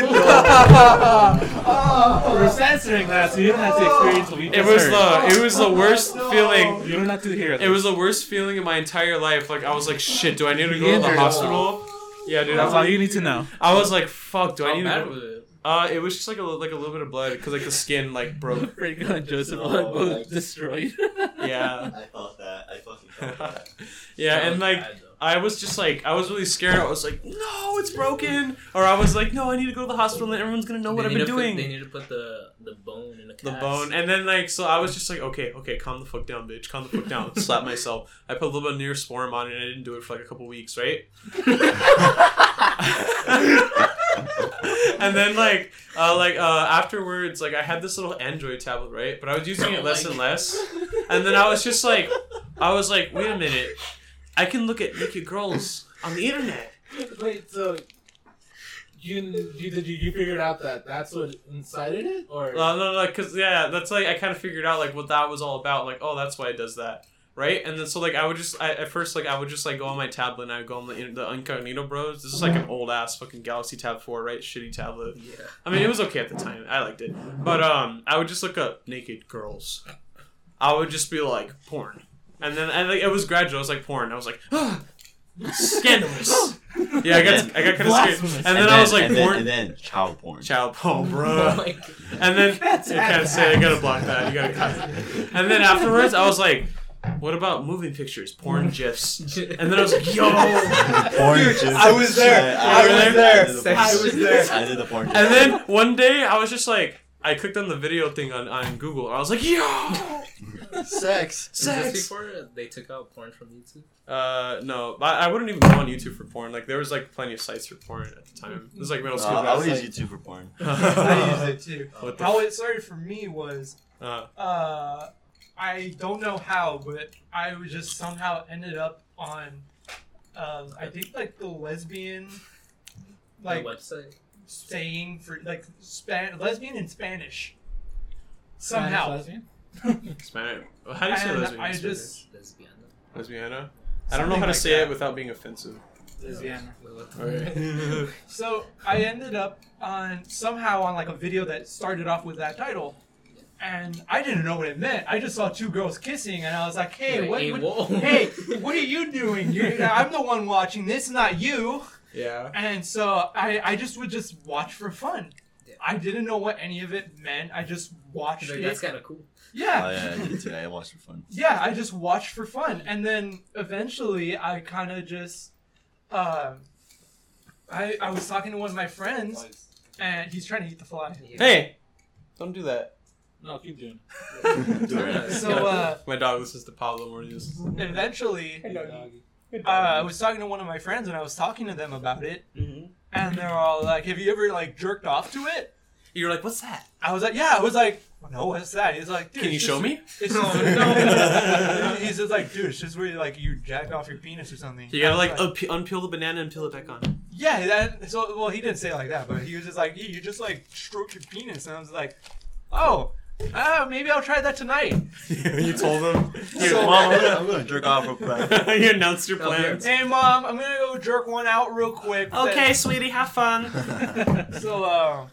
[SPEAKER 3] dude,
[SPEAKER 4] We're censoring that, so you don't have to experience what we
[SPEAKER 3] It
[SPEAKER 4] just
[SPEAKER 3] was
[SPEAKER 4] heard.
[SPEAKER 3] the it was the worst feeling
[SPEAKER 4] You don't have to hear
[SPEAKER 3] It was the worst feeling in my entire life. Like I was like, shit, do I need to go to the
[SPEAKER 4] Injured.
[SPEAKER 3] hospital? Yeah, dude. I
[SPEAKER 4] That's
[SPEAKER 3] was
[SPEAKER 4] all
[SPEAKER 3] like,
[SPEAKER 4] you need to know.
[SPEAKER 3] I was like, fuck, do I
[SPEAKER 5] How
[SPEAKER 3] need
[SPEAKER 5] bad
[SPEAKER 3] to? Go?
[SPEAKER 5] was it?
[SPEAKER 3] Uh, it was just like a li- like a little bit of blood because like the skin like broke.
[SPEAKER 4] Franco and Joseph
[SPEAKER 1] No,
[SPEAKER 4] are both
[SPEAKER 1] like-
[SPEAKER 4] destroyed.
[SPEAKER 3] Yeah,
[SPEAKER 1] I felt that. I fucking felt that.
[SPEAKER 3] yeah,
[SPEAKER 5] That
[SPEAKER 3] and
[SPEAKER 5] was
[SPEAKER 3] like
[SPEAKER 5] bad, though.
[SPEAKER 3] I was just like I was really scared. I was like, no, it's broken, or I was like, no, I need to go to the hospital and everyone's gonna know what
[SPEAKER 5] They
[SPEAKER 3] I've
[SPEAKER 5] need
[SPEAKER 3] been
[SPEAKER 5] to Put, they
[SPEAKER 3] doing.
[SPEAKER 5] need to put the the bone in a
[SPEAKER 3] The
[SPEAKER 5] cast.
[SPEAKER 3] bone, and then like so, I was just like, okay, okay, calm the fuck down, bitch, calm the fuck down. Slap myself. I put a little bit of Neosporin on it, and I didn't do it for like a couple weeks, right? and then like uh, like uh, afterwards like i had this little android tablet right but i was using it less and less and then i was just like i was like wait a minute i can look at naked girls on the internet
[SPEAKER 2] Wait, so you, you did you, you figured out that that's what incited it, or
[SPEAKER 3] no no no because yeah that's like i kind of figured out like what that was all about like oh that's why it does that right and then so like i would just I, at first like i would just like go on my tablet and i would go on the, the incognito bros this is like an old ass fucking galaxy tab 4 right shitty tablet
[SPEAKER 5] Yeah.
[SPEAKER 3] I mean, it was okay at the time. I liked it, but um, I would just look up naked girls. I would just be like porn, and then and like, it was gradual. I was like porn. I was like scandalous. Yeah, I got I got kind of scared, and then, I was like
[SPEAKER 1] and
[SPEAKER 3] porn.
[SPEAKER 1] Then, and then child porn.
[SPEAKER 3] Child porn,
[SPEAKER 5] Oh
[SPEAKER 3] bro.
[SPEAKER 5] my god.
[SPEAKER 3] And then you can't say I gotta block that. You gotta cut. And then afterwards, I was like, "What about movie pictures, porn gifs?" And then I was like, "Yo,
[SPEAKER 1] Oranges.
[SPEAKER 4] I was there.
[SPEAKER 3] I was
[SPEAKER 4] there.
[SPEAKER 1] I did the porn
[SPEAKER 4] I was
[SPEAKER 1] shit.
[SPEAKER 4] there.
[SPEAKER 1] I did the porn.
[SPEAKER 3] And then one day I was just like, I clicked on the video thing on, on Google. I was like, yo,
[SPEAKER 1] then sex.
[SPEAKER 5] Is this
[SPEAKER 3] sex.
[SPEAKER 5] before they took out porn from YouTube?
[SPEAKER 3] Uh, no, but I wouldn't even go on YouTube for porn. Like there was like plenty of sites for porn at the time. It was like middle
[SPEAKER 1] Uh,
[SPEAKER 3] school.
[SPEAKER 1] I would
[SPEAKER 3] I
[SPEAKER 1] use YouTube for porn.
[SPEAKER 4] I use it too.
[SPEAKER 5] Uh,
[SPEAKER 3] what the?
[SPEAKER 4] How it started for me was
[SPEAKER 3] Uh,
[SPEAKER 4] uh, I don't know how, but I was just somehow ended up on um, I think like the lesbian like
[SPEAKER 5] the website.
[SPEAKER 4] saying for like span lesbian in Spanish somehow.
[SPEAKER 3] Spanish. How do you say
[SPEAKER 4] And
[SPEAKER 3] lesbian?
[SPEAKER 4] I
[SPEAKER 3] in Spanish?
[SPEAKER 4] just
[SPEAKER 5] Lesbiana.
[SPEAKER 3] lesbiana. I don't know
[SPEAKER 4] something
[SPEAKER 3] how to
[SPEAKER 4] like
[SPEAKER 3] say
[SPEAKER 4] that.
[SPEAKER 3] it without being offensive.
[SPEAKER 2] Louisiana?
[SPEAKER 5] Wait, what the-
[SPEAKER 3] Alright.
[SPEAKER 4] So I ended up on somehow on like a video that started off with that title. And I didn't know what it meant. I just saw two girls kissing, and I was like, "Hey, what,
[SPEAKER 5] Like,
[SPEAKER 4] what,
[SPEAKER 5] whoa.
[SPEAKER 4] hey, what are you doing? You're, I'm the one watching this, not you."
[SPEAKER 3] yeah.
[SPEAKER 4] And so I, I just would just watch for fun.
[SPEAKER 5] Yeah.
[SPEAKER 4] I didn't know what any of it meant. I just watched
[SPEAKER 5] Like,
[SPEAKER 4] it.
[SPEAKER 5] that's kind of cool.
[SPEAKER 4] yeah.
[SPEAKER 1] Oh yeah, I did too. I watched it for fun.
[SPEAKER 4] Yeah, I just watched for fun, and then eventually I kind of just, um, I I was talking to one of my friends, and he's trying to eat the fly.
[SPEAKER 3] Hey, don't do that.
[SPEAKER 2] No, keep doing.
[SPEAKER 1] Do it right.
[SPEAKER 4] So uh,
[SPEAKER 3] My dog listens to Pablo Morales.
[SPEAKER 4] eventually,
[SPEAKER 2] Hey,
[SPEAKER 4] uh, I was talking to one of my friends, and I was talking to them about it,
[SPEAKER 3] Mhm.
[SPEAKER 4] and they're all like, "Have you ever like jerked off to it?"
[SPEAKER 3] You're like, what's that?
[SPEAKER 4] I was like, "Yeah." I was like, "No, what's that?" He's like, Dude,
[SPEAKER 3] Can you
[SPEAKER 4] it's
[SPEAKER 3] show
[SPEAKER 4] just-
[SPEAKER 3] me?
[SPEAKER 4] It's just, no. He's just like, "Dude, it's just where like you jack off your penis or something."
[SPEAKER 3] You gotta
[SPEAKER 4] I was
[SPEAKER 3] like up- unpeel the banana and peel it back on.
[SPEAKER 4] Yeah, that, so well, he didn't say it like that, but he was just like, "Yeah, you just like stroke your penis," and I was like, "Oh, Ah, maybe I'll try that tonight.
[SPEAKER 1] you told them.
[SPEAKER 3] Your mom-
[SPEAKER 1] so, mom, I'm gonna, I'm gonna jerk off real quick.
[SPEAKER 3] you announced your plans.
[SPEAKER 4] Hey, mom, um, I'm gonna go jerk one out real quick.
[SPEAKER 7] Okay, sweetie, have fun.
[SPEAKER 4] so uh,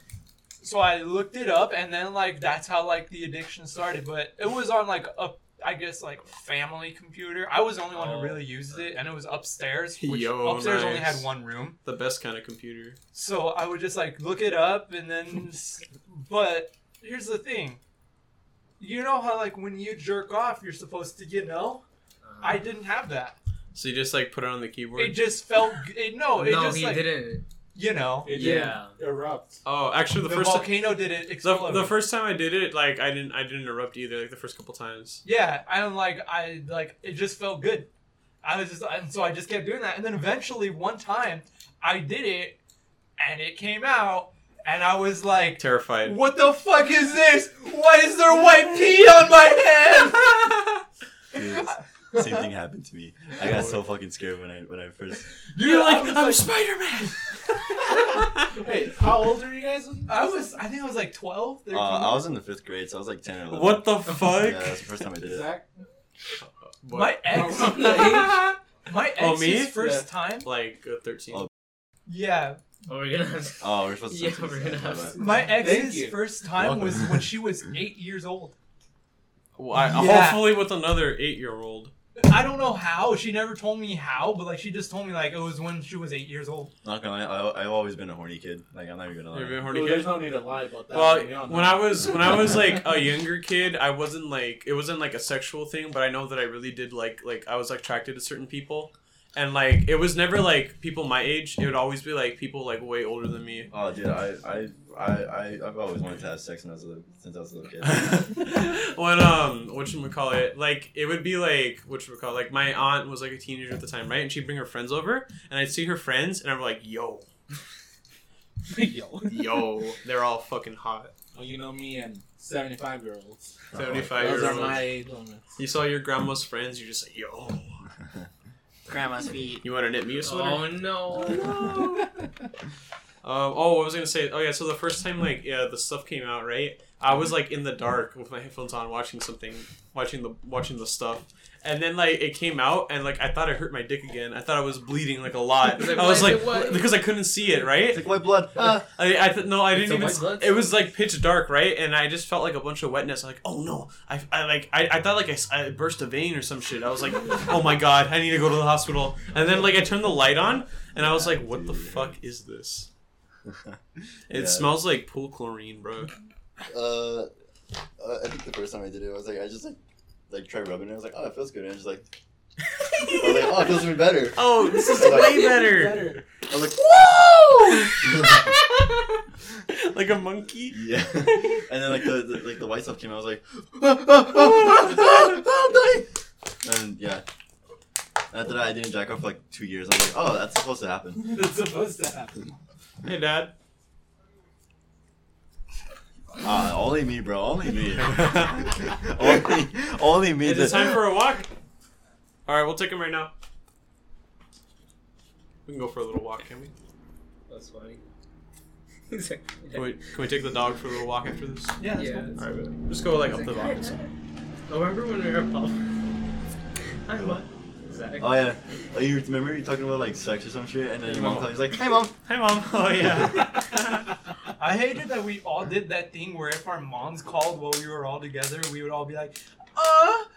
[SPEAKER 4] so I looked it up, and then like that's how like the addiction started. But it was on like a I guess like family computer. I was the only one who really used it, and it was upstairs. Which
[SPEAKER 3] Oh. Yo,
[SPEAKER 4] upstairs only
[SPEAKER 3] nice.
[SPEAKER 4] had one room,
[SPEAKER 3] The best kind of computer.
[SPEAKER 4] so I would just like look it up, and then. s- but here's the thing. You know how like when you jerk off, you're supposed to you know.
[SPEAKER 5] um,
[SPEAKER 4] I didn't have that.
[SPEAKER 3] So you just like put it on the keyboard.
[SPEAKER 4] It just felt. g- It, no, it
[SPEAKER 5] no,
[SPEAKER 4] just
[SPEAKER 5] he
[SPEAKER 4] like
[SPEAKER 5] didn't.
[SPEAKER 4] you know.
[SPEAKER 2] It
[SPEAKER 5] Yeah.
[SPEAKER 2] didn't erupt.
[SPEAKER 3] oh, actually, the,
[SPEAKER 4] The
[SPEAKER 3] first
[SPEAKER 4] volcano did it.
[SPEAKER 3] the,
[SPEAKER 4] Explode.
[SPEAKER 3] the first time I did it, like I didn't I didn't interrupt either. Like the first couple times.
[SPEAKER 4] Yeah, and like I like it just felt good. I was just and so I just kept doing that, and then eventually one time I did it, and it came out, and I was like,
[SPEAKER 3] Terrified.
[SPEAKER 4] "What the fuck is this? Why is there white pee on my
[SPEAKER 1] Dude,
[SPEAKER 4] hand?"
[SPEAKER 1] same thing happened to me. I got so fucking scared when I when I first.
[SPEAKER 4] You're like,
[SPEAKER 6] was
[SPEAKER 4] "I'm
[SPEAKER 6] Spider Man. Wait, how old are you guys? when
[SPEAKER 4] I was, I think I was like 12,
[SPEAKER 1] Uh,
[SPEAKER 4] 13.
[SPEAKER 1] I was in the fifth grade, so I was like ten or eleven.
[SPEAKER 3] What the
[SPEAKER 1] Yeah,
[SPEAKER 3] fuck?
[SPEAKER 1] that's the first time I did it.
[SPEAKER 2] Zach?
[SPEAKER 3] What?
[SPEAKER 4] my ex, my ex's
[SPEAKER 3] Oh, me?
[SPEAKER 4] first time.
[SPEAKER 3] like uh, thirteen.
[SPEAKER 1] Oh.
[SPEAKER 4] Yeah,
[SPEAKER 5] Oh, we're gonna have
[SPEAKER 1] Oh, we're supposed to.
[SPEAKER 5] Yeah,
[SPEAKER 1] say
[SPEAKER 5] we're gonna have
[SPEAKER 1] that.
[SPEAKER 5] to-
[SPEAKER 4] my
[SPEAKER 2] you.
[SPEAKER 4] ex's first time was
[SPEAKER 1] welcome.
[SPEAKER 4] when she was eight years old.
[SPEAKER 3] Why?
[SPEAKER 4] Yeah.
[SPEAKER 3] Hopefully with another eight-year-old.
[SPEAKER 4] I don't know how. She never told me how, but like she just told me like it was when she was eight years old.
[SPEAKER 1] Not gonna lie, I, I've always been a horny kid. Like I'm not even gonna
[SPEAKER 3] You're a
[SPEAKER 1] lie.
[SPEAKER 3] bit horny
[SPEAKER 2] Well,
[SPEAKER 3] kid?
[SPEAKER 2] there's no need to lie about that.
[SPEAKER 3] Well,
[SPEAKER 2] We all know.
[SPEAKER 3] when I was when I was like a younger kid, I wasn't like it wasn't like a sexual thing, but I know that I really did like like I was like, attracted to certain people, and like it was never like people my age. It would always be like people like way older than me.
[SPEAKER 1] Oh, dude, I, I, I, I, I've always wanted to have sex when I was a, little- since I was a little kid.
[SPEAKER 3] when um what should we call it like it would be like what should we call it? like my aunt was like a teenager at the time right and she'd bring her friends over and i'd see her friends and i'd be like yo
[SPEAKER 4] Yo.
[SPEAKER 3] yo they're all fucking hot
[SPEAKER 2] Oh, you know me and 75 year olds.
[SPEAKER 3] 75
[SPEAKER 2] Those
[SPEAKER 3] year
[SPEAKER 2] are
[SPEAKER 3] old
[SPEAKER 2] my age limits.
[SPEAKER 3] you saw your grandma's friends you're just like yo
[SPEAKER 7] Grandma's feet.
[SPEAKER 3] you want to knit me a sweater
[SPEAKER 5] Oh no.
[SPEAKER 3] Um, oh, what was I gonna say? Oh yeah, so the first time like yeah, the stuff came out, right? I was like in the dark with my headphones on, watching something, watching the watching the stuff, and then like it came out, and like I thought I hurt my dick again. I thought I was bleeding like a lot.
[SPEAKER 5] Like,
[SPEAKER 3] I was
[SPEAKER 5] why
[SPEAKER 3] like
[SPEAKER 5] is it white?
[SPEAKER 3] because I couldn't see it,
[SPEAKER 1] It's
[SPEAKER 3] right?
[SPEAKER 1] like white blood. Ah.
[SPEAKER 3] I, I th- no, I
[SPEAKER 5] It's
[SPEAKER 3] didn't
[SPEAKER 5] a
[SPEAKER 3] even.
[SPEAKER 5] white
[SPEAKER 3] s-
[SPEAKER 5] blood
[SPEAKER 3] It was like pitch dark, right? And I just felt like a bunch of wetness. I'm like, oh no, I, I like I, I thought like I, s- I burst a vein or some shit. I was like, oh my god, I need to go to the hospital. And then like I turned the light on, and I was like, what the fuck is this? It
[SPEAKER 1] Yeah.
[SPEAKER 3] smells like pool chlorine, bro.
[SPEAKER 1] uh, uh, I think the first time I did it, I was like, I just like, like tried rubbing it. I was like, oh, it feels good. And I was just like, I was like, oh, it feels even better.
[SPEAKER 3] Oh, this is
[SPEAKER 1] Like-
[SPEAKER 3] way better.
[SPEAKER 1] I was like, whoa!
[SPEAKER 3] Like a monkey.
[SPEAKER 1] yeah. And then like the, the like the white stuff came out. I was like, oh, oh, oh, oh, oh, I'm dying. And yeah. After that, I didn't jack off for like two years. I was like, oh, that's supposed to happen.
[SPEAKER 4] That's supposed to happen.
[SPEAKER 3] Hey, Dad.
[SPEAKER 1] Ah, only me, bro. Only me. only, only me.
[SPEAKER 3] Is it time for a walk? All right, we'll take him right now. We can go for a little walk, can we?
[SPEAKER 5] That's funny. He's like,
[SPEAKER 3] Can we, can we take the dog for a little walk after this?
[SPEAKER 4] Yeah. That's
[SPEAKER 5] yeah.
[SPEAKER 4] Cool.
[SPEAKER 3] All right, just go like up the box.
[SPEAKER 5] I remember when we were at Pop. Hi, what? Zach.
[SPEAKER 1] Oh yeah. Oh, you remember you talking about like sex or some shit, and then your mom
[SPEAKER 3] Mom.
[SPEAKER 1] calls you like, "Hey mom."
[SPEAKER 3] Hi, mom. Oh
[SPEAKER 4] yeah.
[SPEAKER 3] yeah.
[SPEAKER 4] I hated that we all did that thing where if our moms called while we were all together, we would all be like, "Uh,
[SPEAKER 2] Oh,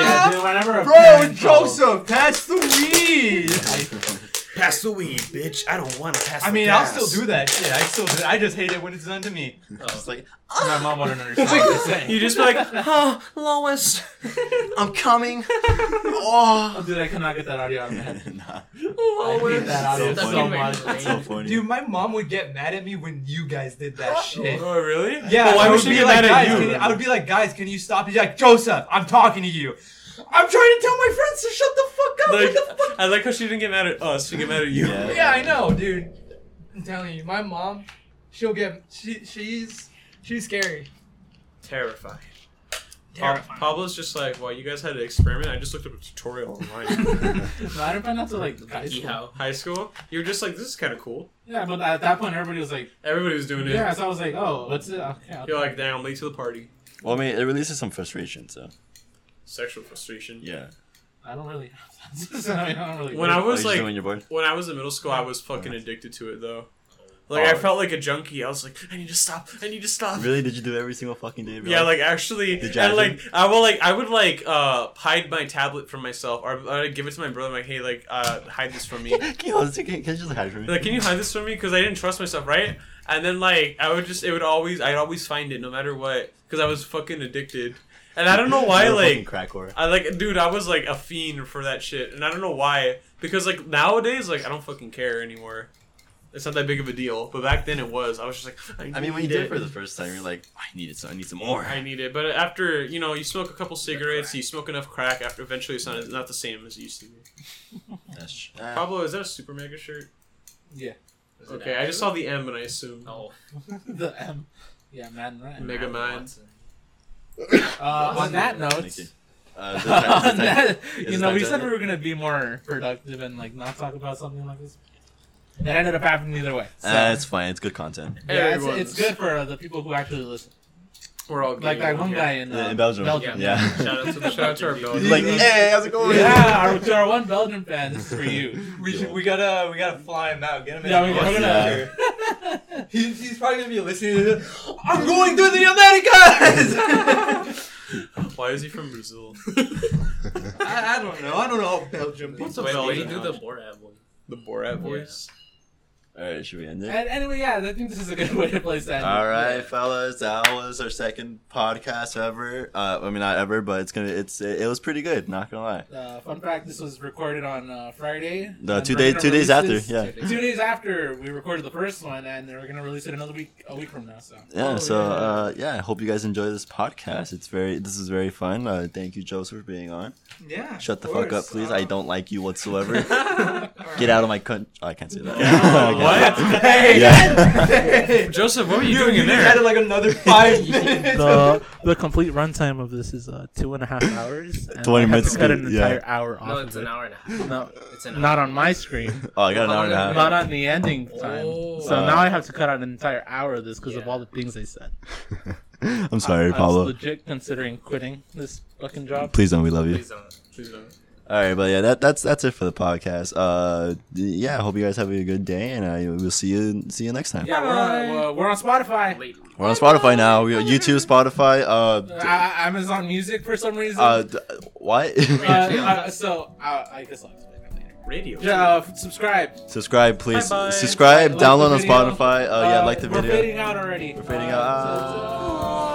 [SPEAKER 2] yeah, dude. Whenever a
[SPEAKER 4] bro,
[SPEAKER 2] parent calls-
[SPEAKER 4] Joseph, pass the weed."
[SPEAKER 7] Pass the weed, bitch. I don't want to pass.
[SPEAKER 4] I mean, I'll still do that shit. I still do. I just hate it when it's done to me.
[SPEAKER 5] Oh.
[SPEAKER 1] Just like,
[SPEAKER 2] My mom wouldn't understand what you're saying.
[SPEAKER 3] you just be like, huh?
[SPEAKER 7] Lois.
[SPEAKER 1] "I'm coming." oh.
[SPEAKER 2] Oh, dude, I cannot get that audio out of my head.
[SPEAKER 1] nah.
[SPEAKER 5] Oh,
[SPEAKER 2] I hate that audio
[SPEAKER 1] Stuck
[SPEAKER 2] so
[SPEAKER 1] in my
[SPEAKER 2] much.
[SPEAKER 1] That's so funny.
[SPEAKER 4] Dude, my mom would get mad at me when you guys did that shit.
[SPEAKER 3] Oh really?
[SPEAKER 4] Yeah,
[SPEAKER 3] Well, why
[SPEAKER 4] I
[SPEAKER 3] would
[SPEAKER 4] would
[SPEAKER 3] she
[SPEAKER 4] be
[SPEAKER 3] get
[SPEAKER 4] like,
[SPEAKER 3] mad at
[SPEAKER 4] guys,
[SPEAKER 3] you?
[SPEAKER 4] Can you? I would be like, guys, can you stop? He's like, Joseph, I'm talking to you. I'm trying to tell my friends to shut the fuck up.
[SPEAKER 3] Like,
[SPEAKER 4] what the fuck?
[SPEAKER 3] I like how she didn't get mad at us. She get mad at you.
[SPEAKER 1] Yeah.
[SPEAKER 4] Yeah, I know, dude. I'm telling you, my mom, she'll get she she's she's scary.
[SPEAKER 3] Terrified. Pa- Pablo's just like, well, you guys had an experiment. I just looked up a tutorial online.
[SPEAKER 2] No, I didn't find out till like high school.
[SPEAKER 5] Yeehaw.
[SPEAKER 3] High school, you were just like, this is kind of cool.
[SPEAKER 2] Yeah, but at that point, everybody was like,
[SPEAKER 3] Everybody was doing it.
[SPEAKER 2] yeah, so I was like, oh, what's it? Okay, I'll-
[SPEAKER 3] You're like, damn, late to the party.
[SPEAKER 1] Well, I mean, it releases some frustration, so
[SPEAKER 3] Sexual frustration.
[SPEAKER 1] yeah.
[SPEAKER 4] I don't really have that.
[SPEAKER 2] I mean, I don't really.
[SPEAKER 3] When I was
[SPEAKER 1] oh, you
[SPEAKER 3] like
[SPEAKER 1] when you're bored.
[SPEAKER 3] When I was in middle school, I was fucking addicted to it though. Like I
[SPEAKER 1] Oh.
[SPEAKER 3] felt like a junkie. I was like, I need to stop. I need to stop.
[SPEAKER 1] Really? Did you do every single fucking day? Bro?
[SPEAKER 3] Yeah, like actually,
[SPEAKER 1] Did you
[SPEAKER 3] and like
[SPEAKER 1] actually?
[SPEAKER 3] I will like I would like uh hide my tablet from myself, or I'd give it to my brother. like, hey, like uh hide this from me.
[SPEAKER 1] can you hold this- can, can you just hide from me?
[SPEAKER 3] like, can you hide this from me? Because I didn't trust myself, right? And then like I would just it would always I'd always find it no matter what because I was fucking addicted, and I don't know why
[SPEAKER 1] You're a fucking
[SPEAKER 3] like
[SPEAKER 1] crack whore.
[SPEAKER 3] I like, dude, I was like a fiend for that shit, and I don't know why. Because like nowadays, like I don't fucking care anymore. It's not that big of a deal, but back then it was. I was just like, I,
[SPEAKER 1] I mean, when you
[SPEAKER 3] need
[SPEAKER 1] did it for the first time, you're like, I need it, so I need some more.
[SPEAKER 3] I need it. But after you know, you smoke a couple cigarettes, you smoke enough crack. After eventually, it's not it's not the same as it used to be.
[SPEAKER 1] That's sh- uh,
[SPEAKER 3] Pablo, is that a super mega shirt?
[SPEAKER 5] Is it
[SPEAKER 3] Okay, I just saw the M and I assumed.
[SPEAKER 5] No.
[SPEAKER 2] the M. Yeah, Madden Ryan.
[SPEAKER 3] Mega Mind.
[SPEAKER 2] Uh, on that
[SPEAKER 1] Ah, Thank
[SPEAKER 2] note,
[SPEAKER 1] you. Uh, is it time- is it
[SPEAKER 2] on
[SPEAKER 1] time-
[SPEAKER 2] that,
[SPEAKER 1] is it
[SPEAKER 2] you know,
[SPEAKER 1] time
[SPEAKER 2] we
[SPEAKER 1] to
[SPEAKER 2] said
[SPEAKER 1] end
[SPEAKER 2] we
[SPEAKER 1] it?
[SPEAKER 2] were gonna be more productive and like not talk about something like this. It ended up happening either way. So,
[SPEAKER 1] Uh, it's fine. It's good content.
[SPEAKER 2] yeah, it's,
[SPEAKER 3] Everyone's-
[SPEAKER 2] it's good for uh, the people who actually listen.
[SPEAKER 3] We're all
[SPEAKER 2] Like that one guy in, uh,
[SPEAKER 1] in Belgium.
[SPEAKER 2] Belgium.
[SPEAKER 1] Yeah.
[SPEAKER 3] Shout out to the shout out to our
[SPEAKER 1] He's
[SPEAKER 3] Belgian.
[SPEAKER 1] like, hey, how's it going?
[SPEAKER 2] Yeah, our, to our one Belgian fan, this is for you.
[SPEAKER 4] We should, we gotta we gotta fly him out. Get him in.
[SPEAKER 2] Yeah, we- we're
[SPEAKER 1] gonna-
[SPEAKER 4] gonna. he's, he's probably gonna be listening to this. I'm going to the Americas.
[SPEAKER 3] Why is he from Brazil?
[SPEAKER 4] I, I don't know. I don't know how Belgium.
[SPEAKER 3] What's
[SPEAKER 4] What's
[SPEAKER 3] a
[SPEAKER 4] up?
[SPEAKER 5] Wait,
[SPEAKER 3] Belgian
[SPEAKER 5] wait, you do the
[SPEAKER 3] accent?
[SPEAKER 5] Borat one.
[SPEAKER 3] the Borat voice.
[SPEAKER 1] All right, should we end it?
[SPEAKER 2] And anyway, yeah, I think this is a good way to place that.
[SPEAKER 1] All right, fellas, that was our second podcast ever. Uh, I mean, not ever, but it's gonna. It's it, it was pretty good. Not gonna lie.
[SPEAKER 2] Uh, fun fact: This was recorded on uh, Friday.
[SPEAKER 1] No,
[SPEAKER 2] and
[SPEAKER 1] two
[SPEAKER 2] we're
[SPEAKER 1] days.
[SPEAKER 2] gonna
[SPEAKER 1] Two days
[SPEAKER 2] release
[SPEAKER 1] after.
[SPEAKER 2] this-
[SPEAKER 1] Yeah.
[SPEAKER 2] Two days after we recorded the first one, and we're gonna release it another week, a week from now. So.
[SPEAKER 1] Yeah.
[SPEAKER 4] Oh,
[SPEAKER 1] so
[SPEAKER 4] yeah.
[SPEAKER 1] Uh, yeah, I hope you guys enjoy this podcast. It's very. This is very fun. Uh, thank you, Joseph, for being on.
[SPEAKER 4] Yeah.
[SPEAKER 1] Shut the
[SPEAKER 4] of
[SPEAKER 1] fuck up,
[SPEAKER 4] course.
[SPEAKER 1] please.
[SPEAKER 4] Uh,
[SPEAKER 1] I don't like you whatsoever.
[SPEAKER 4] alright.
[SPEAKER 1] Get out of my cunt. Oh, I can't say
[SPEAKER 3] Oh, what?
[SPEAKER 1] that. I can't.
[SPEAKER 4] Hey.
[SPEAKER 1] Yeah.
[SPEAKER 4] hey.
[SPEAKER 3] Joseph, what were you
[SPEAKER 4] You,
[SPEAKER 3] doing
[SPEAKER 4] you
[SPEAKER 3] in
[SPEAKER 4] just
[SPEAKER 3] there?
[SPEAKER 4] added like another five minutes.
[SPEAKER 2] the the complete runtime of this is uh, two and a half hours. and
[SPEAKER 1] 20
[SPEAKER 2] I had to
[SPEAKER 1] minutes,
[SPEAKER 2] Cut an
[SPEAKER 1] yeah.
[SPEAKER 2] entire hour off.
[SPEAKER 5] No, it's
[SPEAKER 2] of
[SPEAKER 5] an
[SPEAKER 2] it.
[SPEAKER 5] hour and a half.
[SPEAKER 2] No,
[SPEAKER 5] It's an hour.
[SPEAKER 2] not on my screen.
[SPEAKER 1] Oh, I got an hour and a half.
[SPEAKER 2] Not on the ending time.
[SPEAKER 5] Oh.
[SPEAKER 2] So
[SPEAKER 1] Uh,
[SPEAKER 2] now I have to cut out an entire hour of this because of
[SPEAKER 5] Yeah.
[SPEAKER 2] all the things they said.
[SPEAKER 1] I'm sorry,
[SPEAKER 2] I was
[SPEAKER 1] Pablo.
[SPEAKER 2] legit considering quitting this fucking job.
[SPEAKER 1] Please don't. We love you.
[SPEAKER 5] Please don't.
[SPEAKER 3] Please don't.
[SPEAKER 1] All right, but yeah, that that's that's it for the podcast. Uh, yeah, I hope you guys have a good day, and I will see you see you next time.
[SPEAKER 2] Yeah, we're on, uh, we're on Spotify,
[SPEAKER 5] Wait.
[SPEAKER 1] We're on Spotify now. We YouTube, Spotify. Uh,
[SPEAKER 2] uh,
[SPEAKER 1] d-
[SPEAKER 2] Amazon Music for some reason.
[SPEAKER 1] uh, d- what?
[SPEAKER 2] Uh, uh, so uh, I guess I'll explain that later.
[SPEAKER 3] Radio.
[SPEAKER 2] Yeah, uh, subscribe.
[SPEAKER 1] subscribe, please.
[SPEAKER 3] Bye-bye.
[SPEAKER 1] Subscribe,
[SPEAKER 2] Like the
[SPEAKER 1] download on
[SPEAKER 2] video.
[SPEAKER 1] Spotify. Uh, yeah, like the
[SPEAKER 2] We're fading
[SPEAKER 1] video.
[SPEAKER 2] out already.
[SPEAKER 1] We're fading
[SPEAKER 2] Uh,
[SPEAKER 1] out. Ah.
[SPEAKER 2] so- so-